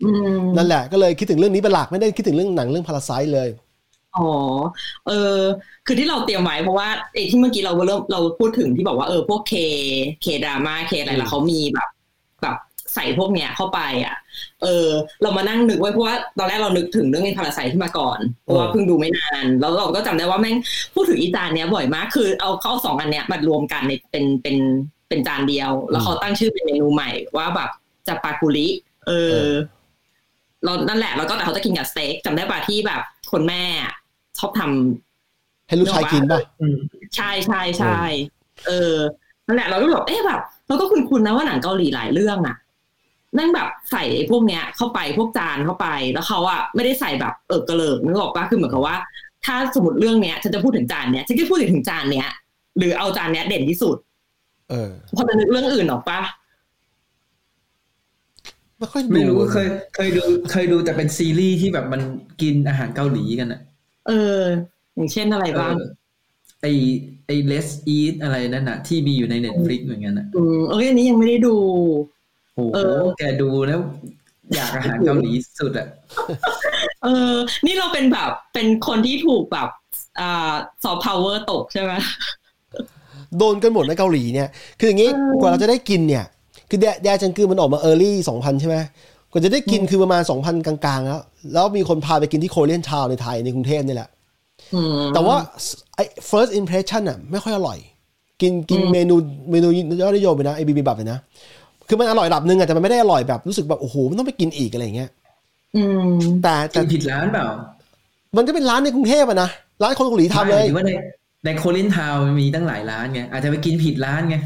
Speaker 1: อืม
Speaker 2: นั่นแหละก็เลยคิดถึงเรื่องนี้เป็นหลักไม่ได้คิดถึงเรื่องหนังเรื่องพาราไซเลย
Speaker 1: อ๋อ เออ คือที่เราเตรียมไว้เพราะว่าไอ้ที่เมื่อกี้เราเริ่มเราพูดถึงที่บอกว่าเออพวกเคเคดราม่าเคอะไรแล้วเขามีแบบแบบใส่พวกเนี้ยเข้าไปอ่ะ เออ เรามานั่งนึกไว้เพราะว่าตอนแรกเรานึกถึงเรื่องไอ้พาราไซที่มาก่อนเพราะว่าเพิ่งดูไม่นาน แล้วเราก็จำได้ว่าแม่งพูดถึงอีจานเนี้ยบ่อยมาก คือเอาเข้าเอาสองอันเนี้ยมารวมกันในเป็นเป็นเป็นจานเดียว แล้วเขาตั้งชื่อเป็นเมนูใหม่ว่าแบบจัปากุริเอ
Speaker 2: เอ
Speaker 1: อ
Speaker 2: อ
Speaker 1: เรานั่นแหละแล้วก็แต่เขาจะกินกับสเต็กจำได้ป่ะที่แบบคนแม่อะชอบทำ
Speaker 2: ให้ลูกชายกินป่ะ
Speaker 4: อืม
Speaker 1: ใช่ใช่ใช่เออนั่นแหละเราก็แบบเอ๊ะแบบเราก็คุ้นๆนะว่าหนังเกาหลีหลายเรื่องอะ นั่งแบบใส่ไอ้พวกเนี้ยเข้าไปพวกจานเข้าไป แล้วเขาอะไม่ได้ใส่แบบเอิกกระเลิกนึกออกปะคือเหมือนกับว่า ถ้าสมมติเรื่องเนี้ยฉันจะพูดถึงจานเนี้ยฉันก็พูดถึงจานเนี้ย หรือเอาจานเนี้ยเด่นที่สุด
Speaker 2: เออ
Speaker 1: พอจะนึกเรื่องอื่นออกปะ
Speaker 2: ไม่ค่อย
Speaker 4: ไม่
Speaker 2: ดู
Speaker 4: รู้เคยเคยดูเคยดูแต่เป็นซีรีส์ที่แบบมันกินอาหารเกาหลีกันอะ
Speaker 1: เออ อย่างเช่นอะไรบ้าง
Speaker 4: เออไอไอ Let's Eat อะไรนั่นน่ะ ที่มีอยู่ใน Netflix เหมือนกันน่ะ
Speaker 1: อืมเอ้ยอันนี้ยังไม่ได้ดู
Speaker 4: โอ้โห
Speaker 1: เออ
Speaker 4: แกดูแล้ว อยากอาหารเกาหลีสุดอะ
Speaker 1: เออ นี่เราเป็นแบบ เป็นคนที่ถูกแบบอ่าซอฟต์พาวเวอร์ตกใช่ไหม
Speaker 2: โดนกันหมดในะเกาหลีเนี่ย คืออย่างงี้
Speaker 1: เออ
Speaker 2: กว่าเราจะได้กินเนี่ย คือแดแดจังกือมันออกมาเออร์ลี่สองพันใช่ไหมกว่าจะได้กินคือประมาณสองพันกลางๆแล้ว แล้วมีคนพาไปกินที่โคเรียนทาวในไทยในกรุงเทพนี่แหละ
Speaker 1: อืม
Speaker 2: แต่ว่าไอ้ first impression อ่ะไม่ค่อยอร่อย กินกิน
Speaker 1: อืม
Speaker 2: เมนูเมนูยอดนิยมเลยนะไอ้บิบิบับเลยนะ คือมันอร่อยระดับหนึ่งอ่ะแต่มันไม่ได้อร่อยแบบรู้สึกแบบโอ้โหมันต้องไปกินอีกอะไรอย่างเงี้ย
Speaker 1: อืม
Speaker 2: แต่
Speaker 4: กิ
Speaker 2: แต่
Speaker 4: นผิดร้านเปล่า
Speaker 2: มันก็เป็นร้านในกรุงเทพอะนะร้านคนเกาหลีทำเล
Speaker 4: ไม่หมาย ถึงว่าในในโคลินทาวมีตั้งหลายร้านไงอาจจะไปกินผิดร้านไง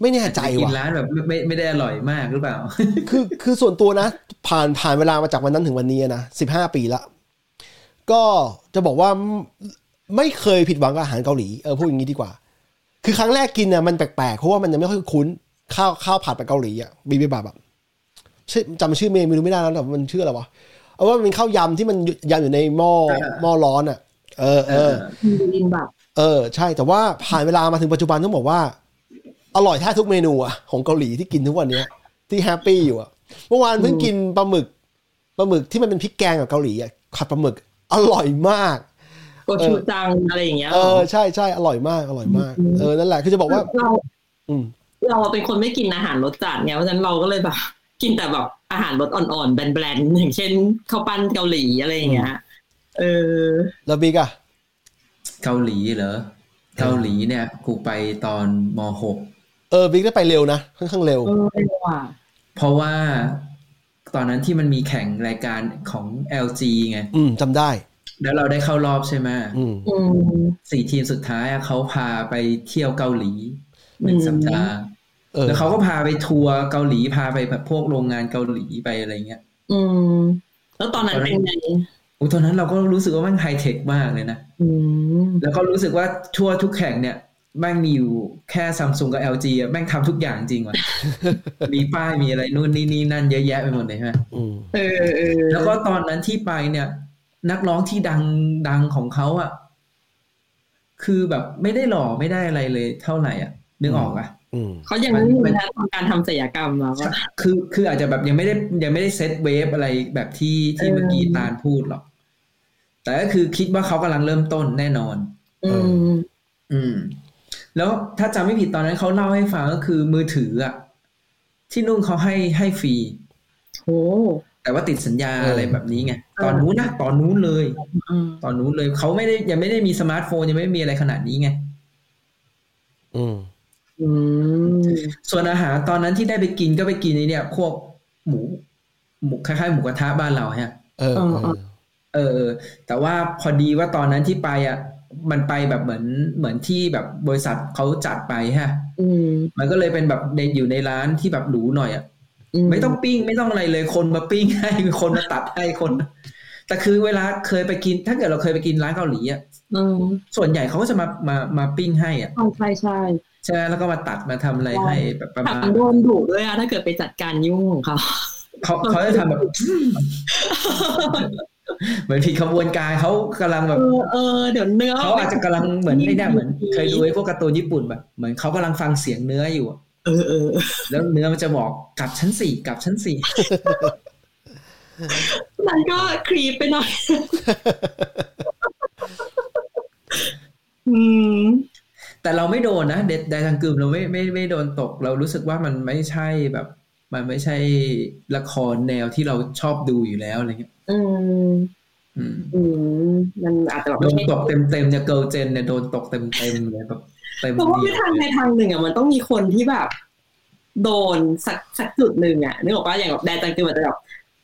Speaker 2: ไม่แน่ใจ
Speaker 4: ไปกิ
Speaker 2: ว่ะ
Speaker 4: ร้านแบบไม่ไม่ไม่ได้อร่อยมากหรือเปล่า
Speaker 2: คือคือส่วนตัวนะ ผ่านผ่านเวลามาจากวันนั้นถึงวันนี้นะสิบห้าปีละ ก็จะบอกว่าไม่ไม่เคยผิดหวังกับอาหารเกาหลีเออพูดอย่างนี้ดีกว่า คือครั้งแรกกินนะมันแปลกๆ เพราะว่ามันยังไม่ค่อยคุ้นข้าวข้าวผัดแบบเกาหลีอ่ะบีบิบับอะชื่อจำชื่อเมนูไม่ได้แล้วแต่มันชื่ออะไรวะเอาว่ามันเป็นข้าวยำที่มันยำอยู่ในหม้อ
Speaker 4: เออ
Speaker 2: หม้อร้อนอ่ะ เออเออ
Speaker 1: ดินแบบ
Speaker 2: เออใช่แต่ว่าผ่านเวลามาถึงปัจจุบันต้องบอกว่า อร่อยแทบทุกเมนูอะของเกาหลีที่กินทุกวันเนี้ย ที่แฮปปี้อยู่อะเมื่อวานเพิ่งกินปลาหมึกปลาหมึกที่มันเป็นพริกแกงกับเกาหลีอะผัดปลาหมึก อร่อยมาก
Speaker 1: โกชูจังอะไรอย่างเงี้ย
Speaker 2: เออใช่ใช่อร่อยมากอร่อยมาก เออนั่นแหละคือจะบอกว่า
Speaker 1: เรา
Speaker 2: อืม
Speaker 1: เราเป็นคนไม่กินอาหารรสจัดเนี่ยเพราะฉะนั้นเราก็เลยแบบ กินแต่แบบอาหารรสอ่อนๆแบนๆอย่างเช่นข้าวปั้นเกาหลีอะไรอย่างเงี้ย เออ
Speaker 2: แล้วบิ๊กอะ
Speaker 4: เกาหลีเหรอเกาหลีเนี่ยกูไปตอนมหก
Speaker 2: เออบิ๊กได้ไปเร็วนะค่อนข้างเร็ว
Speaker 1: เออไม่รู้อ่ะ
Speaker 4: เพราะว่าตอนนั้นที่มันมีแข่งรายการของ LG ไง
Speaker 2: อืมจำได้
Speaker 4: แล้วเราได้เข้ารอบใช่ไหม
Speaker 2: อืม
Speaker 1: อืม
Speaker 4: สี่ทีมสุดท้ายอะเขาพาไปเที่ยวเกาหลีหนึ่งสัปดาห์
Speaker 2: เออ
Speaker 4: แล้วเขาก็พาไปทัวร์เกาหลีพาไปแบบพวกโรงงานเกาหลีไปอะไรเงี้ย
Speaker 1: อืม แล้วตอนนั้นเป็นไง
Speaker 4: โอ้ตอนนั้นเราก็รู้สึกว่ามันไฮเทคมากเลยนะ
Speaker 1: อืม
Speaker 4: แล้วก็รู้สึกว่าทั่วทุกแข่งเนี่ยแม่งมีอยู่แค่ซัมซุงกับ LG อะแม่งทำทุกอย่างจริง ว่ะ มีป้ายมีอะไรนู่นนี่นี่นั่นเยอะแยะไปหมดเลยใช่ไหม
Speaker 2: อืม
Speaker 1: เออเออ
Speaker 4: แล้วก็ตอนนั้นที่ไปเนี่ย นักร้องที่ดังดังของเขาอ่ะ คือแบบไม่ได้หล่อไม่ได้อะไรเลยเท่าไหร่อ่ะนึกออกอ่ะ
Speaker 2: อืม
Speaker 1: เขายังไม่มีวัฒนธรรมการทำศิลปกรรมมาว่า
Speaker 4: คือคืออาจจะแบบยังไม่ได้ยังไม่ได้เซตเวฟอะไรแบบที่ที่
Speaker 1: เออ
Speaker 4: เมื่อกี้ตาลพูดหรอก แต่ก็คือคิดว่าเขากำลังเริ่มต้นแน่นอน
Speaker 1: อืม
Speaker 4: อืม แล้วถ้าจำไม่ผิดตอนนั้นเขาเล่าให้ฟังก็คือมือถืออ่ะ ที่นู่นเขาให้ให้ฟรี
Speaker 1: โอ้
Speaker 4: แต่ว่าติดสัญญาอะไรแบบนี้ไง ตอนนู้นนะตอนนู้นเลย
Speaker 1: อืม
Speaker 4: ตอนนู้นเลยเขาไม่ได้ยังไม่ได้มีสมาร์ทโฟนยังไม่ได้มีอะไรขนาดนี้ไง
Speaker 2: อืม
Speaker 1: อืม
Speaker 4: ส่วนอาหารตอนนั้นที่ได้ไปกินก็ไปกินในเนี่ย พวกหมูหมูคล้ายๆหมูกระทะบ้านเราฮะ
Speaker 2: เออเออ
Speaker 4: เออ แต่ว่าพอดีว่าตอนนั้นที่ไปอ่ะ มันไปแบบเหมือนเหมือนที่แบบบริษัทเขาจัดไปฮะ
Speaker 1: อืม
Speaker 4: มันก็เลยเป็นแบบในอยู่ในร้านที่แบบหรูหน่อยอ่ะ ไม่ต้องปิ้งไม่ต้องอะไรเลยคนมาปิ้ง ให้คนมาตัดให้คน แต่คือเวลาเคยไปกิน ถ้าเกิดเราเคยไปกินร้านเกาหลีอ่ะ
Speaker 1: อืม
Speaker 4: ส่วนใหญ่เขาก็จะมามามาปิ้งให้อ่ะ
Speaker 1: ใช่ใช่ใช่
Speaker 4: ใช่ไหมแล้วก็มาตัดมาทำอะไรให้แบบประมาณ
Speaker 1: ทำโดนดุด้วยอะถ้าเกิดไปจัดการยุ่งของเขา
Speaker 4: เขาเขาจะทำแบบ เหมือนผิดขบวนการเขากำลังแบ
Speaker 1: เอบ อเออเดี๋ยวเนื้อ
Speaker 4: เขาอาจจะกำลังเหมือน
Speaker 1: นี่
Speaker 4: ไอ้เนี่ยเหมือน
Speaker 1: นี่
Speaker 4: เคยดูไอ้พวกการ์ตูนญี่ปุ่นแบบเหมือนเขากำลังฟังเสียงเนื้ออยู่อะ
Speaker 1: เออเออ
Speaker 4: แล้วเนื้อมันจะบอกกลับชั้นสี่กลับชั้นสี่
Speaker 1: มันก็ครีปไปหน่อย อืม
Speaker 4: แต่เราไม่โดนนะเด็ดไดทางกึมเราไม่ไม่ไม่โดนตก เรารู้สึกว่ามันไม่ใช่แบบ มันไม่ใช่ละครแนวที่เราชอบดูอยู่แล้วอะไรเงี้ย
Speaker 1: อืม
Speaker 4: อืม
Speaker 1: อืมมันอาจจะแบบ
Speaker 4: โด
Speaker 1: ไม่
Speaker 4: น
Speaker 1: ใช่
Speaker 4: ตกเต็มเต็มๆเนี่ยเกิลเจนเนี่ยโดนตกเต็มเต็มๆเลยแบบเต็ม
Speaker 1: เพราะว่า
Speaker 4: เห
Speaker 1: ใน
Speaker 4: นียว
Speaker 1: ทางในทางหนึ่งอ่ะมันต้องมีคนที่แบบ โดนสักสักจุดหนึ่งอ่ะนึกออกป่ะอย่างแบบแดนจังคือมันจะแบบ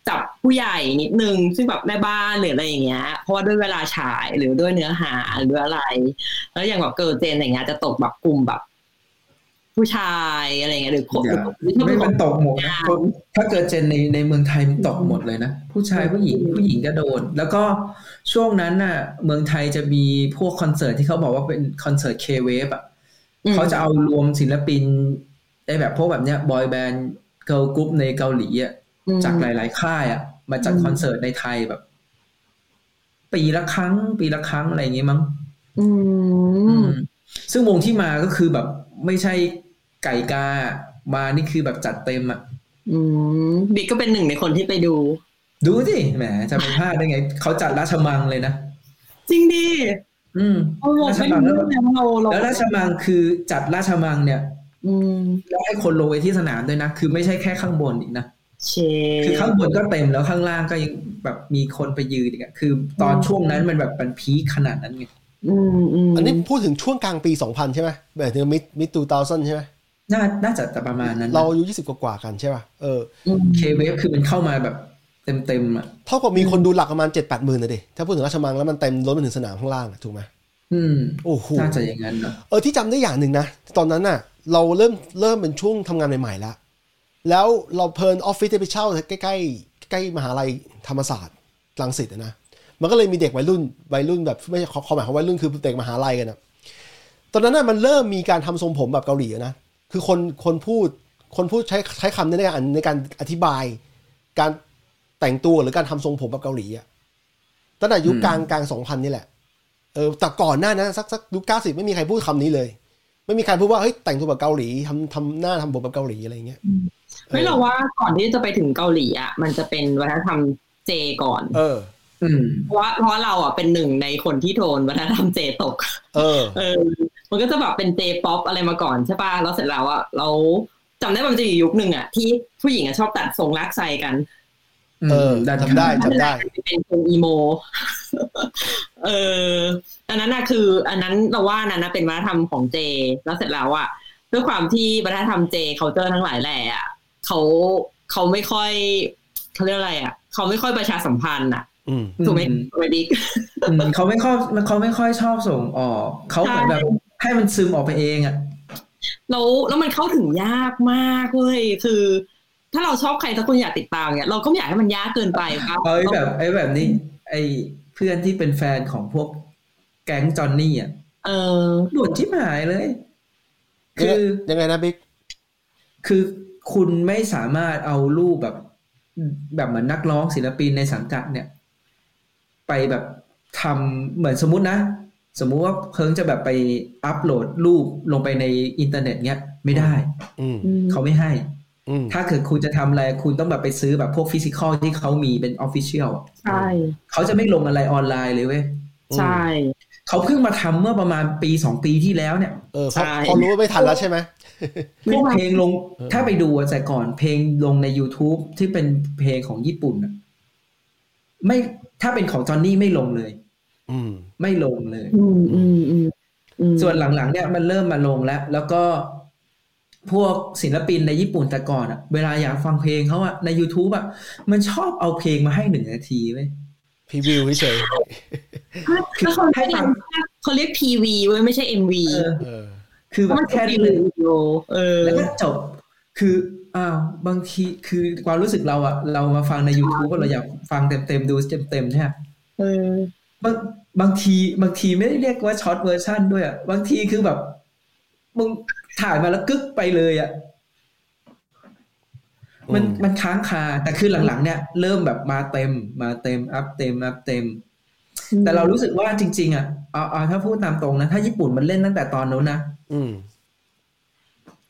Speaker 1: จับผู้ใหญ่นิดนึงซึ่งแบบแม่บ้านหรืออะไรอย่างเงี้ย เพราะว่าด้วยเวลาฉายหรือด้วยเนื้อหาหรืออะไร แล้วอย่างแบบเกิร์ลเจนอย่างเงี้ยจะตกแบบกลุ่มแบบ ผ ผู้ชายอะไรเงี้ยหรือคน
Speaker 4: อย่า
Speaker 1: หรือถ้า
Speaker 4: ไม่
Speaker 1: เป็นค
Speaker 4: มันนตกหมดนะคนถ้าเกิดเจนในในเมืองไทยมันตกหมดเลยนะ ผู้ชายผู้หญิงผู้หญิงก็โดน แล้วก็ช่วงนั้นน่ะ เมืองไทยจะมีพวกคอนเสิร์ตที่เขาบอกว่าเป็นคอนเสิร์ตเคเวฟอ่ะเขาจะเอารวมศิลปินไอ้แบบพวกแบบเนี้ยบอยแบนด์เกิร์ลกรุ๊ปในเกาหลีอ่ะ
Speaker 1: อืม
Speaker 4: จากหลาย ๆ ค่ายอ่ะมาจัด
Speaker 1: อืม
Speaker 4: คอนเสิร์ตในไทยแบบ ปีละครั้ง ปีละครั้งอะไรอย่างงี้มั้ง
Speaker 1: อื
Speaker 4: อื
Speaker 1: ม
Speaker 4: มซึ่งวงที่มาก็คือแบบไม่ใช่ไก่กา มานี่คือแบบจัดเต็มอ่ะ
Speaker 1: อืมบิ๊กก็เป็นหนึ่งในคนที่ไปดู
Speaker 4: ดูสิแหมจะไปพลาดได้ไง เขาจัดราชมังเลยนะ
Speaker 1: จริงดิ
Speaker 4: อืม
Speaker 1: โอ้โห
Speaker 4: ราช
Speaker 1: ไม่
Speaker 4: มัง
Speaker 1: รู้
Speaker 4: แล้ว
Speaker 1: เลยว่าเราเรา
Speaker 4: แล้วราชมังคือจัดราชมังเนี่ย
Speaker 1: อืม
Speaker 4: แล้วให้คนลงไปที่สนามด้วยนะ คือไม่ใช่แค่ข้างบนอีกนะ
Speaker 1: เช
Speaker 4: คือข้างบนก็เต็มแล้วข้างล่างก็ยังแบบมีคนไปยืนอีกอะคือตอนช่วงนั้นมันแบบมันพีคขนาดนั้นไง
Speaker 1: อืมอืม
Speaker 2: อันนี้พูดถึงช่วงกลางปี 2000 ใช่ไหมแบบมิดมิดตูเตาซันใช่ไหม
Speaker 4: น่า น่าจะแต่ประมาณนั้นนะ
Speaker 2: เราอายุ20 กว่าๆกันใช่ป่ะเออ
Speaker 1: อืม
Speaker 4: เคเวฟคือมันเข้ามาแบบเต็มเต็มๆอ่ะ
Speaker 2: เท่ากับมีคนดูหลักประมาณ 7-8หมื่นนะดิถ้าพูดถึงราชมังแล้วมันเต็มล้นไปถึงสนามข้างล่างอะถูกไหม
Speaker 4: อืม
Speaker 2: โอ้โห
Speaker 4: น่าจะอย่างนั้นเนาะ
Speaker 2: เออที่จำได้อย่างหนึ่งนะ ตอนนั้นน่ะ เราเริ่มเริ่มเป็นช่วงทำงานใหม่ๆแล้ว แล้วเราเพลินออฟฟิศได้ไปเช่าใกล้ๆใกล้มหาลัยธรรมศาสตร์รังสิตอะนะ มันก็เลยมีเด็กวัยรุ่นวัยรุ่นแบบไม่ใช่ความหมายของวัยรุ่นคือเด็กมหาลัยกันนะตอนนั้นน่ะมันเริ่มมีการทำทรงผมแบบเกาหลีอะนะ คือคนคนพูดคนพูดใช้ใช้คำในการในการอธิบาย การแต่งตัวหรือการทำทรงผมแบบเกาหลีอะตั้งแต่ยุค
Speaker 4: อืม
Speaker 2: กลางกลางสองพันนี่แหละ เออแต่ก่อนหน้านั้นสักสักยุคเก้าสิบไม่มีใครพูดคำนี้เลย ไม่มีใครพูดว่าเฮ้ยแต่งตัวแบบเกาหลีทำทำหน้าทำผมแบบเกาหลีอะไรอย่างเงี้ย
Speaker 1: ไม่เราว่าก่อนที่จะไปถึงเกาหลีอ่ะ มันจะเป็นวัฒนธรรมเจก่อน
Speaker 2: เออ
Speaker 4: อืม
Speaker 1: เพราะว่าเพราะเราอ่ะเป็นหนึ่งในคนที่โดนวัฒนธรรมเจตก
Speaker 2: เออ
Speaker 1: เออ มันก็จะแบบเป็นเจป๊อปอะไรมาก่อนใช่ป่ะ แล้วเสร็จแล้วอะเราจำได้ว่ามันจะอยู่ยุคหนึ่งอะที่ผู้หญิงอะชอบตัดทรงรักใส่กัน
Speaker 2: เออ
Speaker 4: ดัน
Speaker 2: จำได้
Speaker 1: มันเลยเป็นทรงอีโม เอออันนั้นอะคือ อันนั้นเราว่านั้นนะเป็นวัฒนธรรมของเจ แล้วเสร็จแล้วอะด้วยความที่วัฒนธรรมเจเคาเจอทั้งหลายแหล่อะเขาเขาไม่ค่อยเขาเรียกอะไรอะเขาไม่ค่อยประชาสัมพันธ์อะ
Speaker 2: อืม
Speaker 1: ถูกไหม
Speaker 4: อืม
Speaker 1: ถูกไหมดิ๊ก
Speaker 4: อืมเขาไม่ค่อยเขาไม่ค่อยชอบส่งออกเขาเหมือนแบบให้มันซึมออกไปเองอ่ะ
Speaker 1: แล้วแล้วมันเข้าถึงยากมากเว้ยคือ ถ้าเราชอบใครสักคนอยากติดตามเนี่ยเราก็ไม่อยากให้มันยากเกินไปครับ
Speaker 4: เอาไอ้แบบไอ้แบบนี้ ไอ้เพื่อนที่เป็นแฟนของพวกแก๊งจอนนี่อ่ะ
Speaker 1: เออ
Speaker 4: ด่วนที่หายเลย คือ
Speaker 2: ยังไงนะบิ๊ก
Speaker 4: คือคุณไม่สามารถเอารูปแบบ แบบเหมือนนักร้องศิลปินในสังกัดเนี่ย ไปแบบทำเหมือนสมมตินะ สมมุติว่าเพิ่งจะแบบไปอัปโหลดรูปลงไปในอินเทอร์เน็ตเนี้ยไม่ได้
Speaker 2: อืม
Speaker 4: เขาไม่ให้
Speaker 2: อืม
Speaker 4: ถ้าเกิดคุณจะทำอะไร คุณต้องแบบไปซื้อแบบพวกฟิสิกอลที่เขามีเป็นออฟฟิเชียล
Speaker 1: ใช่
Speaker 4: เขาจะไม่ลงอะไรออนไลน์เลยเว้ย
Speaker 1: ใช่
Speaker 4: เขาเพิ่งมาทำเมื่อประมาณปีสองปีที่แล้วเนี่ย
Speaker 2: เออเขา
Speaker 1: ใช่
Speaker 2: เขารู้ว่าไม่ทันแล้วใช่ไหม
Speaker 4: พวกเพลงลง
Speaker 2: เออ
Speaker 4: ถ้าไปดูอะแต่ก่อนเพลงลงใน YouTube ที่เป็นเพลงของญี่ปุ่นอะไม่ถ้าเป็นของจอห์นนี่ไม่ลงเลย
Speaker 2: อืม
Speaker 4: ไม่ลงเลย
Speaker 1: อืมอืมอืมอืม
Speaker 4: ส่วนหลังๆเนี่ยมันเริ่มมาลงแล้ว แล้วก็พวกศิลปินในญี่ปุ่นแต่ก่อนอะเวลาอยากฟังเพลงเขาอะใน YouTube อะมันชอบเอาเพลงมาให้หนึ่งนาทีเว้ย
Speaker 2: พรีวิวเฉย
Speaker 1: แล้วเขา
Speaker 4: ให้
Speaker 1: เรียก
Speaker 4: ฟัง
Speaker 1: เขาเรียกพีวีเว้ยไม่ใช่เอ็มวี
Speaker 4: เออ
Speaker 2: ๆเออ
Speaker 4: คือแบบ
Speaker 1: มัน
Speaker 4: แค่
Speaker 1: พี
Speaker 4: นี้เล
Speaker 1: วี
Speaker 4: ย
Speaker 1: วิดีโอเออ
Speaker 4: แล้วก็จบ คืออ้าวบางทีคือความรู้สึกเราอะเรามาฟังใน YouTube ว่าเราอยากฟังเต็มๆ ดูเต็มๆใช่ไหม
Speaker 1: เออบ
Speaker 4: างบางทีบางทีไม่ได้เรียกว่าช็อตเวอร์ชันด้วยอะบางทีคือแบบมึงถ่ายมาแล้วกึกไปเลยอะมัน
Speaker 2: อืม
Speaker 4: มันค้างคา แต่คือหลังๆ เนี่ย เริ่มแบบมาเต็มมาเต็มอัพเต็มอัพเต็ม แต่เรารู้สึกว่าจริง ๆอะเอาเอาถ้าพูดตามตรงนะ ถ้าญี่ปุ่นมันเล่นตั้งแต่ตอนนู้นนะ
Speaker 2: อืม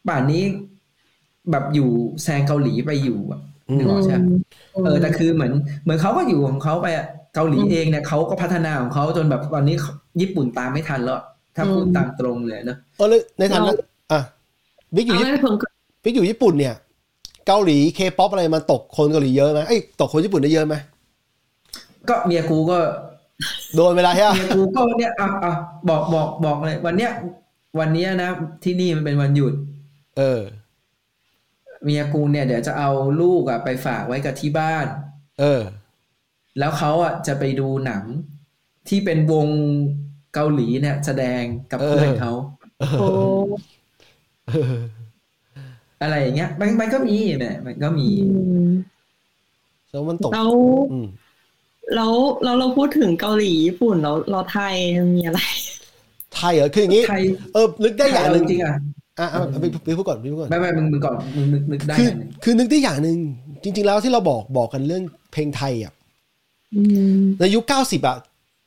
Speaker 4: ป่านนี้แบบอยู่แซงเกาหลีไปอยู่อะ
Speaker 2: อืม
Speaker 4: นึกออกใช่ไหม
Speaker 1: ม
Speaker 4: เออแต่คือเหมือนเหมือนเขาก็อยู่ของเขาไปอะเกาหลี
Speaker 1: อืม
Speaker 4: เองเนี่ยเขาก็พัฒนาของเขาจนแบบตอนนี้ญี่ปุ่นตามไม่ทันแล้วอะถ้าพูด
Speaker 1: อืม
Speaker 4: ตามตรงเลยเนอะ
Speaker 2: เออเลยในฐานะ
Speaker 1: เรา
Speaker 2: อ่ะบิ๊กอยู่
Speaker 1: เอา
Speaker 2: ญี่
Speaker 1: ไม่เพิ่งก็
Speaker 2: บิ๊กอยู่ญี่ปุ่นเนี่ย เกาหลีเคป๊อปอะไรมันตกคนเกาหลีเยอะไหมเอ้ยตกคนญี่ปุ่นได้เยอะไหม
Speaker 4: ก็เมียกูก็
Speaker 2: โดนเวลาใช่ปะ
Speaker 4: เมียกูก็เนี่ยอ่ะอ่ะบอกบอกบอกเลย วันเนี้ยวันเนี้ยนะที่นี่มันเป็นวันหยุด
Speaker 2: เออ
Speaker 4: เมียกูเนี่ยเดี๋ยวจะเอาลูกอะไปฝากไว้กับที่บ้าน
Speaker 2: เออ
Speaker 4: แล้วเขาอ่ะจะไปดูหนังที่เป็นวงเกาหลีเนี่ย แสดงกับเพื่อนเขา
Speaker 1: โอ้
Speaker 2: เออ
Speaker 4: อะไรอย่างเงี้ย มันมันก็มีแหละมันก็มี
Speaker 2: แล้วมันตก
Speaker 1: แล้ว
Speaker 2: อืม
Speaker 1: แล้วแล้วเราพูดถึงเกาหลีญี่ปุ่นแล้วเราไทยมีอะไร
Speaker 2: ไทยเหรอคืออย่างนี้
Speaker 4: ไทย
Speaker 2: เออ นึกได้อย่างหนึ่ง
Speaker 4: จริงๆอ่ะ
Speaker 2: อ่ะอ่ะเอาไปไปพูดก่อนไปพูดก่อน
Speaker 4: ไม่ไม่มึงมึงก่อนมึงนึกนึกได้
Speaker 2: คือ
Speaker 4: อันหนึ่ง
Speaker 2: คือนึกได้อย่างหนึ่งจริง ๆ แล้วที่เราบอกบอกกันเรื่องเพลงไทยอ่ะในยุคเก้าสิบอ่ะ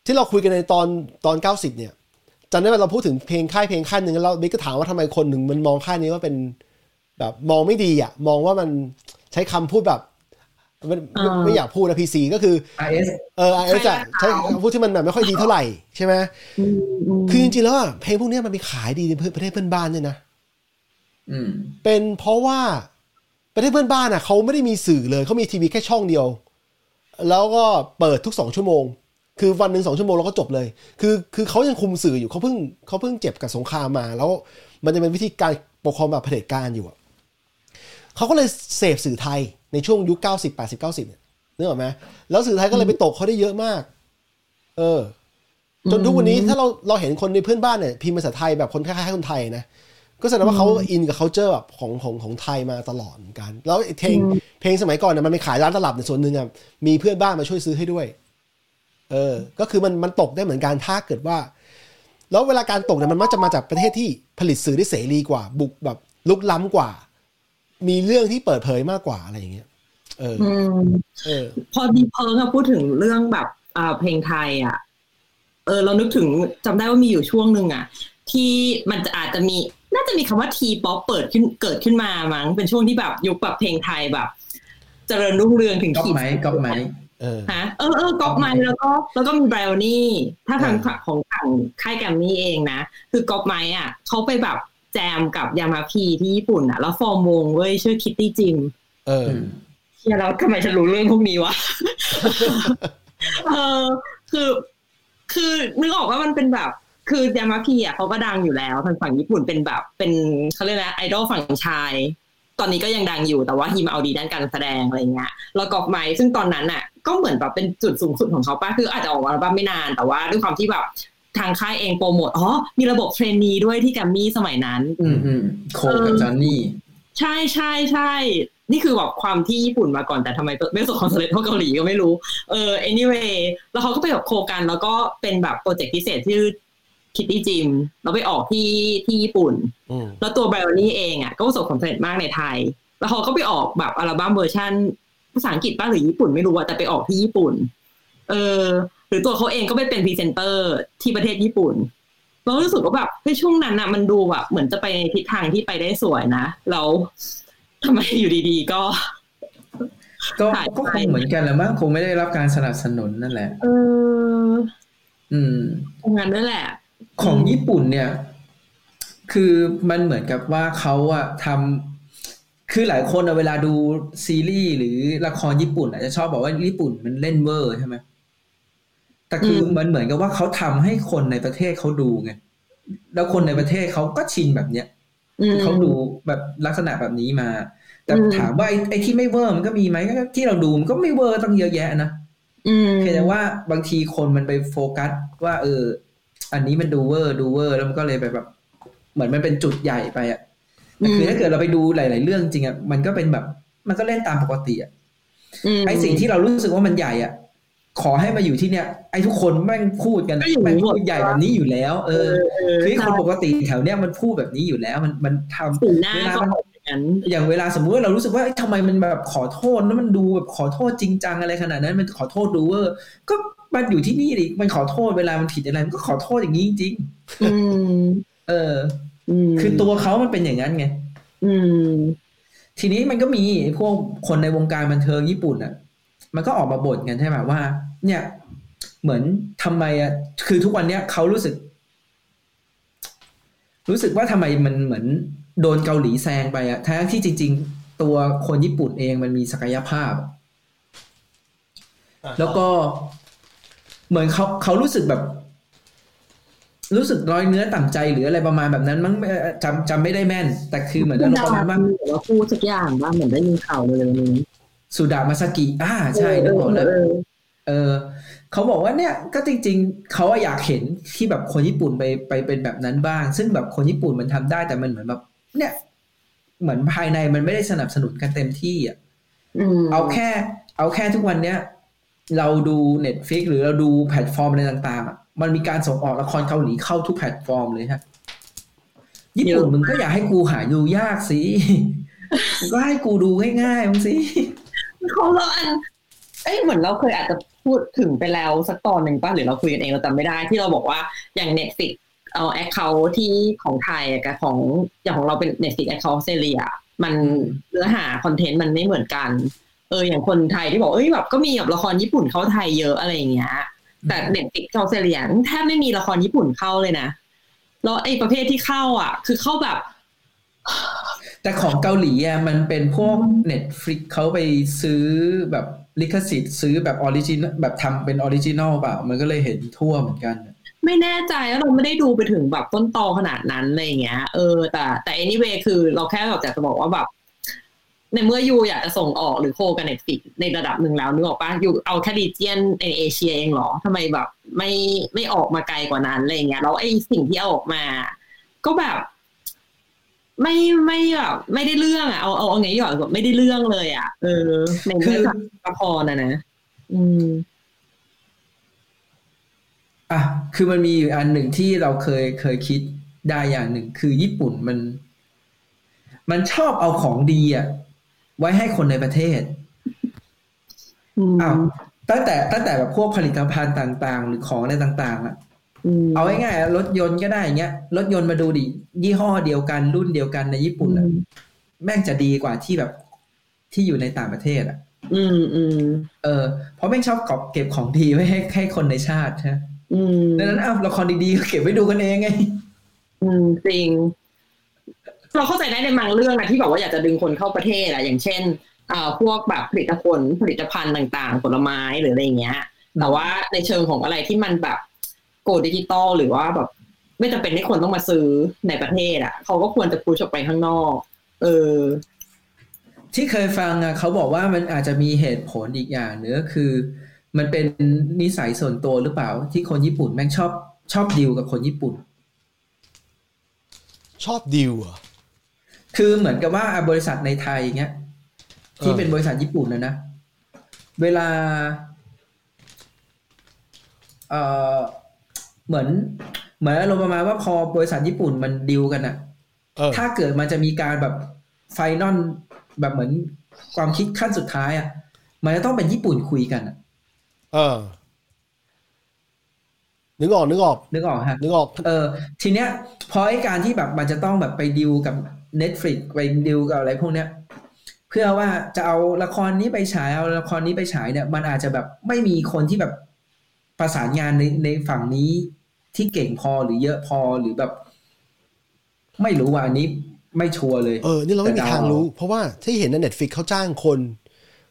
Speaker 2: ที่เราคุยกันในตอนตอนเก้าสิบเนี่ยจำได้ไหมเราพูดถึงเพลงค่ายเพลงค่ายหนึ่งแล้วเราบิ๊กก็ถามว่าทำไมคนหนึ่งมันมองค่ายนี้ว่าเป็นแบบมองไม่ดีอ่ะ มองว่ามันใช้คำพูดแบบไม่
Speaker 1: อ่า
Speaker 2: ไม่อยากพูดนะพีซีก็คือ
Speaker 4: อ่ะ RS
Speaker 2: เออไอ้จะใช้คำพูดที่มันแบบไม่ค่อยดีเท่าไหร่ใช่ไหมคือจริงๆแล้วอ่ะเพลงพวกเนี้ยมันไปขายดีในประเทศเพื่อนบ้านเนี่ยนะ
Speaker 4: อืม
Speaker 2: เป็นเพราะว่าประเทศเพื่อนบ้านอ่ะเขาไม่ได้มีสื่อเลยเขามีทีวีแค่ช่องเดียว แล้วก็เปิดทุกสองชั่วโมง คือวันหนึ่งสองชั่วโมงแล้วก็จบเลย คือคือเขายังคุมสื่ออยู่เขาเพิ่งเขาเพิ่งเจ็บกับสงครามมา แล้วมันจะเป็นวิธีการปกครองแบบเผด็จการอยู่อะเขาก็เลยเสพสื่อไทยในช่วงยุคเก้าสิบแปดสิบเก้าสิบเนี่ยนึกออกไหมแล้วสื่อไทยก็เลยไปตกเขาได้เยอะมาก เออ จนทุกวันนี้ถ้าเราเราเห็นคนในเพื่อนบ้านเนี่ยพิมพ์ภาษาไทยแบบคนคล้ายๆคนไทยนะ ก็แสดงว่าเขาอินกับ culture แบบของของของไทยมาตลอดเหมือนกัน แล้วไอ้เพลงเพลงสมัยก่อนนะมันไปขายร้านตลับในยส่วนหนึ่งอ่ะมีเพื่อนบ้านมาช่วยซื้อให้ด้วย เออ ก็คือมันมันตกได้เหมือนกันถ้าเกิดว่า แล้วเวลาการตกเนี่ยมันมักจะมาจากประเทศที่ผลิตสื่อได้เสรีกว่า บุกแบบลุกล้ำกว่า มีเรื่องที่เปิดเผยมากกว่าอะไรอย่างเงี้ย เออ
Speaker 1: อืม
Speaker 2: เออ
Speaker 1: พอดีเพิร์กอะพูดถึงเรื่องแบบอ่าเพลงไทยอะเออ เรานึกถึงจำได้ว่ามีอยู่ช่วงหนึ่งอะที่มันจะอาจจะมี น่าจะมีคำว่าทีป๊อปเปิดขึ้นเกิดขึ้นมามั้งเป็นช่วงที่แบบยุคแบบเพลงไทยแบบ เจริญรุ่งเรืองถึง
Speaker 4: ก๊อป
Speaker 1: ขีด
Speaker 4: ไหมก๊อปไหม
Speaker 2: เออ
Speaker 1: ฮะเออเออก๊อปไมค์แล้วก็ แล้วก็มีไบรอนี่ ถ้าทาง
Speaker 2: เออ
Speaker 1: ของฝั่งค่ายแกรมมี่เองนะ คือก๊อปไมค์อะเขาไปแบบแจมกับยามาพีที่ญี่ปุ่นอะแล้วฟอร์มวงเว้ยชื่อคิตตี้จิม
Speaker 2: เออ
Speaker 1: เชียแล้วทำไมฉันรู้เรื่องพวกนี้วะ เออคือ คือนึกออกว่ามันเป็นแบบ คือยามาพีอ่ะเขาก็ดังอยู่แล้วทางฝั่งญี่ปุ่นเป็นแบบ เป็นเขาเรียกนะไอดอลฝั่งชาย ตอนนี้ก็ยังดังอยู่แต่ว่าฮีมาเอาดีด้านการแสดงอะไรเงี้ยแล้วกอกไม้ซึ่งตอนนั้นน่ะ ก็เหมือนแบบเป็นจุดสูงสุดของเขาป้าคืออาจจะออกอัลบั้มไม่นานแต่ว่าด้วยความที่แบบทางค่ายเองโปรโมทอ๋อมีระบบเทรนนีด้วยที่แกรมมี่สมัยนั้น
Speaker 4: อืมอืมโคกับจอนนี่
Speaker 1: ใช่ใช่ใช่ นี่คือแบบความที่ญี่ปุ่นมาก่อนแต่ทำไมไม่ประสบความสำเร็จเท่าเกาหลีก็ไม่รู้ เออ anyway แล้วเขาก็ไปแบบโคกัน แล้วก็เป็นแบบโปรเจกต์พิเศษชื่อคิตตี้จิมแล้วไปออกที่ที่ญี่ปุ่น
Speaker 2: อืม
Speaker 1: แล้วตัวไบรอนี่เองอ่ะก็ประสบความสำเร็จมากในไทย แล้วเขาก็ไปออกแบบอัลบั้มเวอร์ชันภาษาอังกฤษป้าหรือญี่ปุ่นไม่รู้อะแต่ไปออกที่ญี่ปุ่น เออ หรือตัวเขาเองก็ไปเป็นพรีเซนเตอร์ที่ประเทศญี่ปุ่น เรารู้สึกว่าแบบในช่วงนั้นอะมันดูแบบเหมือนจะไปในทิศทางที่ไปได้สวยนะแล้วทำไมอยู่ดีๆ ก็
Speaker 4: ก็
Speaker 1: ขายไป
Speaker 4: ก็คงเหมือนกันแหละมั้งคงไม่ได้รับการสนับสนุนนั่นแหละ
Speaker 1: เออ
Speaker 4: อืม
Speaker 1: ทำงานนั่นแหละ
Speaker 4: ของญี่ปุ่นเนี่ย คือมันเหมือนกับว่าเขาอะทำคือหลายคนอะเวลาดูซีรีส์หรือละครญี่ปุ่นอาจจะชอบบอกว่าญี่ปุ่นมันเล่นเวอร์ใช่ไหมแต่คืออ
Speaker 1: ม
Speaker 4: มันเหมือนกับว่าเขาทำให้คนในประเทศเขาดูไงแล้วคนในประเทศเขาก็ชินแบบเนี้ย
Speaker 1: อืม
Speaker 4: เขาดูแบบลักษณะแบบนี้มา แต่
Speaker 1: อืม
Speaker 4: ถามว่าไอ้ไอ้ที่ไม่เวอร์มันก็มีไหมก็ที่เราดูมันก็ไม่เวอร์ตั้งเยอะแยะนะ
Speaker 1: อืม
Speaker 4: เพียงแต่ว่าบางทีคนมันไปโฟกัสว่าเออ อันนี้มันดูเวอร์ดูเวอร์แล้วมันก็เลยไปแบบ เหมือนมันเป็นจุดใหญ่ไปอ่ะแต่คือถ้าเกิดเราไปดูหลาย ๆ เรื่องจริงอ่ะมันก็เป็นแบบ มันก็เล่นตามปกติอ่ะ
Speaker 1: ม
Speaker 4: ไอ้สิ่งที่เรารู้สึกว่ามันใหญ่อ่ะ ขอให้มาอยู่ที่เนี้ยไอ้ทุกคนแม่งพูดกันแม่งพูดใหญ่แบบนี้อยู่แล้ว เออ
Speaker 1: เออ
Speaker 4: คือไอ้คน
Speaker 1: ใช่
Speaker 4: ปกติแถวเนี้ยมันพูดแบบนี้อยู่แล้ว มันมันทำ
Speaker 1: สีหน้าก็
Speaker 4: เวลามัน
Speaker 1: อย่างนั้น
Speaker 4: อย่างเวลาสมมุติว่าเรารู้สึกว่าเอ้ยทำไมมันแบบขอโทษแล้วมันดูแบบขอโทษจริงจังอะไรขนาดนั้นมันขอโทษดูเวอร์ก็มันอยู่ที่นี่ดิมันขอโทษเวลามันผิดอะไรมันก็ขอโทษอย่างนี้จริง
Speaker 1: อืม
Speaker 4: ๆเออ
Speaker 1: อืม
Speaker 4: อ คือตัวเขามันเป็นอย่างนั้นไง
Speaker 1: อืม
Speaker 4: ทีนี้มันก็มีไอ้พวกคนในวงการบันเทิงญี่ปุ่นอ่ะ มันก็ออกมาบ่นกันใช่ไหมว่า เนี่ย เหมือนทำไมอ่ะคือทุกวันเนี้ยเขารู้สึก รู้สึกว่าทำไมมันเหมือนโดนเกาหลีแซงไปอะทั้งที่จริง ๆ ตัวคนญี่ปุ่นเองมันมีศักยภาพ แล้วก็เหมือนเขาเขารู้สึกแบบ รู้สึกร้อยเนื้อต่ำใจหรืออะไรประมาณแบบนั้นมั้งเอ่อจำจำไม่ได้แม่น แต่คือเหมือนอารมณ์ประมาณว่า
Speaker 1: หรือว่าพูดสักอย่างว่าเหมือนได้ยินข่าวเลยนี้
Speaker 4: สุดามาซากิอ่าใช่นึกออกแล้ว
Speaker 1: เออ
Speaker 4: เออเขาบอกว่าเนี่ยก็จริง ๆเขาอยากเห็นที่แบบคนญี่ปุ่นไปไปเป็นแบบนั้นบ้าง ซึ่งแบบคนญี่ปุ่นมันทำได้แต่มันเหมือนแบบ เนี่ย เหมือนภายในมันไม่ได้สนับสนุนกันเต็มที่อ่ะ
Speaker 1: อืม
Speaker 4: เอาแค่ เอาแค่ทุกวันเนี้ย เราดูเน็ตฟิกหรือเราดูแพลตฟอร์มอะไรต่างๆอะมันมีการส่งออกละครเกาหลีเข้าทุกแพลตฟอร์มเลยฮะญี่ปุ่นมึงก็อยากให้กูหาดูยากสิ มึงก็ให้กูดูง่ายๆมึงสิ
Speaker 1: ของเราอันเอ้ยเหมือนเราเคยอาจจะพูดถึงไปแล้วสักตอนหนึ่งป่ะหรือเราคุยกันเองเราจำไม่ได้ที่เราบอกว่าอย่าง Netflix เอาแอคเคาท์ที่ของไทยกับของอย่างของเราเป็น Netflix แอคเคาท์ออสเตรเลียมัน
Speaker 4: อืม
Speaker 1: เนื้อหาคอนเทนต์มันไม่เหมือนกัน เอออย่างคนไทยที่บอกเอ้ยแบบก็มีแบบละครญี่ปุ่นเข้าไทยเยอะอะไรอย่างเงี้ย แต่เน็ตฟิกออสเตรเลียแทบไม่มีละครญี่ปุ่นเข้าเลยนะแล้วไอ้ประเภทที่เข้าอ่ะ คือเข้าแบบ
Speaker 4: แต่ของเกาหลีอ่ะมันเป็นพวก Netflix เขาไปซื้อแบบลิขสิทธิ์ซื้อแบบออริจินแบบทำเป็นออริจินอลเปล่า มันก็เลยเห็นทั่วเหมือนกัน
Speaker 1: ไม่แน่ใจว่าเราไม่ได้ดูไปถึงแบบต้นตอขนาดนั้นอะไรอย่างเงี้ย เออ แต่แต่ anyway คือเราแค่แบบอยากจะบอกว่าแบบ ในเมื่อยูอยากจะส่งออกหรือโคกับเน็ตฟิกในระดับหนึ่งแล้วนึกออกปะยูเอาแค่ดีเจียนในเอเชียเองเหรอทำไมแบบ ไม่ไม่ออกมาไกลกว่านั้นอะไรอย่างเงี้ยแล้วไอ้สิ่งที่เอาออกมา ก็แบบ ไม่ไม่แบบไม่ได้เรื่องอ่ะเอาเอาเอาไงดีกว่อนแบบไม่ได้เรื่องเลยอ่ะเออในเรื่องละครนะนะอืม
Speaker 4: อ่ะคือมันมีอยู่อันหนึ่งที่เราเคยเคยคิดได้อย่างหนึ่ง คือญี่ปุ่นมัน มันชอบเอาของดีอ่ะไว้ให้คนในประเทศ
Speaker 1: อืม
Speaker 4: อ้าวตั้งแต่ตั้งแต่แบบพวกผลิตภัณฑ์ต่าง ๆ หรือของอะไรต่างๆอะ
Speaker 1: ม
Speaker 4: เอาง่ายๆอะรถยนต์ก็ได้อย่างเงี้ยรถยนต์มาดูดิ ยี่ห้อเดียวกันรุ่นเดียวกันในญี่ปุ่นอะ
Speaker 1: อืม
Speaker 4: แม่งจะดีกว่าที่แบบที่อยู่ในต่างประเทศอะ
Speaker 1: อืมอืม
Speaker 4: เออเพราะแม่งชอบกอบเก็บของดีไว้ให้ให้คนในชาติใช่ไหม
Speaker 1: อืม
Speaker 4: ดังนั้นอ้าวละครดีๆก็เก็บไว้ดูกันเองไง
Speaker 1: อืมจริง เราเข้าใจได้ในบางเรื่องนะที่แบบว่าอยากจะดึงคนเข้าประเทศอะอย่างเช่นเอ่อพวกแบบผลิตผลผลิตภัณฑ์ต่างๆ ผลไม้หรืออะไรอย่างเงี้ย แต่ว่าในเชิงของอะไรที่มันแบบโกดิจิตอลหรือว่าแบบ ไม่จำเป็นให้คนต้องมาซื้อในประเทศอะเขาก็ควรจะพูชออกไปข้างนอก เออ
Speaker 4: ที่เคยฟังอะเขาบอกว่ามันอาจจะมีเหตุผลอีกอย่างเนื้อคือ มันเป็นนิสัยส่วนตัวหรือเปล่า ที่คนญี่ปุ่นแม่งชอบชอบดีลกับคนญี่ปุ่น
Speaker 2: ชอบดิวเหรอ
Speaker 4: คือเหมือนกับว่าอ่ะบริษัทในไทยอย่างเงี้ยที่
Speaker 2: เออ
Speaker 4: เป็นบริษัทญี่ปุ่นนะนะ เวลาเออเหมือน เหมือนอารมณ์ประมาณว่าพอบริษัทญี่ปุ่นมันดีลกันอะ
Speaker 2: เออ
Speaker 4: ถ้าเกิดมันจะมีการแบบไฟนอลแบบเหมือนความคิดขั้นสุดท้ายอะมันจะต้องเป็นญี่ปุ่นคุยกันอะ
Speaker 2: เออนึกออกนึกออก
Speaker 4: นึกออกฮะ
Speaker 2: นึกออก
Speaker 4: เออทีเนี้ยพอไอการที่แบบมันจะต้องแบบไปดิวกับ Netflix ไปดิวกับอะไรพวกเนี้ย เพื่อว่าจะเอาละครนี้ไปฉายเอาละครนี้ไปฉายเนี่ย มันอาจจะแบบไม่มีคนที่แบบประสานงานในในฝั่งนี้ที่เก่งพอหรือเยอะพอหรือแบบ ไม่รู้ว่าอันนี้ไม่ชัวร์เลย
Speaker 2: เออ นี่เราไม่มี
Speaker 4: แต่ดาว
Speaker 2: ทางรู้ เพราะว่าที่เห็นในเน็ตฟิกเขาจ้างคน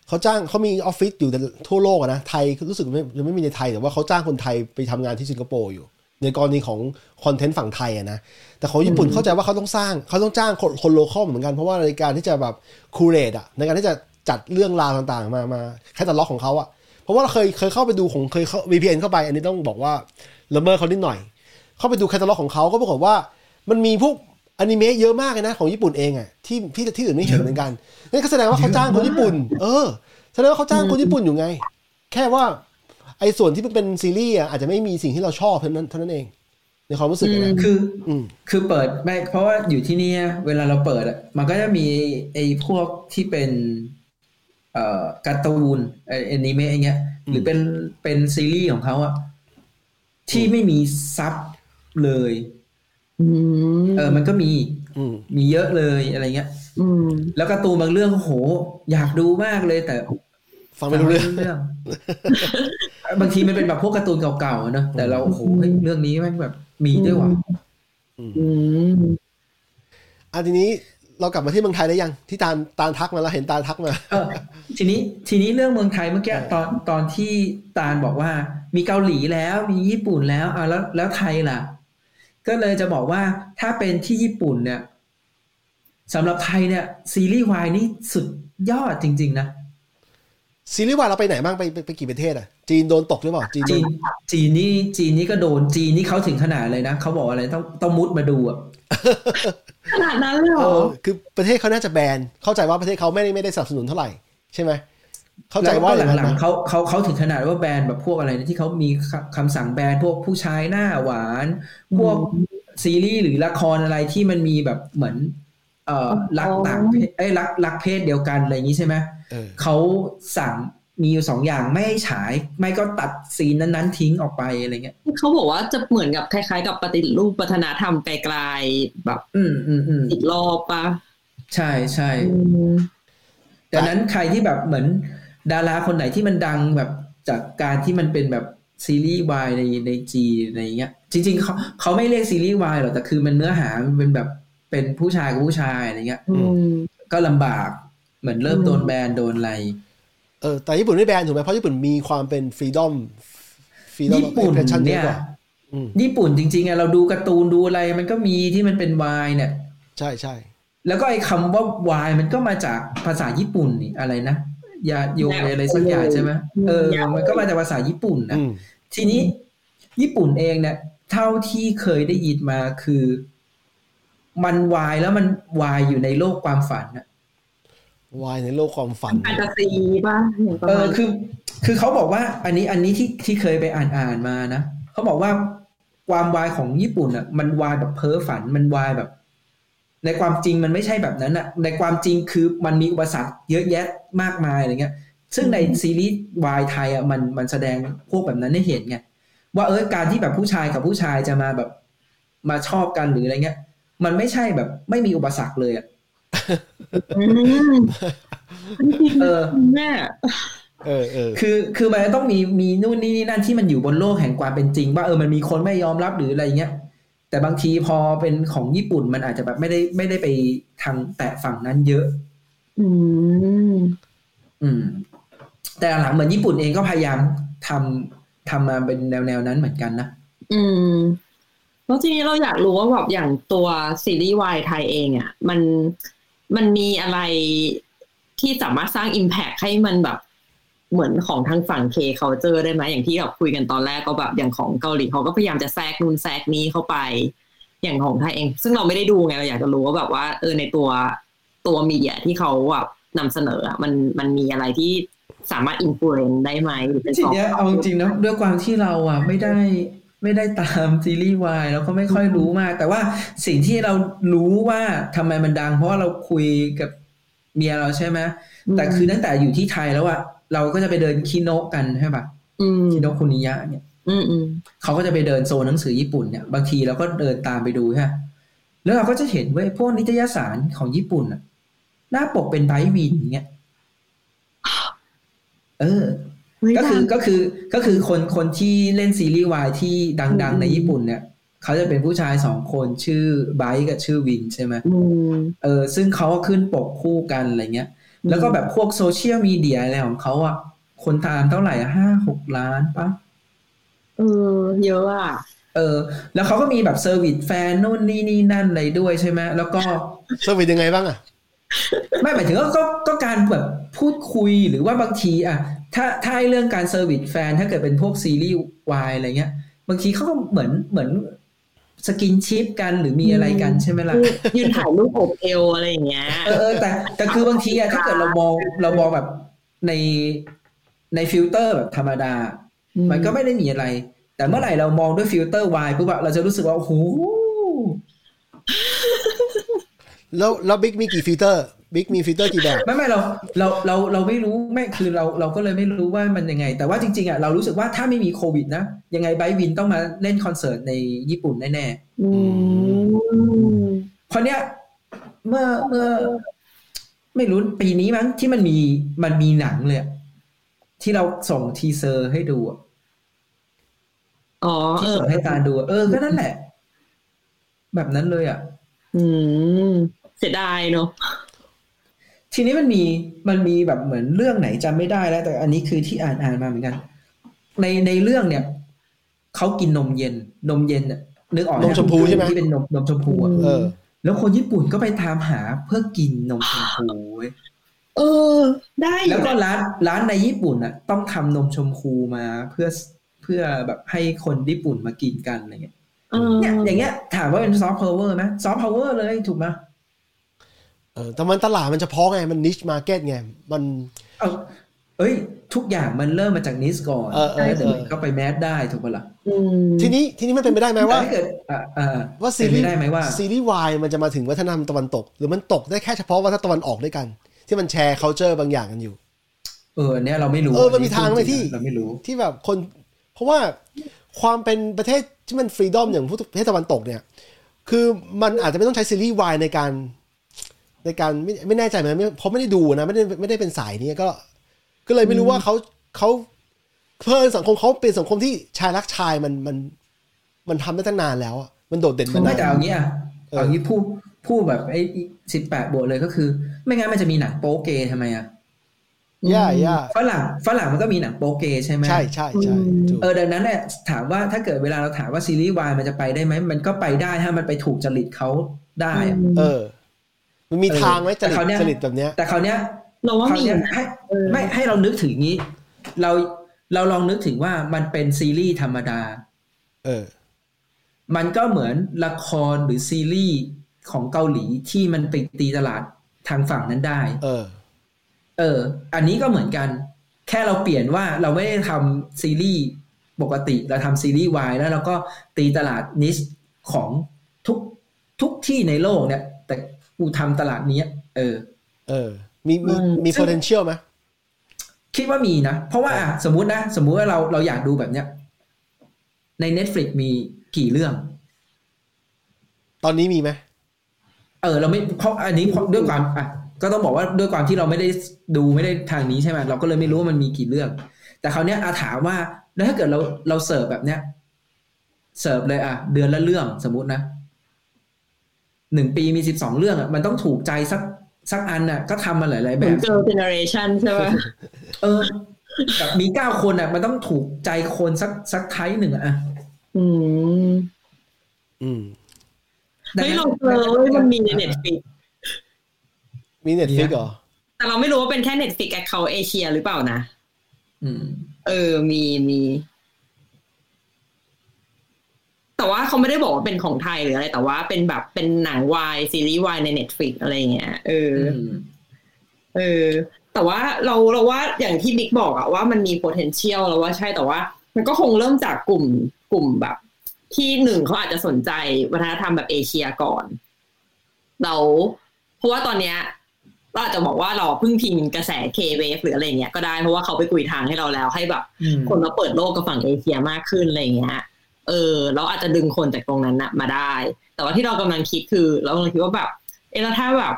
Speaker 2: เขาจ้างเขามีออฟฟิศอยู่แต่ทั่วโลกอะนะ ไทยรู้สึกไม่ยังไม่มีในไทย แต่ว่าเขาจ้างคนไทยไปทำงานที่สิงคโปร์อยู่ ในกรณีของคอนเทนต์ฝั่งไทยอะนะ แต่ของญี่ปุ่นเข้าใจว่าเขาต้องสร้าง เขาต้องจ้างคนคนโลคอลเหมือนกันเพราะว่าในการที่จะแบบคูเรตอะในการที่จะจัดเรื่องราวต่างๆ มามาแคตตาล็อกของเขาอะเพราะว่าเราเคยเคยเข้าไปดูของเคยเข้า VPN เข้าไป อันนี้ต้องบอกว่าละเมอเขานิดหน่อย เข้าไปดูแคตตาล็อกของเขาก็ปรากฏว่ามันมีพวกอนิเมะเยอะมากเลยนะของญี่ปุ่นเองอะที่ที่ที่อื่นไม่เห็นเหมือนกันนั่นก็แสดงว่าเขาจ้างคนญี่ปุ่น เออแสดงว่าเขาจ้างคนญี่ปุ่นอยู่ไง แค่ว่าไอ้ส่วนที่มันเป็นซีรีส์อะอาจจะไม่มีสิ่งที่เราชอบเท่านั้นเท่านั้นเอง ในความรู้สึกอะนะ
Speaker 4: คือ
Speaker 2: อืม
Speaker 4: คือเปิดไม่เพราะว่าอยู่ที่เนี่ยเวลาเราเปิดอะมันก็จะมีไอ้พวกที่เป็น เอ่อการ์ตูนไอ้อนิเมะอย่างเงี้ย
Speaker 2: อืม
Speaker 4: หรือเป็นเป็นซีรีส์ของเขาอะที่ไม่มีซับเลย
Speaker 1: อืม
Speaker 4: เออมันก็มี
Speaker 2: อืม
Speaker 4: มีเยอะเลยอะไรเงี้ย
Speaker 1: อืม
Speaker 4: แล้วการ์ตูนบางเรื่องโห อยากดูมากเลยแต่
Speaker 2: ฟังไม่รู้เรื่อง
Speaker 4: เรื่อง บางทีมันเป็นแบบพวกการ์ตูนเก่าๆเนอะแต่เราโอ้โหเฮ้ยเรื่องนี้แมันแบบมีด้วยว่ะ
Speaker 1: อืม
Speaker 2: อ่ะทีนี้เรากลับมาที่เมืองไทยได้ยัง ที่ตาลตาลทักมาเราเห็นตาลทักมา
Speaker 4: เออทีนี้ทีนี้เรื่องเมืองไทยเมื่อกี้ตอนตอนที่ตาลบอกว่า มีเกาหลีแล้วมีญี่ปุ่นแล้วอ่าแล้วแล้วไทยล่ะ ก็เลยจะบอกว่าถ้าเป็นที่ญี่ปุ่นเนี่ยสำหรับไทยเนี่ยซีรีส์วายนี่สุดยอดจริง ๆ นะ
Speaker 2: ซีรีส์วายเราไปไหนบ้างไปไปไปกี่ประเทศอ่ะ จีนโดนตกหรือเปล่าจีนโด
Speaker 4: จี
Speaker 2: น
Speaker 4: นจีนนี่จีนนี่ก็โดนจีนนี่เขาถึงขนาดเลยนะเขาบอกอะไรต้องต้องมุดมาดูอ่ะ
Speaker 1: ขนาดนั้นเลยเหร
Speaker 2: เอ
Speaker 1: อ
Speaker 2: อคือประเทศเขาน่าจะแบนเข้าใจว่าประเทศเขาไม่ได้ไม่ได้สนับสนุนเท่าไหร่ใช่ไหมเข้าใจว่าอ
Speaker 4: แล้ว
Speaker 2: ย่าง
Speaker 4: ก็
Speaker 2: นั้
Speaker 4: หลั
Speaker 2: น
Speaker 4: ง
Speaker 2: นะ
Speaker 4: ๆเขาเขาเขาถึงขนาดว่าแบนแบบพวกอะไรนะที่เขามีคคำสั่งแบนพวกผู้ชายหน้าหวาน พวกซีรีส์หรือละครอะไรที่มันมีแบบเหมือน เอ่อรักต่างเพศเอ้ยรักรักเพศเดียวกันอะไรอย่างนี้ใช่ไหม
Speaker 2: เออ
Speaker 4: เขาสั่งมีอยู่สองอย่างไม่ให้ฉายไม่ก็ตัดซีนนั้นๆทิ้งออกไปอะไรเงี้ย
Speaker 1: เขาบอกว่าจะเหมือนกับคล้ายๆ กับปฏิรูปวัฒนธรรมไกลๆแบบ
Speaker 4: อืมอืมอืม
Speaker 1: อีกรอบปะ
Speaker 4: ใช่ใช่ ดังนั้นใครที่แบบเหมือนดาราคนไหนที่มันดังแบบจากการที่มันเป็นแบบซีรีส์วายในในจีในอย่างเงี้ย จริง ๆเขาเขาไม่เรียกซีรีส์วายหรอกแต่คือมันเนื้อหามันเป็นแบบเป็นผู้ชายกับผู้ชายอะไรเงี้ย
Speaker 1: อืม
Speaker 4: ก็ลำบากเหมือนเริ่มโดนแบนโดนอะไร
Speaker 2: เออแต่ญี่ปุ่นไม่แบนถูกไหมเพราะญี่ปุ่นมีความเป็นฟรีดอมฟรีดอม
Speaker 4: ญี่ปุ่น
Speaker 2: เย
Speaker 4: เนี่
Speaker 2: อะ
Speaker 4: ย
Speaker 2: กว่าอืม
Speaker 4: ญี่ปุ่นจริงๆอะเราดูการ์ตูนดูอะไรมันก็มีที่มันเป็นวายเนี่ย
Speaker 2: ใช่ใช่
Speaker 4: แล้วก็ไอ้คำว่าวายมันก็มาจากภาษาญี่ปุ่นนี่อะไรนะยาโยอะไรสักอย่างใช่ไหมเออมันก็มาจากภาษาญี่ปุ่นนะ
Speaker 2: อืม
Speaker 4: ทีนี้ญี่ปุ่นเองเนี่ย เท่าที่เคยได้ยินมาคือ มันวายแล้วมันวายอยู่ในโลกความฝันน่ะ
Speaker 2: วายในโลกความฝัน
Speaker 1: แฟนตาซีป่ะอย่างประ
Speaker 4: เอ
Speaker 1: มา
Speaker 4: อ
Speaker 1: ณ
Speaker 4: คือ คือเขาบอกว่า อันนี้อันนี้ที่ที่เคยไปอ่านอ่านมานะเขาบอกว่าความวายของญี่ปุ่นอ่ะ มันวายแบบเพ้อฝันมันวายแบบ ในความจริงมันไม่ใช่แบบนั้นอ่ะ ในความจริงคือมันมีอุปสรรคเยอะแยะมากมายอะไรเงี้ย ซึ่งในซีรีส์วายไทยอ่ะมันมันแสดงพวกแบบนั้นให้เห็นไง ว่าเออการที่แบบผู้ชายกับผู้ชายจะมาแบบมาชอบกันหรืออะไรเงี้ย มันไม่ใช่แบบไม่มีอุปสรรคเลยอะ
Speaker 1: อืม
Speaker 4: เออ
Speaker 1: แม่
Speaker 2: เออเออ
Speaker 4: คือคือมันจะต้องมีมีนู่นนี่นี่นั่นที่มันอยู่บนโลกแห่งความเป็นจริง ว่าเออมันมีคนไม่ยอมรับหรืออะไรเงี้ยแต่บางทีพอเป็นของญี่ปุ่นมันอาจจะแบบไม่ได้ไม่ได้ไปทางแตะฝั่งนั้นเยอะ
Speaker 1: อืม
Speaker 4: อืม แต่หลังเหมือนญี่ปุ่นเองก็พยายามทำทำมาเป็นแนวแนวๆนั้นเหมือนกันนะ
Speaker 1: อืมแล้วทีนี้เราอยากรู้ว่าแบบอย่างตัวซีรีส์วายไทยเองอะ่ะ มันมันมีอะไรที่สามารถสร้าง Impact ให้มันแบบ เหมือนของทางฝั่งเคเขาเจอได้ไหมอย่างที่เราคุยกันตอนแรกก็แบบอย่างของเกาหลีเขาก็พยายามจะแทรกนู่นแทรกนี้เข้าไป อย่างของไทยเอง ซึ่งเราไม่ได้ดูไงเราอยากจะรู้ว่าแบบว่าเออในตัวตัวมีเดียที่เขาแบบนำเสนออะมันมันมีอะไรที่สามารถอิมพลูเอนได้ไหมหรือเป็น
Speaker 4: ที
Speaker 1: ซอฟ
Speaker 4: เนี้ยเอาจริงๆนะด้วยความที่เราอ่ะไม่ได้ไม่ได้ตามซีรีส์วายแล้วก็ไม่ค่อยรู้มาก แต่ว่าสิ่งที่เรารู้ว่าทำไมมันดัง เพราะว่าเราคุยกับเมียเราใช่ไหม แต่คือตั้งแต่อยู่ที่ไทยแล้วอะเราก็จะไปเดินคิโนะกันใช่ปะ
Speaker 1: อืม
Speaker 4: คิโนะคุนิยะเนี่ย
Speaker 1: อืมอืม
Speaker 4: เขาก็จะไปเดินโซนหนังสือญี่ปุ่นเนี่ยบางทีเราก็เดินตามไปดูใช่ปะแล้วเราก็จะเห็นเว้ยพวกนิตยสารของญี่ปุ่นอะหน้าปกเป็นไบรท์วินเงี้ยเออ ก็คือก็คือก็คือคนคนที่เล่นซีรีส์วายที่ดัง
Speaker 1: อืม
Speaker 4: ๆ ในญี่ปุ่นเนี่ยเขาจะเป็นผู้ชายสองคนชื่อไบรท์กับชื่อวินใช่ไหม
Speaker 1: อืม
Speaker 4: เออซึ่งเขาก็ขึ้นปกคู่กันอะไรเงี้ย
Speaker 1: อืม
Speaker 4: แล้วก็แบบพวกโซเชียลมีเดียอะไรของเขาอ่ะ คนตามเท่าไหร่อะห้าหกล้านปะ
Speaker 1: เออเยอะอ่ะ
Speaker 4: เออ แล้วเขาก็มีแบบเซอร์วิสแฟนนู่นนี่นี่นั่นอะไรด้วยใช่ไหมแล้วก็
Speaker 2: เซอร์วิสยังไงบ้างอ่ะ
Speaker 4: ไม่หมายถึงก็ก็ก็การแบบพูดคุยหรือว่าบางทีอ่ะถ้าถ้าไอ้เรื่องการเซอร์วิสแฟนถ้าเกิดเป็นพวกซีรีส์วายอะไรเงี้ย บางทีเขาก็เหมือนเหมือนสกินชิปกันหรือมีอะไรกันใช่ไหมล่ะ
Speaker 1: ยืนถ่ายรูปอบเอวอะไรอย่างเงี้ย
Speaker 4: เออเออแต่แต่คือบางทีอะถ้าเกิดเรามองเรามองแบบในในฟิลเตอร์แบบธรรมดา
Speaker 1: อืม
Speaker 4: มันก็ไม่ได้มีอะไร แต่เมื่อไหร่เรามองด้วยฟิลเตอร์วายปุ๊บอะเราจะรู้สึกว่าโอ้โห
Speaker 2: แล้วแล้วบิ๊กมีกี่ฟีเตอร์บิ๊กมีฟีเตอร์กี่แบบ
Speaker 4: ไม่ไม่เราเราเราเราไม่รู้ไม่คือเราเราก็เลยไม่รู้ว่ามันยังไง แต่ว่าจริงๆอะเรารู้สึกว่าถ้าไม่มีโควิดนะ ยังไงไบรท์วินต้องมาเล่นคอนเสิร์ตในญี่ปุ่นแน่
Speaker 1: อืม
Speaker 4: ๆเพราะเนี้ยเมื่อเมื่อไม่รู้ปีนี้มั้งที่มันมีมันมีหนังเลยอะที่เราส่งทีเซอร์ให้ดูอะ
Speaker 1: อ๋อเออ
Speaker 4: ที่ส่งให้ตาดูอะเออ ก็นั่นแหละ แบบนั้นเลยอ่ะ
Speaker 1: อืมเสียดายเนอะ
Speaker 4: ทีนี้มันมีมันมีแบบเหมือนเรื่องไหนจำไม่ได้แล้ว แต่อันนี้คือที่อ่านอ่านมาเหมือนกัน ในในเรื่องเนี่ยเขากินนมเย็น นมเย็นน่ะนึกออก
Speaker 2: นมชมพูใช่ไหม
Speaker 4: ที่เป็นนมนมชมพูอะ
Speaker 2: เออ
Speaker 4: แล้วคนญี่ปุ่นก็ไปตามหาเพื่อกินนมชมพูเว้ย
Speaker 1: เออ ได้อยู่
Speaker 4: แล้วก็ร้านร้านในญี่ปุ่นอ่ะ ต้องทำนมชมพูมาเพื่อเพื่อแบบให้คนญี่ปุ่นมากินกันอะไรเงี้ย
Speaker 1: เออ
Speaker 4: เนี่ยอย่างเงี้ยถามว่าเป็นซอฟต์พาวเวอร์ไหมซอฟต์พาวเวอร์เลยถูกไหม
Speaker 2: เออแต่มันตลาดมันเฉพาะไง มันนิชมาร์เก็ตไง มัน
Speaker 4: เอาเอ้ย ทุกอย่างมันเริ่มมาจากนิสก่อน
Speaker 2: เออเออ
Speaker 4: แล้วเดี๋ยวมัน
Speaker 2: เออ
Speaker 4: ก็ไปแมสได้ถูกปะล่ะ
Speaker 1: อืม
Speaker 2: ทีนี้ทีนี้มันเป็นไปได้ไหม
Speaker 4: แต่
Speaker 2: ว่า
Speaker 4: ถ้าเกิดอ่ะอ่ะ
Speaker 2: ว่าซี
Speaker 4: เป็น
Speaker 2: รีส์
Speaker 4: ไปได้ไหมว่า
Speaker 2: ซีรีส์วายมันจะมาถึงวัฒนธรรมตะวันตก หรือมันตกได้แค่เฉพาะวัฒนธรรมตะวันออกด้วยกัน ที่มันแชร์ culture บางอย่างกันอยู่
Speaker 4: เออเนี่ยเราไม่รู้
Speaker 2: เออมันมีทางไหมที่
Speaker 4: เราไม่รู้
Speaker 2: ที่แบบคน เพราะว่าความเป็นประเทศที่มันฟรีดอมอย่างประเทศตะวันตกเนี่ย คือมันอาจจะไม่ต้องใช้ซีรีส์วายในการ ในการไม่ไม่แน่ใจเหมือนกันไม่เพราะไม่ได้ดูนะไม่ได้ไม่ได้เป็นสายนี้ก็ ก็เลยไม่รู้ว่าเขาเขาเพื่อสังคมเขาเป็นสังคมที่ชายรักชายมันมัน มันทำได้ตั้งนานแล้วอะมันโดดเด่นมา
Speaker 4: ไม่
Speaker 2: นาน
Speaker 4: แต่เอางี้อ่ะ
Speaker 2: เออ
Speaker 4: เอางี้พูดพูดแบบไอ้สิบแปดบวกเลยก็คือ ไม่งั้นมันจะมีหนังโป๊เกย์ทำไมอ่ะ
Speaker 2: ย่าย่า
Speaker 4: ฝรั่งฝรั่งมันก็มีหนังโป๊เกย์ใช่ไหม
Speaker 2: ใช่ใช่ใช่ถูก
Speaker 4: เออดังนั้นเนี่ยถามว่าถ้าเกิดเวลาเราถามว่าซีรีส์วายมันจะไปได้ไหมมันก็ไปได้ถ้ามันไปถูกจริตเขาได้อะ
Speaker 2: เออ มันมี
Speaker 4: เออ
Speaker 2: ทางไหมจ
Speaker 4: แต่
Speaker 2: ริต
Speaker 4: คราวเนี้ย
Speaker 2: จริตแบบเนี้ย
Speaker 4: แต่คราวเนี้ย
Speaker 1: เราว่า
Speaker 4: คราว
Speaker 1: มี
Speaker 4: เนี้ย
Speaker 1: นะ
Speaker 4: ให้
Speaker 1: เออ
Speaker 4: ไม่ให้เรานึกถึงงี้ เราเราลองนึกถึงว่ามันเป็นซีรีส์ธรรมดา
Speaker 2: เออ
Speaker 4: มันก็เหมือนละครหรือซีรีส์ของเกาหลีที่มันไปตีตลาดทางฝั่งนั้นได้
Speaker 2: เออ
Speaker 4: เออ อันนี้ก็เหมือนกัน แค่เราเปลี่ยนว่าเราไม่ได้ทำซีรีส์ปกติ เราทำซีรีส์วายแล้วเราก็ตีตลาดนิชของทุกทุกที่ในโลกเนี่ย แต่กูทำตลาดเนี้ยเออ
Speaker 2: เออ มีมี
Speaker 1: อืม
Speaker 2: มี potential ไหม
Speaker 4: คิดว่ามีนะ เพราะว่าอ่ะสมมุตินะ สมมุติว่าเราเราอยากดูแบบเนี้ย ใน Netflix มีกี่เรื่อง
Speaker 2: ตอนนี้มีไหม
Speaker 4: เออเราไม่เพราะอันนี้เพราะด้วยความอ่ะก็ต้องบอกว่าด้วยความที่เราไม่ได้ดูไม่ได้ทางนี้ใช่ไหมเราก็เลยไม่รู้ว่ามันมีกี่เรื่อง แต่คราวเนี้ยอาถามว่าแล้วถ้าเกิดเราเราเสิร์ฟแบบเนี้ยเสิร์ฟเลยอ่ะเดือนละเรื่องสมมตินะหนึ่งปีมีสิบสองเรื่องอ่ะมันต้องถูกใจสักสักอันน่ะ ก็ทำมาหลายๆ
Speaker 1: เห
Speaker 4: แบ
Speaker 1: มือน
Speaker 4: บ
Speaker 1: เจอเจเนอเรชันใช่ไหม
Speaker 4: เออแบบมีเก้าคนอ่ะ มันต้องถูกใจคนสักสักไทป์หนึ่งอะอ่ะ
Speaker 1: อืม
Speaker 2: อืม
Speaker 4: ดัง
Speaker 1: เฮ้ย
Speaker 4: นั้น
Speaker 1: เราเจอเว้ยมันมีในเน็ตฟิก
Speaker 2: มี Netflix เหรอ
Speaker 1: แต่เราไม่รู้ว่าเป็นแค่เน็ตฟิกแอคเคาท์เอเชียหรือเปล่านะ
Speaker 4: อืม
Speaker 1: เออ มีมี แต่ว่าเขาไม่ได้บอกว่าเป็นของไทยหรืออะไร แต่ว่าเป็นแบบเป็นหนังวายซีรีส์วายในเน็ตฟลิกอะไรอย่างเงี้ย เออ เออ แต่ว่าเราเราว่าอย่างที่บิ๊กบอกอะว่ามันมี potential เราว่าใช่แต่ว่า มันก็คงเริ่มจากกลุ่มกลุ่มแบบ ที่หนึ่งเขาอาจจะสนใจวัฒนธรรมแบบเอเชียก่อน เราเพราะว่าตอนเนี้ยเราอาจจะบอกว่าเราเพึ่งพิงกระแส K-wave หรืออะไรอย่างเงี้ยก็ได้เพราะว่าเขาไปกุยทางให้เราแล้วให้แบบ
Speaker 4: อืม
Speaker 1: คนเราเปิดโลกกับฝั่งเอเชียมากขึ้นอะไรอย่างเงี้ย เออ เราอาจจะดึงคนจากตรงนั้นนะมาได้ แต่ว่าที่เรากำลังคิดคือเรากำลังคิดว่าแบบ เออแล้วถ้าแบบ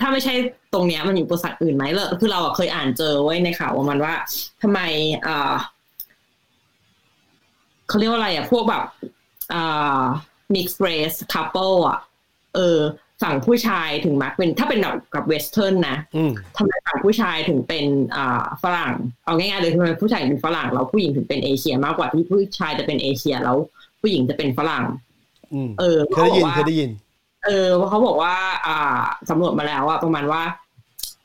Speaker 1: ถ้าไม่ใช่ตรงเนี้ยมันมีอุปสรรคอื่นไหมเลอคือเราอะเคยอ่านเจอไว้ในข่าวว่ามันว่าทำไมเอ่อเขาเรียกว่าอะไรอะพวกแบบเอ่อ mixed race couple อะเออ ฝั่งผู้ชายถึงมักเป็นถ้าเป็นแบบกับเวสเทิร์นนะ
Speaker 2: อืม
Speaker 1: ทำไมฝั่งผู้ชายถึงเป็นอ่าฝรั่ง เอาง่ายๆเลยทำไมผู้ชายถึงเป็นฝรั่งแล้วผู้หญิงถึงเป็นเอเชีย มากกว่าที่ผู้ชายจะเป็นเอเชียแล้ว ผู้หญิงจะเป็นฝรั่ง
Speaker 2: อืม
Speaker 1: เออ
Speaker 2: เคยได้ยิน
Speaker 1: ขาบอกว่า
Speaker 2: เคยได้ยิน
Speaker 1: เออเขาบอกว่า อ่าสำรวจมาแล้วอะประมาณว่า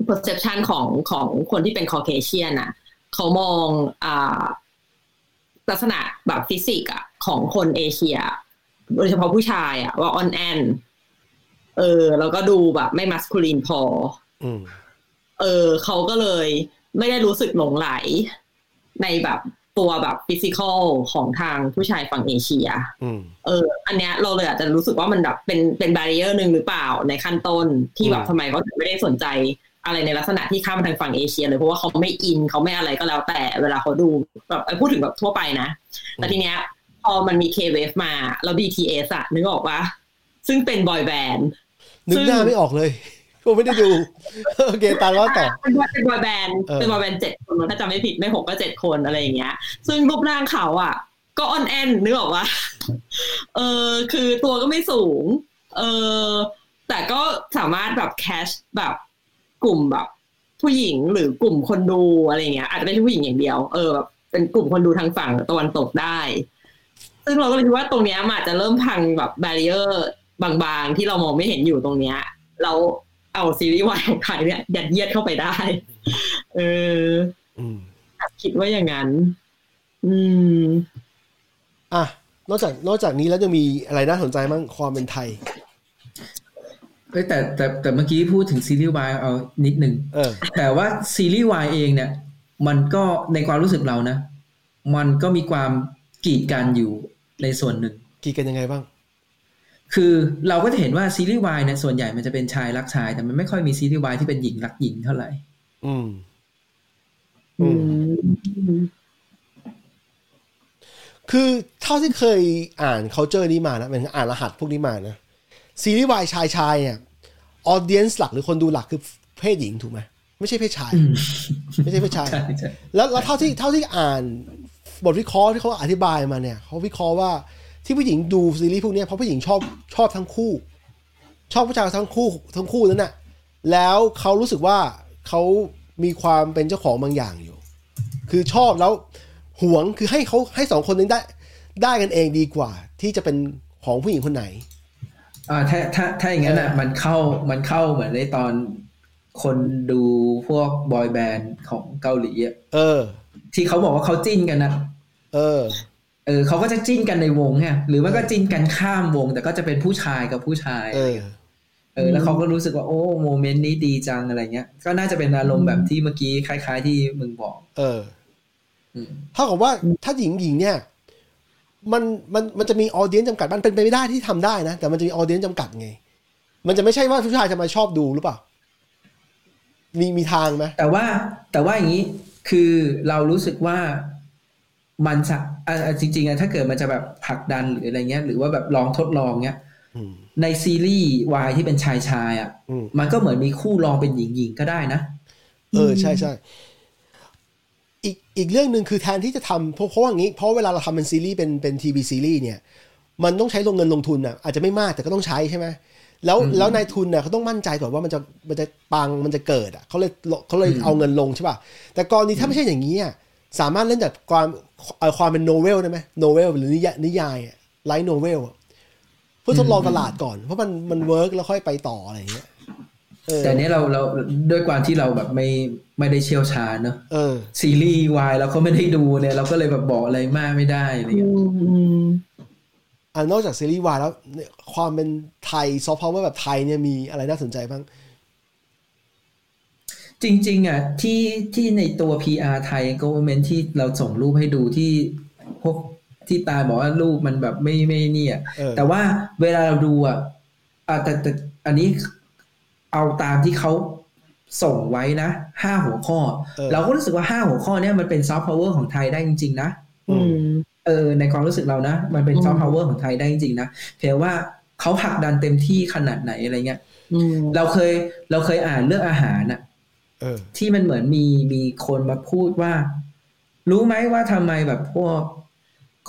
Speaker 1: perception ของของคนที่เป็นคอเคเชียนอะเขามองอ่าลักษณะแบบฟิสิกส์อะของคนเอเชีย โดยเฉพาะผู้ชายอะว่าออนแอนเออ แล้วก็ดูแบบไม่มัสคูลีนพอ
Speaker 2: อืม
Speaker 1: เออเขาก็เลยไม่ได้รู้สึกหลงไหล ในแบบตัวแบบฟิสิกอลของทางผู้ชายฝั่งเอเชีย
Speaker 2: อืม
Speaker 1: เออ อันเนี้ยเราเลยอาจจะรู้สึกว่ามันแบบเป็นเป็นบารีเออร์หนึ่งหรือเปล่าในขั้นต้นที่แบบ
Speaker 2: อืม
Speaker 1: ทำไมเขาถึงไม่ได้สนใจอะไรในลักษณะที่ข้ามมาทางฝั่งเอเชีย เลยเพราะว่าเขาไม่อินเขาไม่อะไรก็แล้วแต่เวลาเขาดูแบบพูดถึงแบบทั่วไปนะ แต่ทีเนี้ยพอมันมี K-Wave มาแล้ว BTS อะนึกออกปะซึ่งเป็นบอยแบนด์
Speaker 2: นึกหน้าไม่ออกเลย ผมไม่ได้ดู โอเคตาล้อต่อ
Speaker 1: เป็นบอยเป็นบอยแบนด์
Speaker 2: เออ
Speaker 1: เป็นบอยแบนด์เจ็ดคนมั้งถ้าจำไม่ผิดไม่หกก็เจ็ดคนอะไรอย่างเงี้ย ซึ่งรูปร่างเขาอ่ะ ก็ออนแอนนึกออกว่า เออคือตัวก็ไม่สูง เออแต่ก็สามารถแบบแคชแบบกลุ่มแบบ ผู้หญิงหรือกลุ่มคนดูอะไรอย่างเงี้ย อาจจะไม่ใช่ผู้หญิงอย่างเดียว เออแบบเป็นกลุ่มคนดูทางฝั่งตะวันตกได้ ซึ่งเราก็เลยคิดว่าตรงเนี้ยมันอาจจะเริ่มพังแบบแบรีเออร์บางๆ ที่เรามองไม่เห็นอยู่ตรงเนี้ยเราเอาซีรีส์วายของไทยเนี่ยยัดเยียดเข้าไปได้ เออ
Speaker 2: อืม
Speaker 1: คิดว่าอย่างนั้น อืม
Speaker 2: อ่ะ นอกจากนอกจากนี้แล้วยังมีอะไรน่าสนใจบ้างความเป็นไทย
Speaker 4: เอ้ยแต่แต่แต่เมื่อกี้พูดถึงซีรีส์วายเอานิดหนึ่ง
Speaker 2: เออ
Speaker 4: แต่ว่าซีรีส์วายเองเนี่ย มันก็ในความรู้สึกเรานะ มันก็มีความกีดกันอยู่ในส่วนหนึ่ง
Speaker 2: กีดกันยังไงบ้าง
Speaker 4: คือเราก็จะเห็นว่าซีรีส์วายเนี่ยส่วนใหญ่มันจะเป็นชายรักชาย แต่มันไม่ค่อยมีซีรีส์วายที่เป็นหญิงรักหญิงเท่าไหร่
Speaker 2: อืม
Speaker 1: อืม
Speaker 2: คือเท่าที่เคยอ่าน c u l t u r e นี้มานะเป็นอ่านรหัสพวกนี้มานะซีรีส์วายชายชายเนี่ยออเดียนหลักหรือคนดูหลักคือเพศหญิงถูกไหมไม่ใช่เพศชาย
Speaker 4: อืม
Speaker 2: ไม่ใช่เพศชาย
Speaker 4: ใช่ใช่
Speaker 2: แล้วแล้วเท่าที่เท่าที่อ่านบทวิเคราะห์ที่เขาอธิบายมาเนี่ยเขาวิเคราะห์ว่าที่ผู้หญิงดูซีรีส์พวกเนี้ยเพราะผู้หญิงชอบชอบทั้งคู่ ชอบผู้ชายทั้งคู่ทั้งคู่นั่นแหะแล้วเขารู้สึกว่าเขามีความเป็นเจ้าของบางอย่างอยู่ คือชอบแล้วหวงคือให้เขาให้สองคนนั้นได้ ได้กันเองดีกว่า ที่จะเป็นของผู้หญิงคนไหน
Speaker 4: อ่าถ้าถ้าถ้าอย่างนั้นอ่ะมันเข้ามันเข้าเหมือนในตอนคนดูพวกบอยแบนด์ของเกาหลีอะ
Speaker 2: เออ
Speaker 4: ที่เขาบอกว่าเขาจิ้นกันนะ
Speaker 2: เออ
Speaker 4: เออเขาก็จะจิ้นกันในวงไงหรือว่าก็จิ้นกันข้ามวง แต่ก็จะเป็นผู้ชายกับผู้ชาย
Speaker 2: เออ
Speaker 4: เออแล้วเขาก็รู้สึกว่าโอ้โมเมนต์นี้ดีจังอะไรเงี้ย ก็น่าจะเป็นอารมณ์แบบที่เมื่อกี้คล้าย ๆ ที่มึงบอก
Speaker 2: เออ
Speaker 4: อืม
Speaker 2: เท่ากับว่าถ้าหญิงหญิงเนี่ย มันมันมันจะมีออเดียนจำกัดมันเป็นไปไม่ได้ที่ทำได้นะ แต่มันจะมีออเดียนจำกัดไง มันจะไม่ใช่ว่าผู้ชายจะมาชอบดูหรือเปล่า มีมีทางไหม
Speaker 4: แต่ว่าแต่ว่าอย่างนี้คือเรารู้สึกว่ามันจะอ่ะอ่ะจริงๆอะถ้าเกิดมันจะแบบผลักดันหรืออะไรเงี้ย หรือว่าแบบลองทดลองเงี้ย
Speaker 2: อืม
Speaker 4: ในซีรีส์วายที่เป็นชายชายๆอะ
Speaker 2: อืม
Speaker 4: มันก็เหมือนมีคู่ลองเป็นหญิงหญิงก็ได้นะ
Speaker 2: เออใช่ใช่อีกอีกเรื่องหนึ่งคือแทนที่จะทำเพราะเพราะว่าอย่างนี้เพราะเวลาเราทำเป็นซีรีส์เป็นเป็นทีวีซีรีส์เนี่ย มันต้องใช้ลงเงินลงทุนอ่ะอาจจะไม่มากแต่ก็ต้องใช้ใช่ไหมแล้วแล้วนายทุนเนี่ยเขาต้องมั่นใจก่อนว่ามันจะมันจะปังมันจะเกิดอ่ะเขาเลยเขาเลยเอาเงินลงใช่ป่ะแต่กรณีถ้าไม่ใช่อย่างนี้อ่ะสามารถเล่นแบบความเอ่อความเป็นโนเวลได้ไหมโนเวลหรือนิยายนิยายไลท์โนเวลเพื่อทดลองตลาดก่อน เพราะมันมันเวิร์กแล้วค่อยไปต่ออะไรอย่างเงี้ยเออ
Speaker 4: แต่เนี้ยเราเราด้วยความที่เราแบบไม่ไม่ได้เชี่ยวชาญเนอะ
Speaker 2: เออ
Speaker 4: ซีรีส์วายเราก็ไม่ได้ดูเนี่ย เราก็เลยแบบบอกอะไรมากไม่ได้อะไร
Speaker 1: อื
Speaker 4: เงี้ย
Speaker 1: มอืม
Speaker 2: อ่ะนอกจากซีรีส์วายแล้วเนี่ยความเป็นไทยซอฟต์พาวเวอร์แบบไทยเนี่ยมีอะไรน่าสนใจบ้าง
Speaker 4: จริง ๆอ่ะที่ที่ในตัว PR ไทย government ที่เราส่งรูปให้ดูที่พวกที่ตาบอกว่ารูปมันแบบไม่ไม่เนี่ย
Speaker 2: เออ
Speaker 4: แต่ว่าเวลาเราดูอ่ะอ่ะแต่แต่อันนี้เอาตามที่เขาส่งไว้นะห้าหัวข้อ
Speaker 2: เออ
Speaker 4: เราก็รู้สึกว่าห้าหัวข้อเนี่ยมันเป็นซอฟต์พาวเวอร์ของไทยได้จริง ๆ นะ
Speaker 1: อืม
Speaker 4: เออในความรู้สึกเรานะ มันเป็น
Speaker 1: อืม
Speaker 4: ซอฟต์พาวเวอร์ของไทยได้จริงๆนะเพียงว่าเขาผลักดันเต็มที่ขนาดไหนอะไรเงี้ย
Speaker 1: อืม
Speaker 4: เราเคยเราเคยอ่านเรื่องอาหารน่ะ
Speaker 2: เออ
Speaker 4: ที่มันเหมือนมีมีคนมาพูดว่า รู้ไหมว่าทำไมแบบพวก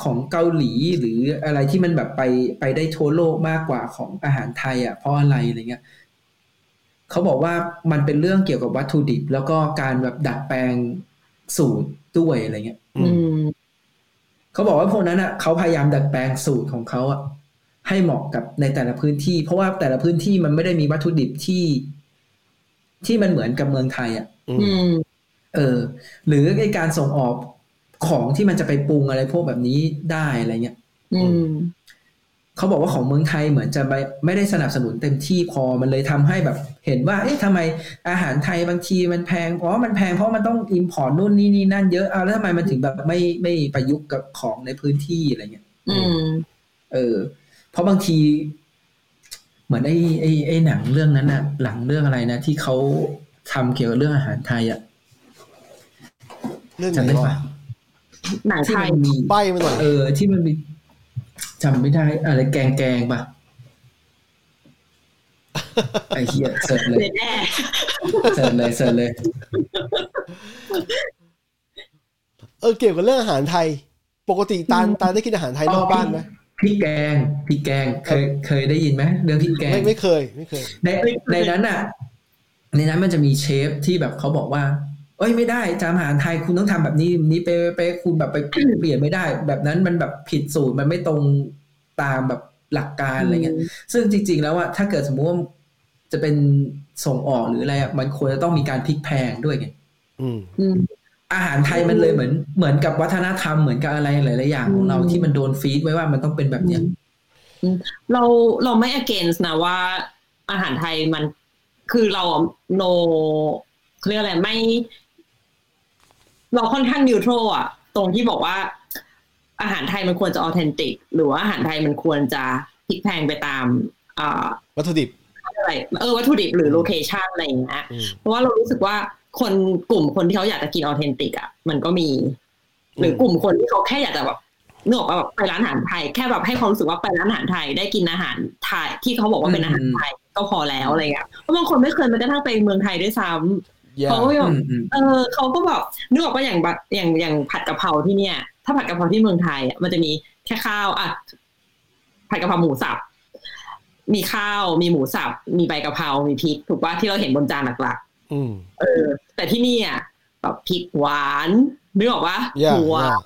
Speaker 4: ของเกาหลีหรืออะไรที่มันแบบไปไปได้ทั่วโลกมากกว่าของอาหารไทยอ่ะเพราะอะไรอะไรเงี้ยเขาบอกว่ามันเป็นเรื่องเกี่ยวกับวัตถุดิบ แล้วก็การแบบดัดแปลงสูตรด้วยอะไรเงี้ย
Speaker 1: อืม
Speaker 4: เขาบอกว่าพวกนั้นอ่ะเขาพยายามดัดแปลงสูตรของเขาอ่ะให้เหมาะกับในแต่ละพื้นที่ เพราะว่าแต่ละพื้นที่มันไม่ได้มีวัตถุดิบที่ ที่มันเหมือนกับเมืองไทยอ่ะ
Speaker 1: อืม
Speaker 4: เออ หรือไอการส่งออกของที่มันจะไปปรุงอะไรพวกแบบนี้ได้อะไรเงี้ย
Speaker 1: อืม
Speaker 4: เขาบอกว่าของเมืองไทยเหมือนจะไม่ไม่ได้สนับสนุนเต็มที่พอมันเลยทำให้แบบ เห็นว่า เอ๊ะทำไมอาหารไทยบางทีมันแพงเพราะมันแพงเพราะมันต้องอิมพอร์ตนู่นนี่นี่นั่นเยอะเอาแล้วทำไมมันถึงแบบไม่ไม่ประยุกต์กับของในพื้นที่อะไรเงี้ย
Speaker 1: อืม
Speaker 4: เออ เพราะบางที เหมือนไอ้ไอ้ไอ้หนังเรื่องนั้นน่ะ หลังเรื่องอะไรนะที่เขาทำเกี่ยวกับเรื่องอาหารไทยอ่ะ
Speaker 2: เรื่องไห
Speaker 4: จำ
Speaker 2: น
Speaker 4: ได้
Speaker 2: วะ
Speaker 4: ปะ
Speaker 1: หนัง
Speaker 4: ที่
Speaker 1: ไท
Speaker 4: มั
Speaker 1: ย
Speaker 4: นมี
Speaker 2: ใบมาหน่อย
Speaker 4: เออ ที่มันมีจำไม่ได้ อะไรแกงแกง ปะไอ้เหี้ยเสิร์ชเลย
Speaker 1: เด็ดแน่
Speaker 4: เสิร์ชเลยเสิร์ชเลย
Speaker 2: เออเกี่ยวกับเรื่องอาหารไทย ปกติตาลตาลได้กินอาหารไทยนอกบ้านไหม
Speaker 4: พริกแกงพริกแกงเคยเคยได้ยินไหมเรื่องพริกแกง
Speaker 2: ไม่ไม่เคยไม่เคย
Speaker 4: ในในนั้นน่ะ ในนั้นมันจะมีเชฟที่แบบเขาบอกว่า เอ้ยไม่ได้จามอาหารไทยคุณต้องทำแบบนี้นี้เป๊ะเป๊ะคุณแบบไป เปลี่ยนไม่ได้ แบบนั้นมันแบบผิดสูตรมันไม่ตรงตามแบบหลักการอะไรเงี้ย ซึ่งจริง ๆ แล้วอะถ้าเกิดสมมุติว่าจะเป็นส่งออกหรืออะไรอะมันควรจะต้องมีการพลิกแพลงด้วยไง
Speaker 2: อืม
Speaker 1: อืม
Speaker 4: อาหารไทยมันเลยเหมือนเหมือนกับวัฒนธรรมเหมือนกับอะไรหลายๆอย่างของเราที่มันโดนฟีดไว้ว่ามันต้องเป็นแบบเนี้ย
Speaker 1: เราเราไม่ against นะว่าอาหารไทยมันคือเราอะ no เขาเรียกอะไรไม่ เราค่อนข้างนิวโตรอะตรงที่บอกว่า อาหารไทยมันควรจะออเทนติกหรือว่าอาหารไทยมันควรจะพลิกแพลงไปตามอ่า
Speaker 2: วัตถุดิบ
Speaker 1: อะไรเออวัตถุดิบหรือโลเคชันอะไรอย่างเงี้ย
Speaker 2: อืม
Speaker 1: เพราะว่าเรารู้สึกว่าคนกลุ่มคนที่เขาอยากจะกินออเทนติกอ่ะมันก็มี หรือ
Speaker 2: ม
Speaker 1: กลุ่มคนที่เขาแค่อยากจะแบบนึกออกป่ะแบบไปร้านอาหารไทย แค่แบบให้ความรู้สึกว่าไปร้านอาหารไทยได้กินอาหารไทยที่เขาบอกว่าเป็นอาหารไทยก็พอแล้วอะไรเงี้ยเพราะบางคนไม่เคยแม้กระทั่งไปเมืองไทยด้วยซ้ำ
Speaker 2: Yeah
Speaker 1: เขาก็แบ
Speaker 4: อื
Speaker 1: บ
Speaker 4: มอืม
Speaker 1: เออเขาก็แบบนึกออกว่าอย่างแบบอย่างอย่างผัดกะเพราที่เนี่ย ถ้าผัดกะเพราที่เมืองไทยอะมันจะมีแค่ข้าวอ่ะผัดกะเพราหมูสับมีข้าวมีหมูสับมีใบกะเพรามีพริกถูกป่ะที่เราเห็นบนจานหลักๆ
Speaker 2: อืม
Speaker 1: เออแต่ที่นี่อ่ะแบบพริกหวานนึกออกปะ
Speaker 2: อย่า
Speaker 1: หัว
Speaker 2: อย่า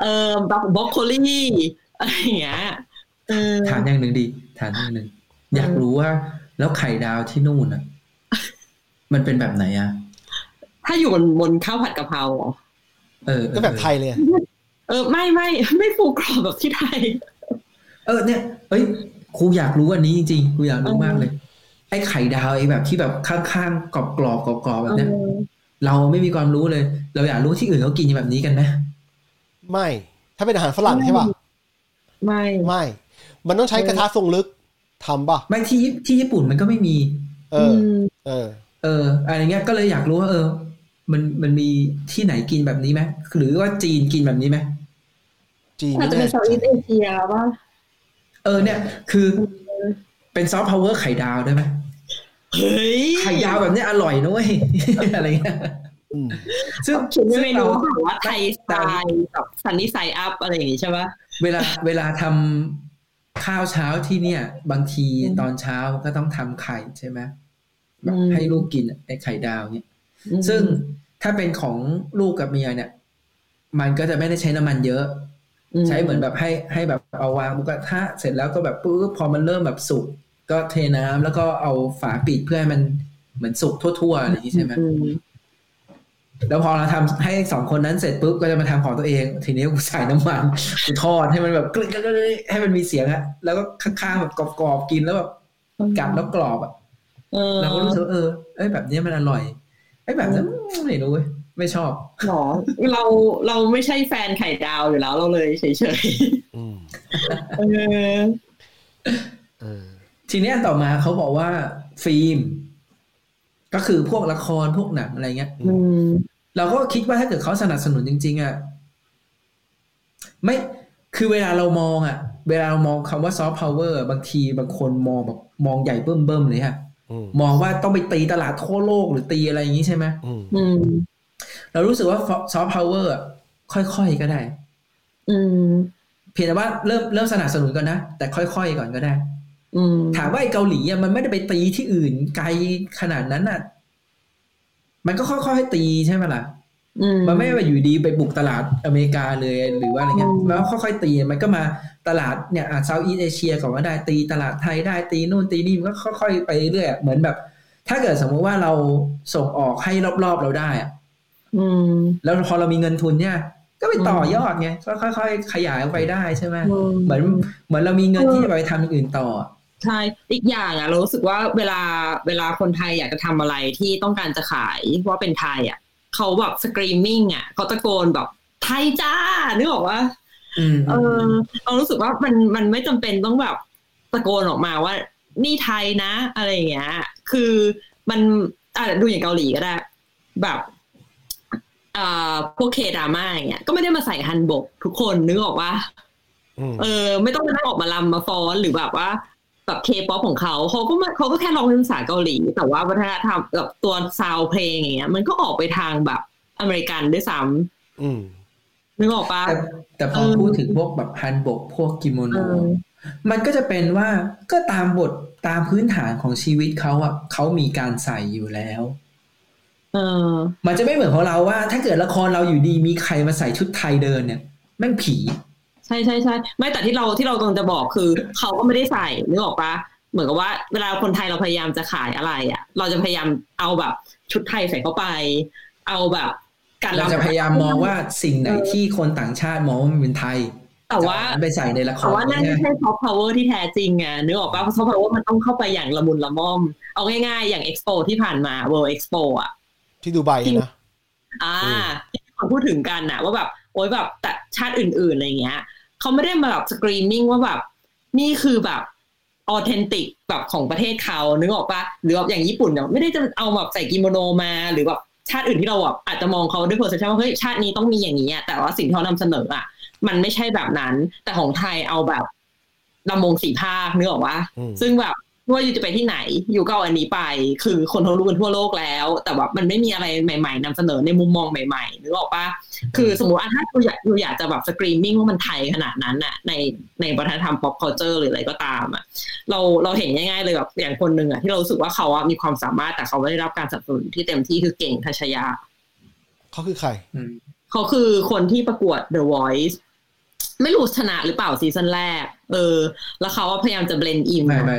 Speaker 1: เออแบบบล็อกโคลี่อะไรอย่างเงี้ยเออ
Speaker 4: ถามอย่างหนึ่งดีถามอย่างหนึ่งอยากรู้ว่า แล้วไข่ดาวที่นู่น อ่ะ มันเป็นแบบไหนอ่ะ
Speaker 1: ถ้าอยู่บนบนข้าวผัดกะเพราเหรอ
Speaker 4: เออเออ
Speaker 2: ก็แบบไทยเลยอะ
Speaker 1: เออไม่ไม่ ไม่ฟูกรอบแบบที่ไทย
Speaker 4: เออเนี่ยเอ้ยครูอยากรู้อันนี้จริงๆครูอยากรู้
Speaker 1: เออ
Speaker 4: มากเลย ไอ้ไข่ดาวไอ้แบบที่แบบข้างๆกรอบๆกรอบๆแบบเนี้ย
Speaker 1: เออ
Speaker 4: เราไม่มีความรู้เลย เราอยากรู้ที่อื่นเขากินแบบนี้กันไหม
Speaker 2: ไม่ ถ้าเป็นอาหารฝรั่งใช่ป่ะ
Speaker 1: ไม่
Speaker 2: ไม่ มันต้องใช้กระทะทรงลึกทำป่ะ
Speaker 4: ไม่ที่ญี่ที่ญี่ปุ่นมันก็ไม่มี
Speaker 2: เออ เออ
Speaker 4: เอออะไรเงี้ยก็เลยอยากรู้ว่าเออ มันมันมีที่ไหนกินแบบนี้ไหมหรือว่าจีนกินแบบนี้ไหม
Speaker 2: จีน
Speaker 1: อาจ
Speaker 2: ไม่
Speaker 1: จะเป็
Speaker 2: แน่
Speaker 1: นเซาท์อีส
Speaker 2: ใจ
Speaker 1: เอเชียว่า
Speaker 4: เออเนี่ย คือเป็นซอฟต์พาวเวอร์ไข่ดาวได้ไหม
Speaker 1: เฮ้ย
Speaker 4: ไข่ดาวแบบเนี้ยอร่อยนะเว้ย อะไรเงี้ย
Speaker 2: อืม
Speaker 4: ซึ่ง
Speaker 1: เขียนในเมนู
Speaker 4: ซึ่ง
Speaker 1: แบ
Speaker 4: รา
Speaker 1: บว่าไทยสไตล์แบบซันนี่ไซอัพอะไรอย่างงี้ใช่ปะ
Speaker 4: เวลาเวลาทำข้าวเช้าที่เนี่ย บางทีตอนเช้าก็ต้องทำไข่ใช่ไหมแบบให้ลูกกินอะไอไข่ดาวเนี่ย ซึ่งถ้าเป็นของลูกกับเมียเนี่ย มันก็จะไม่ได้ใช้น้ำมันเยอะ ใช้เหมือนแบบให้ให้แบบเอาวางบุกระทะเสร็จแล้วก็แบบปุ๊บพอมันเริ่มแบบสุกก็เทน้ำแล้วก็เอาฝาปิดเพื่อให้มันเหมือนสุกทั่วๆอะไรอย่างนี้ใช่ไหม
Speaker 1: อืม
Speaker 4: แล้วพอเราทำให้สองคนนั้นเสร็จปุ๊บก็จะมาทำของตัวเอง ทีนี้กูใส่น้ำมันกูทอดให้มันแบบกรึ๊กกรึ๊กกรึ๊กให้มันมีเสียงอะแล้วก็ข้างๆแบบกรอบๆกินแล้วแบบกัดแล้วกรอบอะ
Speaker 1: เออ
Speaker 4: เราก็รู้สึกว่าเออเอ้ยแบบเนี้ยมันอร่อยไอ้ยแบบนั้นไม่รู้เว้ยไม่ชอบ
Speaker 1: หรอเราเราไม่ใช่แฟนไข่ดาวอยู่แล้วเราเลยเฉยๆ
Speaker 2: อืม
Speaker 1: เออ
Speaker 2: เออ
Speaker 4: ทีเนี้ยต่อมาเขาบอกว่าฟิล์ม ก็คือพวกละครพวกหนังอะไรเงี้ย
Speaker 1: อืม
Speaker 4: เราก็คิดว่าถ้าเกิดเขาสนับสนุนจริง ๆอะไม่คือเวลาเรามองอะเวลาเรามองคำว่าซอฟต์พาวเวอร์บางทีบางคนมองแบบมองใหญ่เบิ่มๆเลยฮะ
Speaker 2: อืม
Speaker 4: มองว่าต้องไปตีตลาดทั่วโลกหรือตีอะไรอย่างนี้ใช่ไหม
Speaker 2: อืม
Speaker 1: อืม
Speaker 4: เรารู้สึกว่าซอฟต์พาวเวอร์ค่อยๆก็ได้
Speaker 1: อืม
Speaker 4: เพียงแต่ว่าเริ่มเริ่มสนับสนุนก่อนนะ แต่ค่อยๆก่อนก็ได้
Speaker 1: อืม
Speaker 4: ถามว่าไอ้เกาหลีอะมันไม่ได้ไปตีที่อื่นไกลขนาดนั้นอะมันก็ค่อยๆตีใช่ไหมล่ะ
Speaker 1: อืม
Speaker 4: มันไม่ได้ว่าอยู่ดีไปบุกตลาดอเมริกาเลยหรือว่าอะไรเงี้ย
Speaker 1: อืม
Speaker 4: แล้วค่อยๆตีมันก็มาตลาดเนี่ยอาเซาท์อีสเอเชียก่อนก็ได้ตีตลาดไทยได้ตีนู่นตีนี่มันก็ค่อยๆไปเรื่อยอะเหมือนแบบ ถ้าเกิดสมมติว่าเราส่งออกให้รอบๆเราได้อะ
Speaker 1: อืม
Speaker 4: แล้วพอเรามีเงินทุนเนี่ย ก็ไปต่อยอดไงก็ค่อยๆ ขยายออกไปได้ใช่ไหมเหมือนเหมือนเรามีเงินที่จะไปทำอย่างอื่นต่ออะ
Speaker 1: ใช่อีกอย่างอ่ะเรารู้สึกว่าเวลาเวลาคนไทยอยากจะทำอะไรที่ต้องการจะขายว่าเป็นไทยอ่ะเขาแบบสกรีมมิ่งอ่ะเขาตะโกนแบบไทยจ้านึกออกว่า
Speaker 4: อืม
Speaker 1: เออเรารู้สึกว่ามันมันไม่จำเป็นต้องแบบตะโกนออกมาว่า นี่ไทยนะ อะไรอย่างเงี้ย คือมันอ่ะดูอย่างเกาหลีก็ได้ แบบเอ่อพวกเคดราม่าอย่างเงี้ยก็ไม่ได้มาใส่ฮันบก ทุกคนนึกออกว่า
Speaker 2: อืม
Speaker 1: เออ ไม่ต้องไปนั่งออกมาลำมาฟ้อนหรือแบบว่าแบบเคป๊อปของเขาเขาก็มาเขาก็แค่ร้องเพลงภาษาเกาหลี แต่ว่าวัฒนธรรมแบบตัวซาวด์เพลงอย่างเงี้ย มันก็ออกไปทางแบบอเมริกันด้วยซ้
Speaker 2: อืม
Speaker 1: ำนึกออกปะ
Speaker 4: แต่แต่พอ
Speaker 1: เออ
Speaker 4: พูดถึงพวกแบบฮันบกพวกกิโม
Speaker 1: เอ
Speaker 4: โน
Speaker 1: อ
Speaker 4: มันก็จะเป็นว่าก็ตามบทตามพื้นฐานของชีวิตเขาอะเขามีการใส่อยู่แล้ว
Speaker 1: เออ
Speaker 4: มันจะไม่เหมือนของเราว่า ถ้าเกิดละครเราอยู่ดีมีใครมาใส่ชุดไทยเดินเนี่ยแม่งผี
Speaker 1: ใช่ใช่ใช่ไม่แต่ที่เราที่เรากำลังจะบอกคือ เขาก็ไม่ได้ใส่นึกออกปะเหมือนกับว่า เวลาคนไทยเราพยายามจะขายอะไรอะ่ะ เราจะพยายามเอาแบบชุดไทยใส่เข้าไป เอาแบบ การ
Speaker 4: เรา
Speaker 1: รำ
Speaker 4: จะพยายามมองว่าสิ่งไหนที่คนต่างชาติมองว่ามันเป็นไทย
Speaker 1: แต่ว่า
Speaker 4: จะเอไปใส่ในละค
Speaker 1: แต่
Speaker 4: ร
Speaker 1: ว่านั่นไม่
Speaker 4: ใช่ไหม
Speaker 1: ใช่ซอฟต์พาวเวอร์ที่แท้จริงอ่ะนึกออกป่ะเพราะซอฟต์พาวเวอร์มันต้องเข้าไปอย่างละมุนละม่อม เอาง่ายๆ อย่างเอ็กซ์โปที่ผ่านมา World Expo อ่ะ
Speaker 2: ที่ดูไบนะ
Speaker 1: อ่า
Speaker 2: อืม
Speaker 1: ที่คนพูดถึงกันนะว่าแบบ โอ๊ยแบบแต่ชาติอื่นๆอะไรเงี้ยเขาไม่ได้มาแบบสกรีนนิ่งว่าแบบ นี่คือแบบออเทนติกแบบของประเทศเขานึกออกปะหรือแบบอย่างญี่ปุ่นเนี่ยไม่ได้จะเอาแบบใส่กิโมโนมา หรือแบบชาติอื่นที่เราแบบอาจจะมองเขาด้วยเพอร์เซพชันว่าเฮ้ยชาตินี้ต้องมีอย่างนี้อะแต่ว่าสิ่งที่เขานำเสนออะมันไม่ใช่แบบนั้น แต่ของไทยเอาแบบลำวงสีภาคนึกออกปะ
Speaker 2: อืม
Speaker 1: ซึ่งแบบไม่ว่าอยู่จะไปที่ไหน อยู่ก็เอาอันนี้ไป คือคนเขารู้กันทั่วโลกแล้ว แต่ว่ามันไม่มีอะไรใหม่ๆนำเสนอในมุมมองใหม่ๆนึกออกปะคือสมมติอ่ะถ้าอยู่อยากอยู่อยากจะแบบสกรีนมิ่งว่ามันไทยขนาดนั้นน่ะ ในในวัฒนธรรม pop culture หรืออะไรก็ตามอ่ะเราเราเห็นง่ายๆเลยแบบอย่างคนหนึ่งอ่ะที่เรารู้สึกว่าเขาอ่ะมีความสามารถแต่เขาไม่ได้รับการสนับสนุนที่เต็มที่คือเก่งทัชยา
Speaker 2: เขาคือใคร
Speaker 4: อืม
Speaker 1: เขาคือคนที่ประกวด The Voice ไม่รู้ชนะหรือเปล่าซีซั่นแรก เออ แล้วเขาว่าพยายามจะเบลนอิน
Speaker 4: ไม่ไม่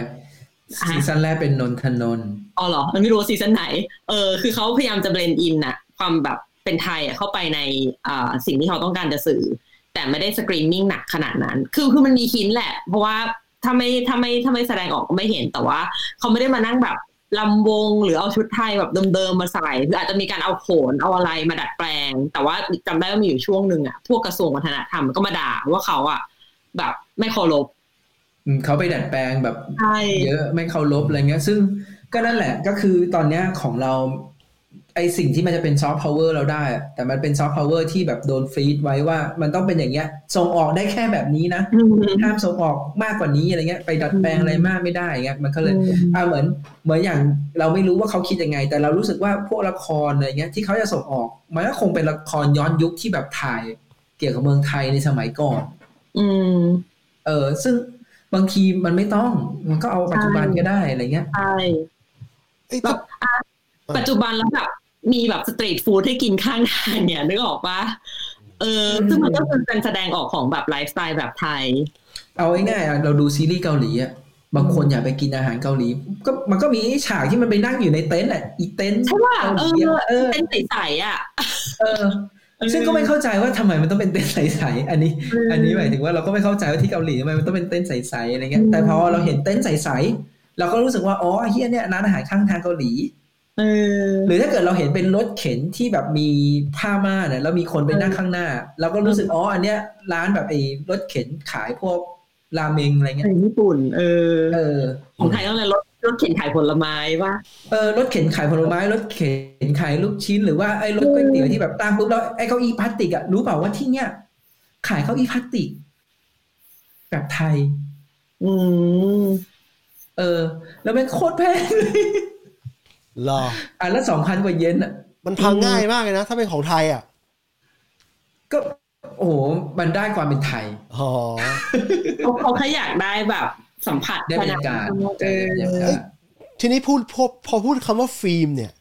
Speaker 1: อ่ะ
Speaker 4: ซีซั่นแรกเป็นนนทนนท์
Speaker 1: อ๋อเหรอมันไม่รู้ว่าซีซั่นไหน เออ คือเขาพยายามจะเบลนด์อินน่ะ ความแบบเป็นไทยอะเข้าไปในอ่าสิ่งที่เขาต้องการจะสื่อ แต่ไม่ได้สกรีนนิ่งหนักขนาดนั้น คือคือมันมีคินแหละ เพราะว่าถ้าไม่ถ้าไม่ถ้าไม่แสดงออกก็ไม่เห็น แต่ว่าเขาไม่ได้มานั่งแบบลำวงหรือเอาชุดไทยแบบเดิมๆมาใส่หรืออาจจะมีการเอาโขนเอาอะไรมาดัดแปลง แต่ว่าจำได้ว่ามีอยู่ช่วงหนึ่งอะพวกกระทรวงวัฒนธรรมก็มาด่าว่าเขาอะแบบไม่เคารพ
Speaker 4: อืมเขาไปดัดแปลงแบบ
Speaker 1: ใช่
Speaker 4: เยอะไม่เคารพอะไรเงี้ย ซึ่งก็นั่นแหละก็คือตอนเนี้ยของเราไอสิ่งที่มันจะเป็นซอฟต์พาวเวอร์เราได้อะแต่มันเป็นซอฟต์พาวเวอร์ที่แบบโดนฟรีดไว้ว่ามันต้องเป็นอย่างเงี้ยส่งออกได้แค่แบบนี้นะห้ามส่งออกมากกว่านี้อะไรเงี้ยไปดัดแปลงอะไรมากไม่ได้อย่างเงี้ยมันก็เลยอ่าเหมือนเหมือนอย่างเราไม่รู้ว่าเขาคิดยังไง แต่เรารู้สึกว่าพวกละครอะไรเงี้ยที่เขาจะส่งออกมันก็คงเป็นละครย้อนยุคที่แบบถ่ายเกี่ยวกับเมืองไทยในสมัยก่อน
Speaker 1: อืม
Speaker 4: เออซึ่งบางทีมันไม่ต้องมันก็เอาปัจจุบันก็ได้อะไรเงี้ย
Speaker 1: ใช่
Speaker 2: เอ้ย
Speaker 1: แบ
Speaker 2: ถ้า
Speaker 1: บอ่ะ
Speaker 2: อ่า
Speaker 1: ปัจจุบันแล้วแบบมีแบบสตรีทฟู้ดให้กินข้างทางเนี่ยนึกออกปะเอออ
Speaker 4: ม
Speaker 1: ซึ่งมันก็คือการแสดงออกของแบบไลฟ์สไตล์แบบไทย
Speaker 4: เอาง่ายๆอ่ะเราดูซีรีส์เกาหลีอ่ะบางคนอยากไปกินอาหารเกาหลี ก็มันก็มีฉากที่มันไปนั่งอยู่ในเต็นท์อ่ะอีเต็นท์
Speaker 1: ใช่ป่ะเอ
Speaker 4: เกาห
Speaker 1: อ
Speaker 4: ลีอะเออ
Speaker 1: เป็นใสๆอ่ะ
Speaker 4: เออ ซึ่งก็ไม่เข้าใจว่าทำไมมันต้องเป็นเต็นท์ใสๆอันนี้ อันนี้หมายถึงว่าเราก็ไม่เข้าใจว่าที่เกาหลีทำไมมันต้องเป็นเต็นท์ใสๆอะไรเงี้ยแต่พอเราเห็นเต็นท์ใสๆเราก็รู้สึกว่าอ๋อเฮียเนี่ยร้านอาหารข้างทางเกาหลี
Speaker 1: เออ
Speaker 4: หรือถ้าเกิดเราเห็นเป็นรถเข็นที่แบบมีผ้าม่านเนี่ยแล้วมีคนไปนั่งข้างหน้าเราก็รู้สึกอ๋ออันเนี้ยร้านแบบไอ้รถเข็นขายพวกราเมงอะไรเงี้ย
Speaker 1: เป็นญี่ปุ่น เออ
Speaker 4: เออ
Speaker 1: ของไทยต้องเลยรถรถเข็นขายผลไม้ว่า
Speaker 4: เออรถเข็นขายผลไม้รถเข็นขายลูกชิ้น หรือว่าไอ้รถก๋วยเตี๋ยวที่แบบตั้งปุ๊บแล้วไอ้เก้าอี้พลาสติกอะรู้เปล่าว่าที่เนี้ยขายเก้าอี้พลาสติก แบบไทย
Speaker 1: อืม
Speaker 4: เออ แล้วมันโคตรแพงเลย
Speaker 2: เหรอ
Speaker 4: อ่ะแล้วสองพันกว่าเยนอะ
Speaker 2: มันพังง่ายมากเลยนะ ถ้าเป็นของไทยอ่ะ
Speaker 4: ก็โอ้โหมันได้ความเป็นไทย
Speaker 2: อ๋อ
Speaker 1: เขาเขาแค่อยากได้แบบสัมผัส
Speaker 4: ได้บรรยากาศ
Speaker 1: เออ
Speaker 4: ได้บรรยากาศ
Speaker 2: ทีนี้พูดพอพอพูดคำว่าฟิล์มเนี่ย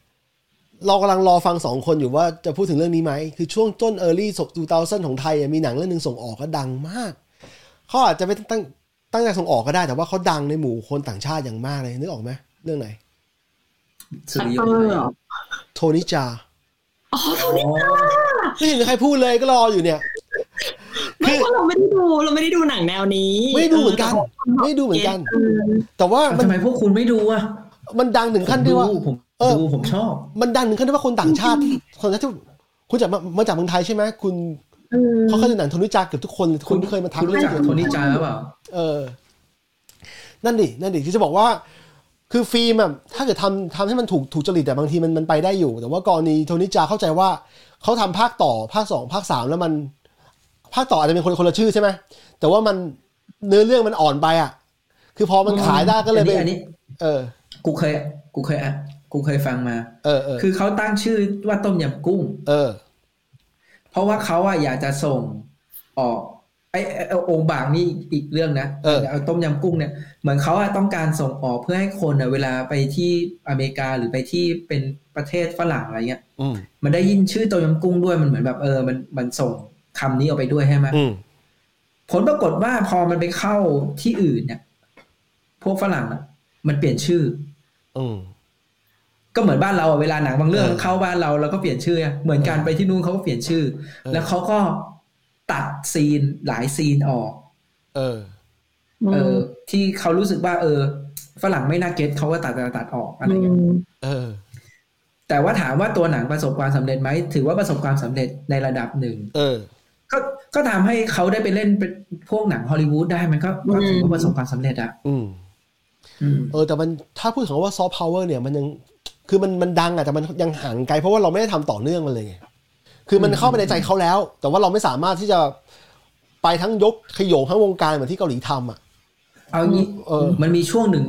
Speaker 2: เรากำลังรอฟังสองคนอยู่ว่าจะพูดถึงเรื่องนี้ไหม คือช่วงต้น early 2000ของไทยอะมีหนังเรื่องหนึ่งส่งออกก็ดังมากเขาอาจจะไม่ตั้งตั้งใจส่งออกก็ได้แต่ว่าเขาดังในหมู่คนต่างชาติอย่างมากเลยนึกออกไหมเรื่องไหน
Speaker 4: สุ
Speaker 1: ชัต
Speaker 4: ริย
Speaker 1: เตอร์เหรอ
Speaker 2: โทนิจา
Speaker 1: อ๋อโท
Speaker 4: โอ้
Speaker 1: นี่
Speaker 2: ไม่เห็นมีใครพูดเลยก็รออยู่เนี่ย
Speaker 1: ไม่เพราะเราไม่ได้ดูเราไม่ได้ดูหนังแนวนี้
Speaker 2: ไม่ได้ดูเหมือนกันไม่ได้ดูเหมือนกัน แต่ว่า
Speaker 4: อ้าว
Speaker 2: มัน
Speaker 4: ทำไมพวกคุณไม่ดูอ่ะ
Speaker 2: มันดังถึงขั้นที่ว่า
Speaker 4: ผมดูผม
Speaker 2: เออ
Speaker 4: ดูผมชอบ
Speaker 2: มันดังถึงขั้นที่ว่าคนต่างชาติคนต่างชาติคุณจากมามาจากเมืองไทยใช่ไหมคุณ
Speaker 1: เออ
Speaker 2: เขาเคยดูหนังโทนิจาเกือบทุกคนเลยคุณเคยมา
Speaker 4: คุ
Speaker 2: ทำ
Speaker 4: ณรู้
Speaker 2: เรื่อง
Speaker 4: จัก
Speaker 2: เกี่ยวกับ
Speaker 4: โทนี่จ้าเปล่า
Speaker 2: เออ นั่นดิ นั่นดิที่จะบอกว่า คือฟิล์มอะถ้าเกิดทำทำให้มันถูกถูกจริตแต่บางทีมันมันไปได้อยู่ แต่ว่ากรณีโทนิจาเข้าใจว่าเขาทำภาคต่อภาคสองภาคสามแล้วมัน ภาคต่ออาจจะเป็นคนคนละชื่อใช่ไหมแต่ว่ามันเนื้อเรื่องมันอ่อนไปอ่ะ คือพอมันขายได้ก็เลยไป
Speaker 4: อันนี้อันนี้
Speaker 2: เออ
Speaker 4: กูเคย กูเคยอ่ะ กูเคยฟังมา
Speaker 2: เออเออ
Speaker 4: คือเขาตั้งชื่อว่าต้มยำกุ้ง
Speaker 2: เออ
Speaker 4: เพราะว่าเขาอ่ะอยากจะส่งออกไอ้ไอ้ไอ้องค์บากนี่อีกเรื่องนะ
Speaker 2: เออ
Speaker 4: เอาต้มยำกุ้งเนี่ยเหมือนเขาอ่ะต้องการส่งออกเพื่อให้คนอ่ะเวลาไปที่อเมริกาหรือไปที่เป็นประเทศฝรั่งอะไรเงี้ย
Speaker 2: อืม
Speaker 4: มันได้ยินชื่อต้มยำกุ้งด้วยมันเหมือนแบบเออมันมันส่งคำนี้ออกไปด้วยใช่ไหม
Speaker 2: อืม
Speaker 4: ผลปรากฏว่าพอมันไปเข้าที่อื่นเนี่ย พวกฝรั่งอะมันเปลี่ยนชื่อ
Speaker 2: อืม
Speaker 4: ก็เหมือนบ้านเราอะเวลาหนังบางเรื่อง
Speaker 2: เออ
Speaker 4: เข้าบ้านเราเราก็เปลี่ยนชื่ออะเหมือนการไปที่นู่นเขาก็เปลี่ยนชื่อ
Speaker 2: ออ
Speaker 4: แล้วเขาก็ตัดซีนหลายซีนออก
Speaker 2: เออ
Speaker 4: เออ ที่เขารู้สึกว่า เออ ฝรั่งไม่น่าเก็ตเขาก็ตัดตัดตัดออกอะไรอย่างเงี้ย
Speaker 2: เออ
Speaker 4: แต่ว่าถามว่าตัวหนังประสบความสำเร็จไหม ถือว่าประสบความสำเร็จในระดับหนึ่ง
Speaker 2: เออ
Speaker 4: ก็ก็ทำให้เขาได้ไปเล่นเป็นพวกหนังฮอลลีวูดได้มันก็ก็ถือว่าประสบความสำเร็จอะ
Speaker 2: อืม
Speaker 4: อืม
Speaker 2: เออแต่มันถ้าพูดถึงว่าซอฟต์พาวเวอร์เนี่ยมันยังคือมันมันดังอะแต่มันยังห่างไกลเพราะว่าเราไม่ได้ทำต่อเนื่องมันเลยไงคือมันเข้าไปในใจเขาแล้ว แต่ว่าเราไม่สามารถที่จะไปทั้งยกขยโยงทั้งวงการเหมือนที่เกาหลีทำอ่ะ
Speaker 4: เอางี้
Speaker 2: เออ
Speaker 4: มันมีช่วงหนึ่ง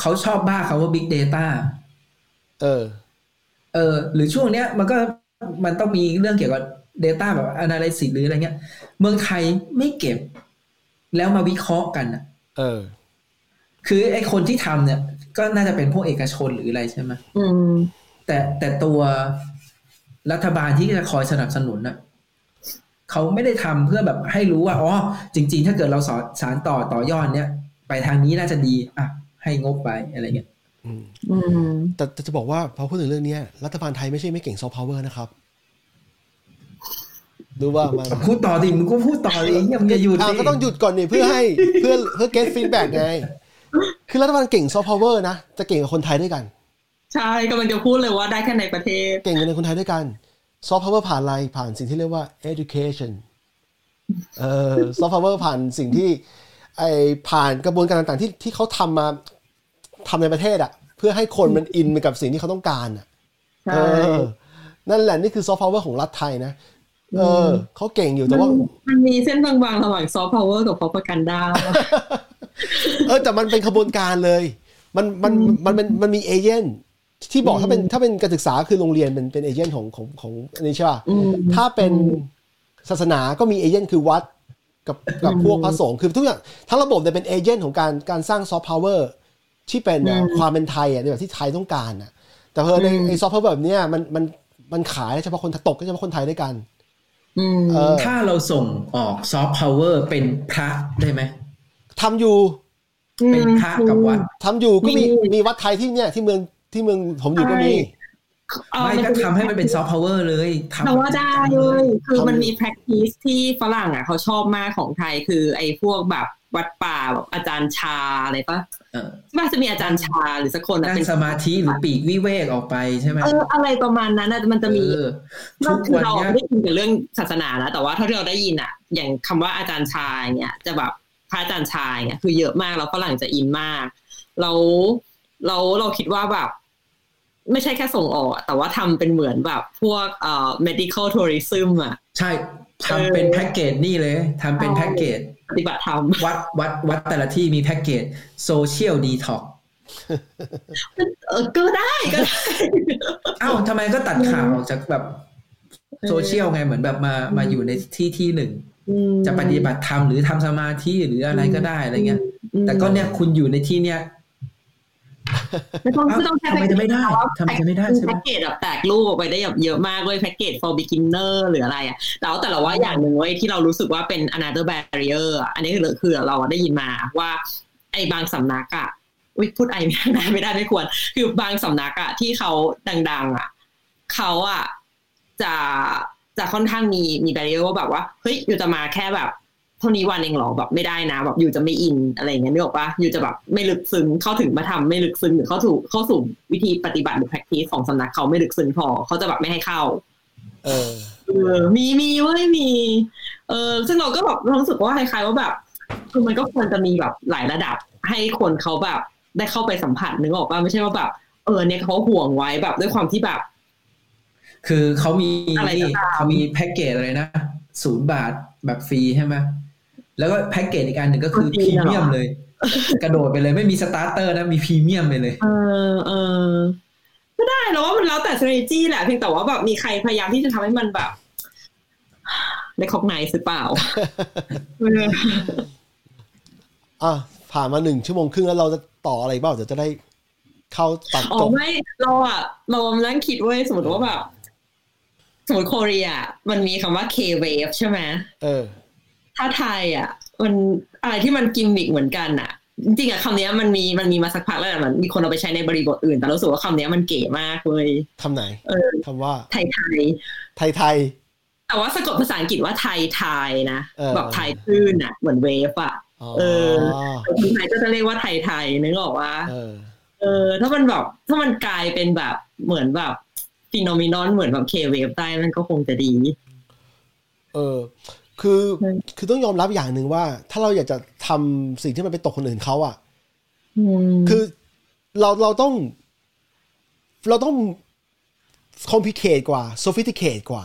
Speaker 4: เขาชอบบ้าคำว่า Big Data
Speaker 2: เออ
Speaker 4: เออ หรือช่วงเนี้ยมันก็มันต้องมีเรื่องเกี่ยวกับ Data แบบ Analysis หรืออะไรเงี้ย เมืองไทยไม่เก็บ แล้วมาวิเคราะห์กันอะ
Speaker 2: เออ
Speaker 4: คือไอ้คนที่ทำเนี่ย ก็น่าจะเป็นพวกเอกชนหรืออะไรใช่ไหมแต่แต่ตัวรัฐบาลที่จะคอยสนับสนุนน่ะเขาไม่ได้ทำเพื่อแบบให้รู้ว่าอ๋อจริง ๆ ถ้าเกิดเราสอนสารต่อต่อยอดเนี้ยไปทางนี้น่าจะดีอ่ะให้งบไปอะไรเงี้ย
Speaker 2: อืมแต่แต่จะบอกว่าพอพูดถึงเรื่องเนี้ยรัฐบาลไทยไม่ใช่ไม่เก่งซอฟต์พาวเวอร์นะครับดูว่ามัน
Speaker 4: พูดต่อดิมึงก็พูดต่อดิเลยยังจะหยุด
Speaker 2: อ่ะก็ต้องหยุดก่อนเนี่ยเพื่อให้เพื่อเพื่อเก็ตฟีดแบ็กไงคือรัฐบาลเก่งซอฟต์พาวเวอร์นะจะเก่งกับคนไทยด้วยกัน
Speaker 1: ใช่กำลังจะพูดเลยว่าได้แค่ในประเทศ
Speaker 2: เก่งกันในคนไทยด้วยกันซอฟต์พาวเวอร์ผ่านอะไรผ่านสิ่งที่เรียกว่า education เออซอฟต์พาวเวอร์ผ่านสิ่งที่ไอผ่านกระบวนการต่างๆ ที่ที่เขาทำมาทำในประเทศอะเพื่อให้คนมันอินไปกับสิ่งที่เขาต้องการอะ
Speaker 1: ใช่
Speaker 2: เออ นั่นแหละนี่คือซอฟต์พาวเวอร์ของรัฐไทยนะ เออเขาเก่งอยู่แต่ว่า
Speaker 1: มันมันมีเส้นบางๆ ระหว่างซอฟต์พาวเวอร์กับพอประกันดาว
Speaker 2: เออแต่มันเป็นขบวนการเลย มันมันมันมันมันมีเอเจนต์ที่บอกถ้าเป็นถ้าเป็นการศึกษาคือโรงเรียนเป็นเป็นเอเจนต์ของของของอันนี้ใช่ป่ะ
Speaker 1: อืม
Speaker 2: ถ้าเป็นศาสนาก็มีเอเจนต์คือวัดกับกับพวกพระสงฆ์คือทุกอย่างทั้งระบบเนี่ยเป็นเอเจนต์ของการการสร้างซอฟต์พาวเวอร์ที่เป็นอ่ะความเป็นไทยอ่ะในแบบที่ไทยต้องการอ่ะ แต่เพอในไอซอฟต์พาวเวอร์แบบเนี้ยมันมันมันขายเฉพาะคนตกก็เฉพาะคนไทยด้วยกัน
Speaker 1: อืม
Speaker 2: เออ
Speaker 4: ถ้าเราส่งออกซอฟต์พาวเวอร์เป็นพระได้ไหม
Speaker 2: ทำอยู่
Speaker 4: เป็นพระกับวัด
Speaker 2: ทำอยู่ก็มี
Speaker 1: มี
Speaker 2: มีวัดไทยที่เนี่ยที่เมืองที่เมืองผมอยู่ก็มี
Speaker 1: ใช่ เออ
Speaker 4: ไม่ก็ทำให้มันเป็นซอฟต์พาวเวอร์เลยทำ
Speaker 1: เราว่าได้เลย คือมันมี practice ที่ฝรั่งอ่ะเขาชอบมากของไทยคือไอ้พวกแบบวัดป่าแบบอาจารย์ชาอะไรปะ
Speaker 4: เออ
Speaker 1: ว่าจะมีอาจารย์ชาหรือสักคนอะ
Speaker 4: นั่ง
Speaker 1: เป็น
Speaker 4: สมาธิหรือปีกวิเวกออกไปใช่ไหม
Speaker 1: เอออะไรประมาณนั้นอะมันจะมี
Speaker 4: เออ
Speaker 1: เรา
Speaker 4: ทุก
Speaker 1: คือ
Speaker 4: วัน
Speaker 1: เรา
Speaker 4: เนี้ย
Speaker 1: ไม่ได้ยินแต่เรื่องศาสนาแล้วแต่ว่าเท่าที่เราได้ยินอะอย่างคำว่าอาจารย์ชายเนี่ยจะแบบพระอาจารย์ชายเนี่ยคือเยอะมากแล้วฝรั่งจะอินมากแล้วเราเราคิดว่าแบบไม่ใช่แค่ส่งออกอะแต่ว่าทำเป็นเหมือนแบบพวกเอ่อ medical tourism อะ
Speaker 4: ใช่ทำเป็นแพ็กเกจนี่เลยทำเป็นแพ็กเกจ
Speaker 1: ปฏิบัติธรรม
Speaker 4: วัดวัดวัดแต่ละที่มีแพ็กเกจโซเชียลดีท็อก
Speaker 1: เออก็ได้ก็ได้
Speaker 4: เอ้าทำไมก็ตัดข่าวออกจากแบบโซเชียลไงเหมือนแบบมามาอยู่ในที่ที่หนึ่ง จะปฏิบัติธรรมหรือทำสมาธิหรืออะไรก็ได้อะไรเงี้ย
Speaker 1: อืม
Speaker 4: แต่ก็เนี่ยคุณอยู่ในที่เนี้ย
Speaker 1: ไม่ต้องไม่ต้อง
Speaker 4: ทำไมจะไม่ได้
Speaker 1: แต่ว่า
Speaker 4: ทำไมจะไม่ได้ใช่ไหม
Speaker 1: แพ็กเกจแบบแตกรูปออกไปได้แบบเยอะมากเลยแพ็กเกจ for beginner หรืออะไรอ่ะแล้วแต่เราว่าอย่างหนึ่งเว้ยที่เรารู้สึกว่าเป็น another barrier อะอันนี้คือคือเราได้ยินมาว่าไอ้บางสำนักอ่ะอุ้ยพูดไอ้ไม่ได้ ไม่ได้ไม่ควร คือบางสำนักอะที่เขาดัง ๆอะเขาอะจะจะค่อนข้างมีมีแบเรียว่าแบบว่าเฮ้ยอยู่จะมาแค่แบบเท่านี้วันเองเหรอแบบไม่ได้นะแบบอยู่จะไม่อินอะไรอย่างเงี้ยนึกออกปะอยู่จะแบบไม่ลึกซึ้งเข้าถึงมาทำไม่ลึกซึ้งหรือเข้าถูกเข้าสู่วิธีปฏิบัติหรือ practice ของสำนักเขาไม่ลึกซึ้งพอเขาจะแบบไม่ให้เข้า
Speaker 2: เออ
Speaker 1: เออมีมีเว้ยมี เออซึ่งเราก็แบบเรารู้สึกว่าคล้ายๆว่าแบบ คือมันก็ควรจะมีแบบหลายระดับ ให้คนเขาแบบ ได้เข้าไปสัมผัสนึกออกป่ะไม่ใช่ว่าแบบ เออเนี่ยเขาห่วงไว้แบบด้วยความที่แบบ
Speaker 4: คือเขามี
Speaker 1: อะไรก็ตาม
Speaker 4: เขามีแพ็กเกจอะไรนะศูนย์บาทแบบฟรีใช่ไหมแล้วก็แพ็กเกจอีกอันหนึ่งก็คือพรีเมียมเลย กระโดดไปเลยไม่มีสตาร์เตอร์นะมีพรีเมียมไปเลย
Speaker 1: เออเออก็ได้เราว่ามันแล้วแต่ strategy แหละเพียงแต่ว่าแบบมีใครพยายามที่จะทำให้มันแบบได้คอกไนหรือเปล่าเออ
Speaker 2: อ่ะผ่านมาหนึ่งชั่วโมงครึ่งแล้วเราจะต่ออะไรบ้างเดี๋ยวจะได้เข้าตัด
Speaker 1: อ๋
Speaker 2: จ
Speaker 1: อบ ไม่เราอะเรามานั่งคิดเว้ยสมมติว่าแบบสมมติโคเรียมันมีคำว่า K wave ใช่ไหม
Speaker 2: เออ
Speaker 1: ถ้าไทยอ่ะ มันอะไรที่มันกิมมิกเหมือนกันอ่ะ จริงๆอะคำเนี้ยมันมีมันมีมาสักพักแล้วแหละมันมีคนเอาไปใช้ในบริบทอื่น แต่เรารู้สึกว่าคำเนี้ยมันเก๋มากเลย
Speaker 2: ทำไหน
Speaker 1: เออ
Speaker 2: คำว่า
Speaker 1: ไทยไทย
Speaker 2: ไทยไทย
Speaker 1: ๆแต่ว่าสะกดภาษาอังกฤษว่าไทยไทยๆนะ
Speaker 2: เออ
Speaker 1: แบบไทยคลื่นอะเหมือนเวฟอะ
Speaker 2: อ๋อ
Speaker 1: เออ คนไทยก็จะเรียกว่าไทยไทยๆนึกออกว่า
Speaker 2: เออ
Speaker 1: เออถ้ามันแบบถ้ามันกลายเป็นแบบเหมือนแบบฟีโนมินอนเหมือนแบบเคเวฟได้มันก็คงจะดี
Speaker 2: เออ คือ
Speaker 1: ใช่
Speaker 2: คือต้องยอมรับอย่างหนึ่งว่า ถ้าเราอยากจะทำสิ่งที่มันไปตกคนอื่นเขาอ่ะ
Speaker 1: คื
Speaker 2: คือ อเราเราต้อง เราต้อง complicate กว่า sophisticate กว่า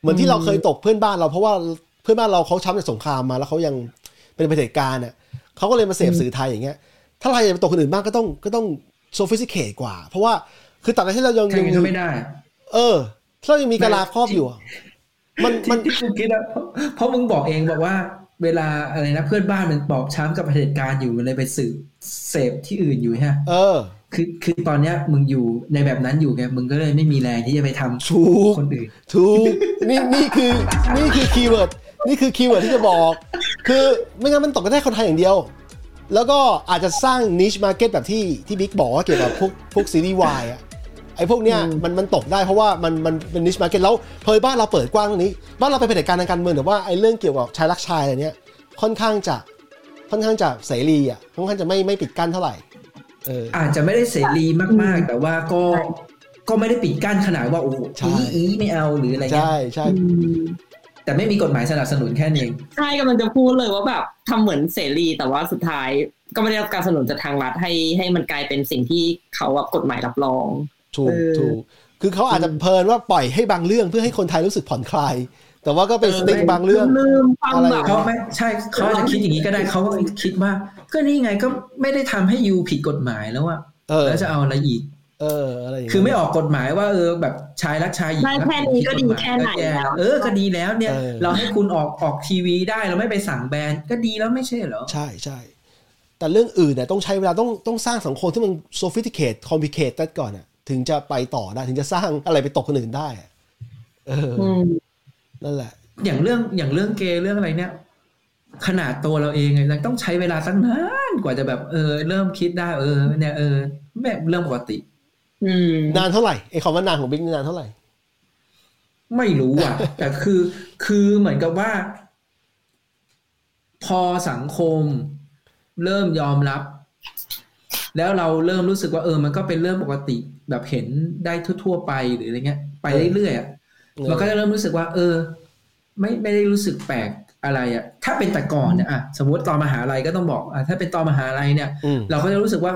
Speaker 2: เหมือนที่
Speaker 1: อืม
Speaker 2: เราเคยตกเพื่อนบ้านเราเพราะว่าเพื่อนบ้านเราเขาช้ำจากสงครามมา แล้วเขายังเป็นเผด็จการอ่ะเขาก็เลยมาเสพสื่อไทยอย่างเงี้ย ถ้าเราอยากจะไปตกคนอื่นบ้างก็ต้องก็ต้อง sophisticate กว่า เพราะว่าคือตัดไปที่เรายัง
Speaker 4: ใช่
Speaker 2: ยัง
Speaker 4: งั้นก็ไม่ได้
Speaker 2: เออถ้าเรายังมีกาลาครอบอยู่อะมันมัน
Speaker 4: ที่กูคิดอะเพราะเพราะมึงบอกเองบอกว่า เวลาอะไรนะเพื่อนบ้านมันปอบช้ำกับเผด็จการอยู่มันเลยไปสืบเสพที่อื่นอยู่ฮะ
Speaker 2: เออ
Speaker 4: คือคือตอนเนี้ยมึงอยู่ในแบบนั้นอยู่ไงมึงก็เลยไม่มีแรงที่จะไปทำ
Speaker 2: ถูก
Speaker 4: คนอื่น
Speaker 2: ถูกนี่นี่คือนี่คือคีย์เวิร์ดนี่คือคีย์เวิร์ดที่จะบอก คือไม่งั้นมันตกกันได้คนไทยอย่างเดียว แล้วก็อาจจะสร้างนิชมาร์เก็ตแบบที่ที่บิ๊กบอกว่าเกี่ยวกับพวกพวกซีรีส์วายอะไอ้พวกเนี้ยมันมันตกได้เพราะว่ามันมันเป็นนิชมาร์เก็ตแล้วเพยบ้านเราเปิดกว้างเรื่องนี้ บ้านเราเป็นเผด็จการทางการเมืองแต่ว่าไอ้เรื่องเกี่ยวกับชายรักชายอะไรเนี้ยค่อนข้างจะค่อนข้างจะเสรีอ่ะค่อนข้างจะไม่ไม่ปิดกั้นเท่าไหร่เออ
Speaker 4: อาจจะไม่ได้เสรีมากๆ แต่ว่าก็ก็ไม่ได้ปิดกั้นขนาดว่าโอ้โห
Speaker 2: ใช่
Speaker 4: อีอีไม่เอาหรืออะไรเงี้
Speaker 2: ใช่
Speaker 4: ย
Speaker 2: ใช่
Speaker 4: แต่ไม่มีกฎหมายสนับสนุนแค่นี้เอง
Speaker 1: ใช่กำลังจะพูดเลยว่าแบบทำเหมือนเสรีแต่ว่าสุดท้าย ก็ไม่ได้รับการสนับสนุนจากทางรัฐให้ให้มันกลายเป็นสิ่งที่เขาแบบกฎหมายรับรอง
Speaker 2: ถูก
Speaker 1: เออ
Speaker 2: ถูกคือเขาอาจจะเพลินว่าปล่อยให้บางเรื่องเพื่อให้คนไทยรู้สึกผ่อนคลาย แต่ว่าก็เป็นสติ๊กบางเรื่อง
Speaker 1: ลืมความ
Speaker 2: อะไร
Speaker 1: แบบ
Speaker 4: เขาไม่ใช่เขาอาจจะคิดอย่างนี้ก็ได้เขาก็คิดว่า ก็นี่ไงก็ไม่ได้ทำให้ยูผิดกฎหมายแล้วอะ
Speaker 2: เออ
Speaker 4: แล้วจะเอาอะไรอีก
Speaker 2: เออ อะไรอย่างเงี้ย
Speaker 4: คือไม่ออกกฎหมายว่าเออแบบชายรักชายหญิง
Speaker 1: ได้
Speaker 4: รัก
Speaker 1: แค่
Speaker 4: หญิ
Speaker 1: นี้
Speaker 4: ง
Speaker 1: ก็ดีแค่ไหนแล้ว
Speaker 4: เออก็ดีแล้วเนี่ย
Speaker 2: เออ
Speaker 4: เราให้คุณออกออกทีวีได้เราไม่ไปสั่งแบนก็ดีแล้วไม่ใช่เหรอ
Speaker 2: ใช่ใช่แต่เรื่องอื่นเนี่ยต้องใช้เวลาต้องต้องสร้างสังคมที่มัน sophisticated complicated ก่อนอ่ะถึงจะไปต่อได้ ถึงจะสร้างอะไรไปตกคนอื่นได้อะเออ
Speaker 1: อืม
Speaker 2: นั่นแหละ
Speaker 4: อย่างเรื่องอย่างเรื่องเกย์เรื่องอะไรเนี่ย ขนาดตัวเราเองไงเราต้องใช้เวลาตั้งนานกว่าจะแบบเออ เริ่มคิดได้เออเนี่ยเออแม่เรื่องปกติ
Speaker 1: อืม
Speaker 2: นานเท่าไหร่ไอ้คำว่านานของบิ๊กนี่นานเท่าไหร่
Speaker 4: ไม่รู้อ่ะ แต่คือคือเหมือนกับว่า พอสังคมเริ่มยอมรับ แล้วเราเริ่มรู้สึกว่าเออ มันก็เป็นเรื่องปกติ แบบเห็นได้ทั่ว ๆ ไปหรืออะไรเงี้ย ไปเรื่อยๆอะ
Speaker 2: เออ
Speaker 4: มันก็จะเริ่มรู้สึกว่า เออ ไม่ไม่ได้รู้สึกแปลกอะไรอ่ะ ถ้าเป็นแต่ก่อนเนี่ยอ่ะสมมติตอนมหาลัยก็ต้องบอกอ่ะถ้าเป็นตอนมหาลัยเนี่ย
Speaker 2: อืม
Speaker 4: เราก็จะรู้สึกว่า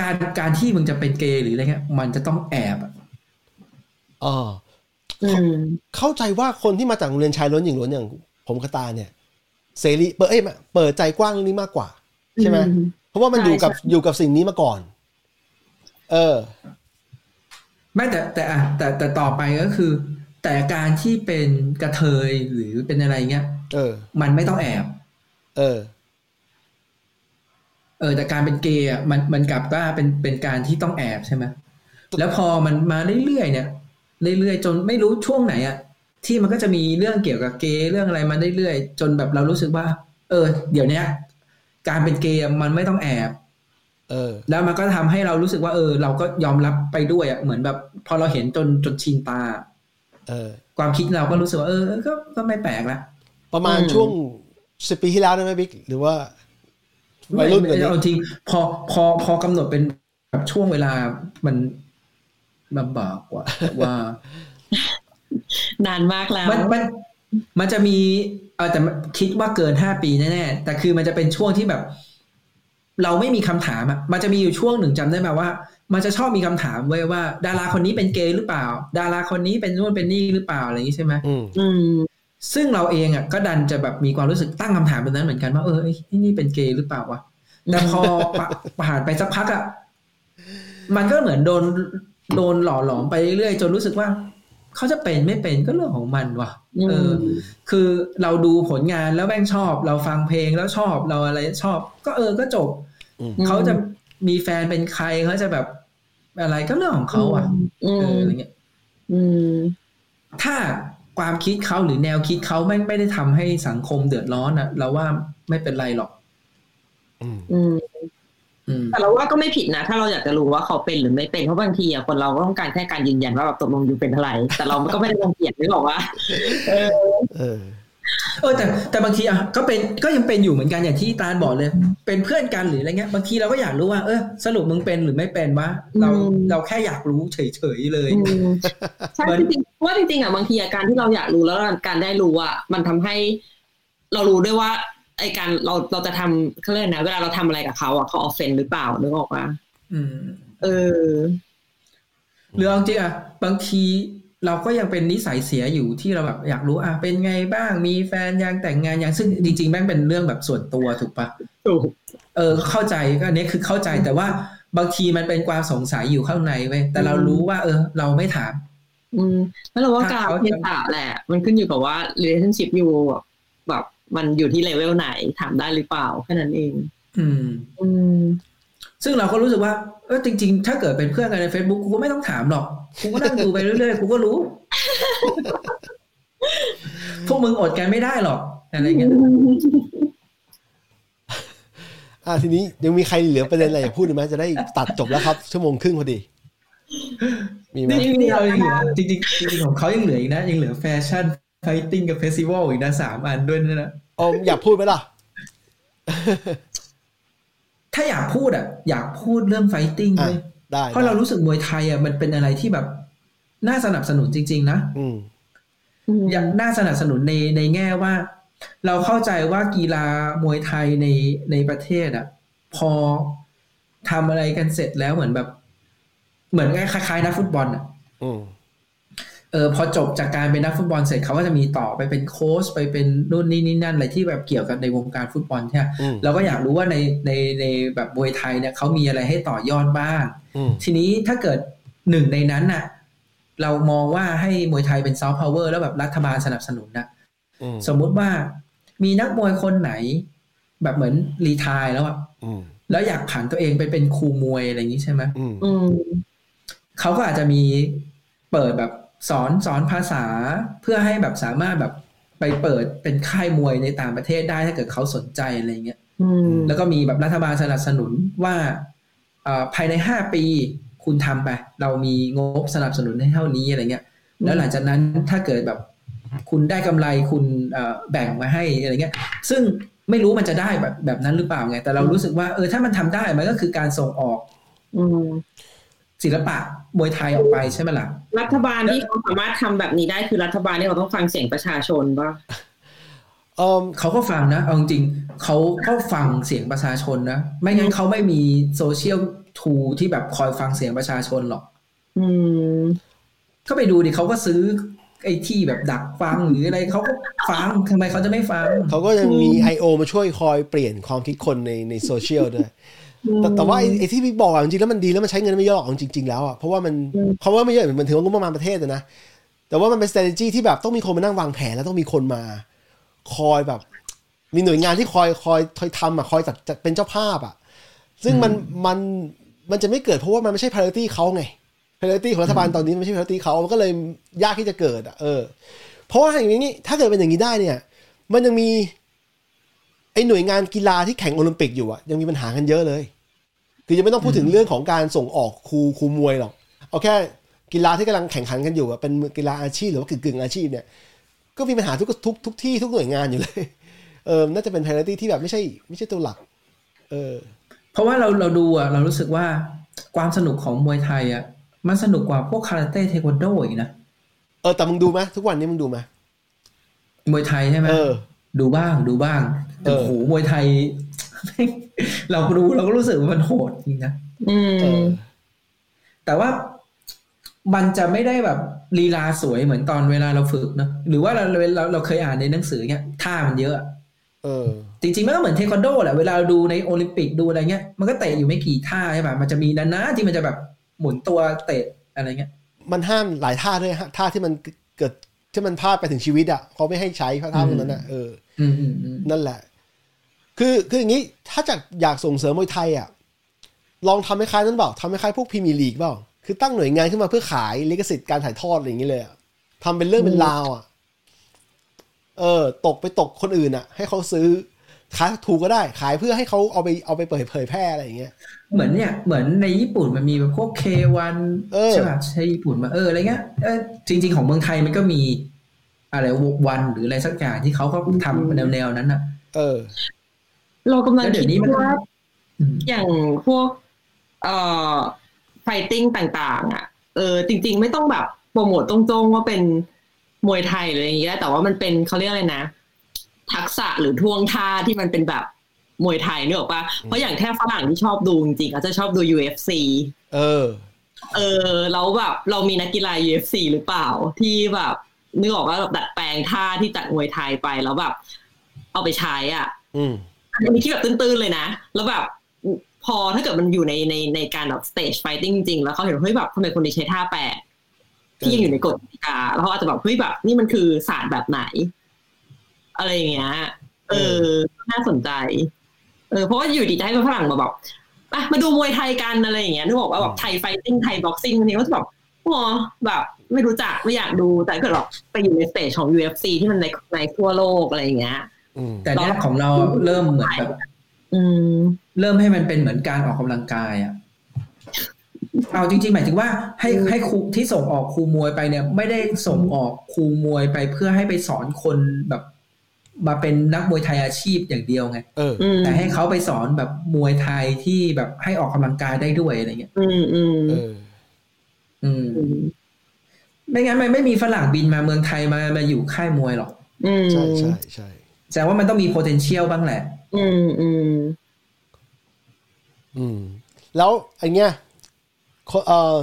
Speaker 4: การการที่มึงจะเป็นเกย์หรืออะไรเงี้ย มันจะต้องแอบอะ
Speaker 2: อ๋อ
Speaker 1: อืม
Speaker 2: เข้าใจว่าคนที่มาจากโรงเรียนชายล้วนหญิงล้วนอย่างผมกบตาเนี่ย เสรีเปิดเอ้ยเปิดใจกว้างเรื่องนี้มากกว่า ใช่ไหม
Speaker 1: อื
Speaker 2: เพราะว่ามัน
Speaker 1: ใช่
Speaker 2: อยู่กับ
Speaker 1: ใช่
Speaker 2: อยู่กับสิ่งนี้มาก่อน เออ
Speaker 4: ไม่แต่แต่อะแต่แต่ต่อไปก็คือ แต่การที่เป็นกระเทยหรือเป็นอะไรเงี้ย
Speaker 2: เออ
Speaker 4: มันไม่ต้องแอบ
Speaker 2: เออ
Speaker 4: เออแต่การเป็นเกย์อะมันมันกลับว่าเป็นเป็นการที่ต้องแอบใช่ไหมแล้วพอมันมาเรื่อยๆเนี่ยเรื่อยๆจนไม่รู้ช่วงไหนอะที่มันก็จะมีเรื่องเกี่ยวกับเกย์เรื่องอะไรมาเรื่อยๆจนแบบเรารู้สึกว่า เออ เดี๋ยวเนี้ย การเป็นเกย์อะมันไม่ต้องแอบ
Speaker 2: เออ
Speaker 4: แล้วมันก็ทำให้เรารู้สึกว่าเออ เราก็ยอมรับไปด้วยอะเหมือนแบบ พอเราเห็นจนจนชินตา
Speaker 2: เออ
Speaker 4: ความคิดเราก็รู้สึกว่าเออก็ก็ไม่แปลกละ
Speaker 2: ประมาณ
Speaker 1: อืม
Speaker 2: ช่วงสิบปีที่แล้วได้ไหมบิ๊กหรือว่าวั
Speaker 4: ไม่
Speaker 2: ยรุ่นกว่า
Speaker 4: ไม่
Speaker 2: นี้
Speaker 4: เอาจริง พอพอพอกำหนดเป็นแบบช่วงเวลามันลำบากกว่า ว่า
Speaker 1: นานมากแล้ว
Speaker 4: มันมันมันจะมีเออแต่มันคิดว่าเกินห้าปีแน่ๆแต่คือมันจะเป็นช่วงที่แบบ เราไม่มีคำถามอะมันจะมีอยู่ช่วงหนึ่งจำได้ไหมว่า มันจะชอบมีคำถามเว้ยว่า ดาราคนนี้เป็นเกย์หรือเปล่า ดาราคนนี้เป็นนู่นเป็นนี่หรือเปล่าอะไรอย่างนี้ใช่ไหม
Speaker 2: อืม
Speaker 1: อืม
Speaker 4: ซึ่งเราเองอะก็ดันจะแบบมีความรู้สึกตั้งคำถามแบบนั้นเหมือนกันว่าเออไอ้ไอ้นี่เป็นเกย์หรือเปล่าวะแต่พอ ปะผ่านไปสักพักอะมันก็เหมือนโดนโดนหล่อหลอมไปเรื่อยๆจนรู้สึกว่าเขาจะเป็นไม่เป็นก็เรื่องของมันว่ะเออ คือเราดูผลงานแล้วแม่งชอบ เราฟังเพลงแล้วชอบเราอะไรชอบ ก็เออก็จบ
Speaker 1: อืม
Speaker 4: เขาจะมีแฟนเป็นใครเขาจะแบบอะไรก็เรื่องของเขาอ่ะ
Speaker 1: อื
Speaker 4: เออ
Speaker 1: ม
Speaker 4: อะไรเงี้ย
Speaker 1: อืม
Speaker 4: ถ้า ความคิดเขาหรือแนวคิดเขาไม่ไม่ได้ทำให้สังคมเดือดร้อนอะเราว่าไม่เป็นไรหรอก
Speaker 2: อืม
Speaker 1: อืม
Speaker 4: อืม
Speaker 1: แต่เราว่าก็ไม่ผิดนะ ถ้าเราอยากจะรู้ว่าเขาเป็นหรือไม่เป็น เพราะบางทีอะคนเราก็ต้องการแค่การยืนยันว่าแบบตกลงอยู่เป็นอะไร แต่เราก็ไม่ได้รังเกียจนึกออกว่า
Speaker 2: เออ
Speaker 4: เออแต่แต่บางทีอ่ะก็เป็นก็ยังเป็นอยู่เหมือนกันอย่างที่ตาลบอกเลย เป็นเพื่อนกันหรืออะไรเงี้ยบางทีเราก็อยากรู้ว่าเออสรุปมึงเป็นหรือไม่เป็นวะเรา
Speaker 1: อืม
Speaker 4: เราแค่อยากรู้เฉยๆเลย
Speaker 1: ใช่
Speaker 4: เหมือน
Speaker 1: จริงๆว่าจริงๆอ่ะบางทีอะการที่เราอยากรู้แล้วการได้รู้อ่ะมันทำให้ เรารู้ด้วยว่าไอการเราเราจะทำเขาเรียกนะ เวลาเราทำอะไรกับเขาอ่ะเขาออฟเฟนหรือเปล่านึกออกปะ
Speaker 4: อืม
Speaker 1: เออ
Speaker 4: หรือเอาจริงอ่ะบางทีเราก็ยังเป็นนิสัยเสียอยู่ที่เราแบบอยากรู้อ่ะเป็นไงบ้างมีแฟนยังแต่งงานยังซึ่งจริงๆแม่งเป็นเรื่องแบบส่วนตัวถูกปะ
Speaker 1: ถูก
Speaker 4: เออเข้าใจก็อันนี้คือเข้าใจแต่ว่าบางทีมันเป็นความสงสัยอยู่ข้างในเว้ยแต่เรารู้ว่า เออ เราไม่ถาม
Speaker 1: อืมแล้วเราว่าการ
Speaker 4: ถ้าเขา
Speaker 1: เทศะแหละ มันขึ้นอยู่กับว่า relationship อยู่แบบมันอยู่ที่เลเวลไหนถามได้หรือเปล่าแค่นั้นเอง
Speaker 4: อืม
Speaker 1: อืม
Speaker 4: ซึ่งเราก็รู้สึกว่าเออจริง ๆ ถ้าเกิดเป็นเพื่อนกันใน Facebook กูก็ไม่ต้องถามหรอกกูก็นั่งดูไปเรื่อยๆกูก็รู้ พวกมึงอดกันไม่ได้หรอกอะไรอย่างเงี้ย
Speaker 2: อ่ะทีนี้ยังมีใครเหลือประเด็นอะไรอยากพูดอีกไหมจะได้ตัดจบแล้วครับ ชั่วโมงครึ่งพอดี มีไหม
Speaker 1: นี่
Speaker 4: นี่เรายังเหลือจริงๆจริงๆของเขายังเหลืออีกนะยังเหลือแฟชั่นไฟติ้งกับเฟสติวัลอีกนะสามอันด้วยนะ
Speaker 2: ออมอยากพูดไหมล่ะ
Speaker 4: ถ้าอยากพูดอ่ะ อยากพูดเรื่องไฟติ้ง
Speaker 2: อ่ะ
Speaker 4: เลย
Speaker 2: ได้
Speaker 4: เพราะเรารู้สึกมวยไทยอ่ะมันเป็นอะไรที่แบบน่าสนับสนุนจริง ๆ นะ
Speaker 2: อืม
Speaker 1: อืม
Speaker 4: อย่างน่าสนับสนุนในในแง่ว่า เราเข้าใจว่ากีฬามวยไทยในในประเทศอ่ะ พอทำอะไรกันเสร็จแล้วเหมือนแบบ เหมือนคล้ายๆนักฟุตบอลอ่ะ
Speaker 2: อืม
Speaker 4: เออพอจบจากการเป็นนักฟุตบอลเสร็จเขาก็จะมีต่อไปเป็นโค้ชไปเป็นนู่นนี่นี่นั่นอะไรที่แบบเกี่ยวกับในวงการฟุตบอลใช่ไหม
Speaker 2: อืม
Speaker 4: เราก็อยากรู้ว่าในในในแบบมวยไทยเนี่ยเขามีอะไรให้ต่อยอดบ้าง
Speaker 2: อืม
Speaker 4: ทีนี้ถ้าเกิดหนึ่งในนั้นน่ะ เรามองว่าให้มวยไทยเป็นซอฟต์พาวเวอร์แล้วแบบรัฐบาลสนับสนุนนะ
Speaker 2: อืม
Speaker 4: สมมุติว่ามีนักมวยคนไหน แบบเหมือนรีไทายแล้วอะ
Speaker 2: อืม
Speaker 4: แล้วอยากผันตัวเองไปเป็นครูมวยอะไรอย่างนี้ใช่ไหม
Speaker 2: อืม
Speaker 1: อืม
Speaker 4: เขาก็อาจจะมีเปิดแบบสอนสอนภาษา เพื่อให้แบบสามารถแบบไปเปิดเป็นค่ายมวยในต่างประเทศได้ถ้าเกิดเขาสนใจอะไรอย่างเงี้ย
Speaker 1: อืม
Speaker 4: แล้วก็มีแบบรัฐบาลสนับสนุนว่าเอ่อภายในห้าปีคุณทำไป เรามีงบสนับสนุนให้เท่านี้อะไรเงี้ย
Speaker 1: อืม
Speaker 4: แล้วหลังจากนั้นถ้าเกิดแบบคุณได้กำไรคุณเอ่อแบ่งมาให้อะไรเงี้ย ซึ่งไม่รู้มันจะได้แบบแบบนั้นหรือเปล่าไง แต่เรารู้สึกว่าเออถ้ามันทำได้มันก็คือการส่งออก
Speaker 1: อืม
Speaker 4: ศิลปะมวยไทยออกไปใช่ไหมล่ะ
Speaker 1: รัฐบาลที่เขาสามารถทำแบบนี้ได้คือรัฐบาลที่เราต้องฟังเสียงประชาชนป่ะ
Speaker 2: เอิ่ม
Speaker 4: เขาก็ฟังนะเอาจริงๆเขาก็ฟังเสียงประชาชนนะ ไม่งั้นเขาไม่มีโซเชียลทูที่แบบคอยฟังเสียงประชาชนหรอก
Speaker 1: อืม
Speaker 4: ก็ไปดูดิเขาก็ซื้อไอ้ที่แบบดักฟังหรืออะไรเขาก็ฟังทำไมเขาจะไม่ฟัง
Speaker 2: เขาก็ยังมี I.O. มาช่วยคอยเปลี่ยนความคิดคนในในโซเชียลด้วย แต่แต่ว่าไอ้ไอ้ที่พี่บอกอะจริงๆแล้วมันดีแล้วมันใช้เงินไม่เยอะหรอกจริง ๆ แล้วอ่ะเพราะว่ามัน
Speaker 1: อืม
Speaker 2: คำว่าไม่เยอะเหมือนถือว่างบประมาณประเทศอะนะแต่ว่ามันเป็น strategy ที่แบบต้องมีคนมานั่งวางแผนแล้วต้องมีคนมา คอยแบบ มีหน่วยงานที่คอยคอยคอยทำอ่ะคอยจัดจัดเป็นเจ้าภาพอ่ะซึ่งมันมันมันจะไม่เกิดเพราะว่ามันไม่ใช่ priority เขาไง priority ของรัฐบาลตอนนี้มันไม่ใช่ priority เขามันก็เลยยากที่จะเกิดอ่ะเออ เพราะว่าอย่างนี้ถ้าเกิดเป็นอย่างนี้ได้เนี่ย มันยังมีไอ้หน่วยงานกีฬาที่แข่งโอลิมปิกอยู่อะยังมีปัญหากันเยอะเลย คือยังไม่ต้องพูดถึงเรื่องของการส่งออกครูครูมวยหรอกเอาแค่กีฬาที่กำลังแข่งขันกันอยู่อะเป็นกีฬาอาชีพหรือว่ากึ่งกึ่งๆอาชีพเนี่ย ก็มีปัญหาทุกทุกทุกที่ทุกหน่วยงานอยู่เลย เออน่าจะเป็น priority ที่แบบไม่ใช่ ไม่ใช่ตัวหลัก เออ
Speaker 4: เพราะว่าเราเราดูอะเรารู้สึกว่าความสนุกของมวยไทยอะมันสนุกกว่าพวกคาราเต้เทควันโดอีกนะ
Speaker 2: เออแต่มึงดูไหมทุกวันนี้มึงดูไหม
Speaker 4: มวยไทยใช่ไหม
Speaker 2: เออ
Speaker 4: ดูบ้างดูบ้างแต่
Speaker 2: เออ
Speaker 4: โอ้โหมวยไทย เราก็ดูเราก็รู้สึกว่ามันโหดจริงนะ
Speaker 1: อื
Speaker 2: เอ
Speaker 1: ม
Speaker 2: อ
Speaker 4: แต่ว่ามันจะไม่ได้แบบลีลาสวยเหมือนตอนเวลาเราฝึกเนอะหรือว่าเราเราเราเคยอ่านในหนังสือเนี้ยท่ามันเยอะอะ
Speaker 2: เออ
Speaker 4: จริงๆมันก็เหมือนเทควันโดแหละเวลาดูในโอลิมปิกดูอะไรเงี้ยมันก็เตะอยู่ไม่กี่ท่าใช่ป่ะมันจะมีนานะที่มันจะแบบหมุนตัวเตะอะไรเงี้ย
Speaker 2: มันห้ามหลายท่าด้วยฮะท่าที่มันเกิดที่มันพลาดไปถึงชีวิตอ่ะเขาไม่ให้ใช้ท่าพวกนั้นอ่ะเออ
Speaker 4: อืมอืมอืม
Speaker 2: นั่นแหละ คือ คืออย่างนี้ ถ้าจะอยากส่งเสริมมวยไทยอ่ะ ลองทำให้คล้ายนั้นเปล่าทำให้คล้ายพวกพรีเมียร์ลีกเปล่า คือตั้งหน่วยงานขึ้นมาเพื่อขายลิขสิทธิ์การถ่ายทอดอะไรอย่างนี้เลยอะทำเป็นเรื่องเป็นราวอ่ะ เออ ตกไปตกคนอื่นอ่ะ ให้เขาซื้อขายถูกก็ได้ ขายเพื่อให้เขาเอาไปเอาไปเผยเผยแพร่อะไรอย่างเงี้ย
Speaker 4: เหมือนเนี่ยเหมือนในญี่ปุ่นมันมีแบบพวก K1
Speaker 2: เออ
Speaker 4: ใช่ป่ะใช่ญี่ปุ่นมาเอออะไรเงี้ยเออจริง ๆ ของเมืองไทยมันก็มีอะไรวันหรืออะไรสักอย่างที่เขาก็ทำแนวๆนั้นอ่ะ
Speaker 2: เออ
Speaker 1: เรากำลัง
Speaker 4: แล้วเดี๋
Speaker 1: คิด
Speaker 4: ยวนี้มันก็
Speaker 1: ว่า
Speaker 4: อืม
Speaker 1: อย่างพวก เอ่อไฟติ้งต่างๆ อ่ะ เออ จริง ๆ ไม่ต้องแบบโปรโมทตรงๆว่าเป็นมวยไทยหรืออะไรอย่างเงี้ยแต่ว่ามันเป็นเขาเรียกอะไรนะ ทักษะหรือท่วงท่าที่มันเป็นแบบมวยไทยนึกออกปะเพราะอย่างแค่ฝรั่งที่ชอบดูจริงๆอาจจะชอบดู UFC
Speaker 2: เออ
Speaker 1: เออเราแบบเรามีนักกีฬา UFC หรือเปล่า ที่แบบนึกออกว่าแบบดัดแปลงท่าที่จากมวยไทยไปแล้วแบบ เอาไปใช้อ่ะ
Speaker 2: อืม
Speaker 1: อันนี้คิดแบบตื้นๆเลยนะ แล้วแบบพอถ้าเกิดมันอยู่ในในในการแบบสเตจไฟติ้งจริงๆ แล้วเขาเห็นเฮ้ยแบบทำไมคนนี้ใช้ท่าแปลกที่ยังอยู่ในกฎกติกาแล้วเขาอาจจะแบบเฮ้ยแบบ นี่มันคือศาสตร์แบบไหน อะไรอย่างเงี้ย เออ น่าสนใจ เออ เพราะว่าอยู่ดีจะให้ฝรั่งมาแบบอ่ะมาดูมวยไทยกันอะไรอย่างเงี้ยนึกบอกว่าแบบไทยไฟติ้งไทยบ็อกซิ่งทีก็จะแบบอ๋อแบบ ไม่รู้จักไม่อยากดูแต่ถ้าเกิดแบบไปอยู่ในสเตจของ UFC ที่มันในในทั่วโลกอะไรอย่างเงี้ย
Speaker 2: อืม
Speaker 4: แต่เนี่ยของเราอะเริ่มเหมือนแบบ
Speaker 1: อืม
Speaker 4: เริ่มให้มันเป็นเหมือนการออกกำลังกายอ่ะเอาจริง ๆ หมายถึงว่าให้ให้ครูที่ส่งออกครูมวยไปเนี่ย ไม่ได้ส่งออกครูมวยไปเพื่อให้ไปสอนคนแบบ มาเป็นนักมวยไทยอาชีพอย่างเดียวไง
Speaker 2: เออ
Speaker 1: อืม
Speaker 4: แต่ให้เขาไปสอนแบบมวยไทยที่แบบให้ออกกำลังกายได้ด้วยอะไรเงี้ย
Speaker 1: อืมอืม
Speaker 2: เออ
Speaker 4: อืม
Speaker 1: อืม
Speaker 4: ไม่งั้นมันไม่มีฝรั่งบินมาเมืองไทยมามาอยู่ค่ายมวยหรอก
Speaker 1: อืม
Speaker 2: ใช่ใช่ใช่
Speaker 4: แสดงว่ามันต้องมี potential บ้างแหละ
Speaker 1: อืมอืม
Speaker 2: อืม แล้วไอเนี้ยคนเออ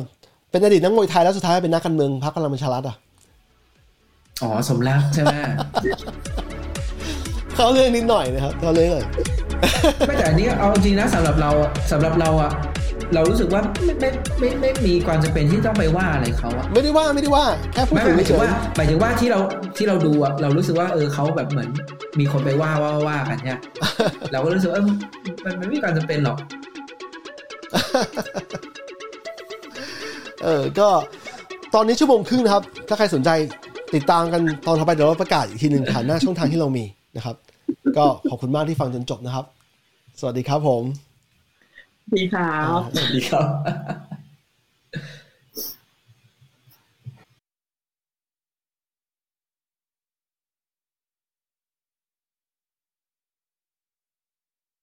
Speaker 2: เป็นอดีตนักมวยไทยแล้วสุดท้ายเป็นนักการเมืองพรรคพลังประชารัฐอ่ะ
Speaker 4: อ๋อ สมรักใช่ไหม
Speaker 2: เข้าเรื่องนิดหน่อยนะครับเข้าเรื่องหน่อย
Speaker 4: ไม่แต่อันนี้เอาจริงนะสำหรับเราอะสำหรับเราอะเรารู้สึกว่าไม่ไม่ไม่ไม่ไม่มีความจำเป็นที่ต้องไปว่าอะไรเขาอะ
Speaker 2: ไม่ได้ว่าไม่ได้ว่า แค่พูด
Speaker 4: ไม่
Speaker 2: ถึง
Speaker 4: ห
Speaker 2: เฉย
Speaker 4: มายถึงว่าหมายถึงว่าที่เราที่เราดูอะเรารู้สึกว่าเออเขาแบบเหมือน มีคนไปว่าว่าว่ากัน เนี่ย เราก็รู้สึกว่าเออมันมันไม่มีความจำเป็นหรอก
Speaker 2: เออ ก็ตอนนี้ชั่วโมงครึ่งนะครับ ถ้าใครสนใจติดตามกันตอนต่อไปเดี๋ยวเราประกาศอีกทีหนึ่งผ่านหน้าช่องทางที่เรามีนะครับ ก็ขอบคุณมากที่ฟังจนจบนะครับ สวัสดีครับผม
Speaker 1: ดีครับ
Speaker 4: ดีครับ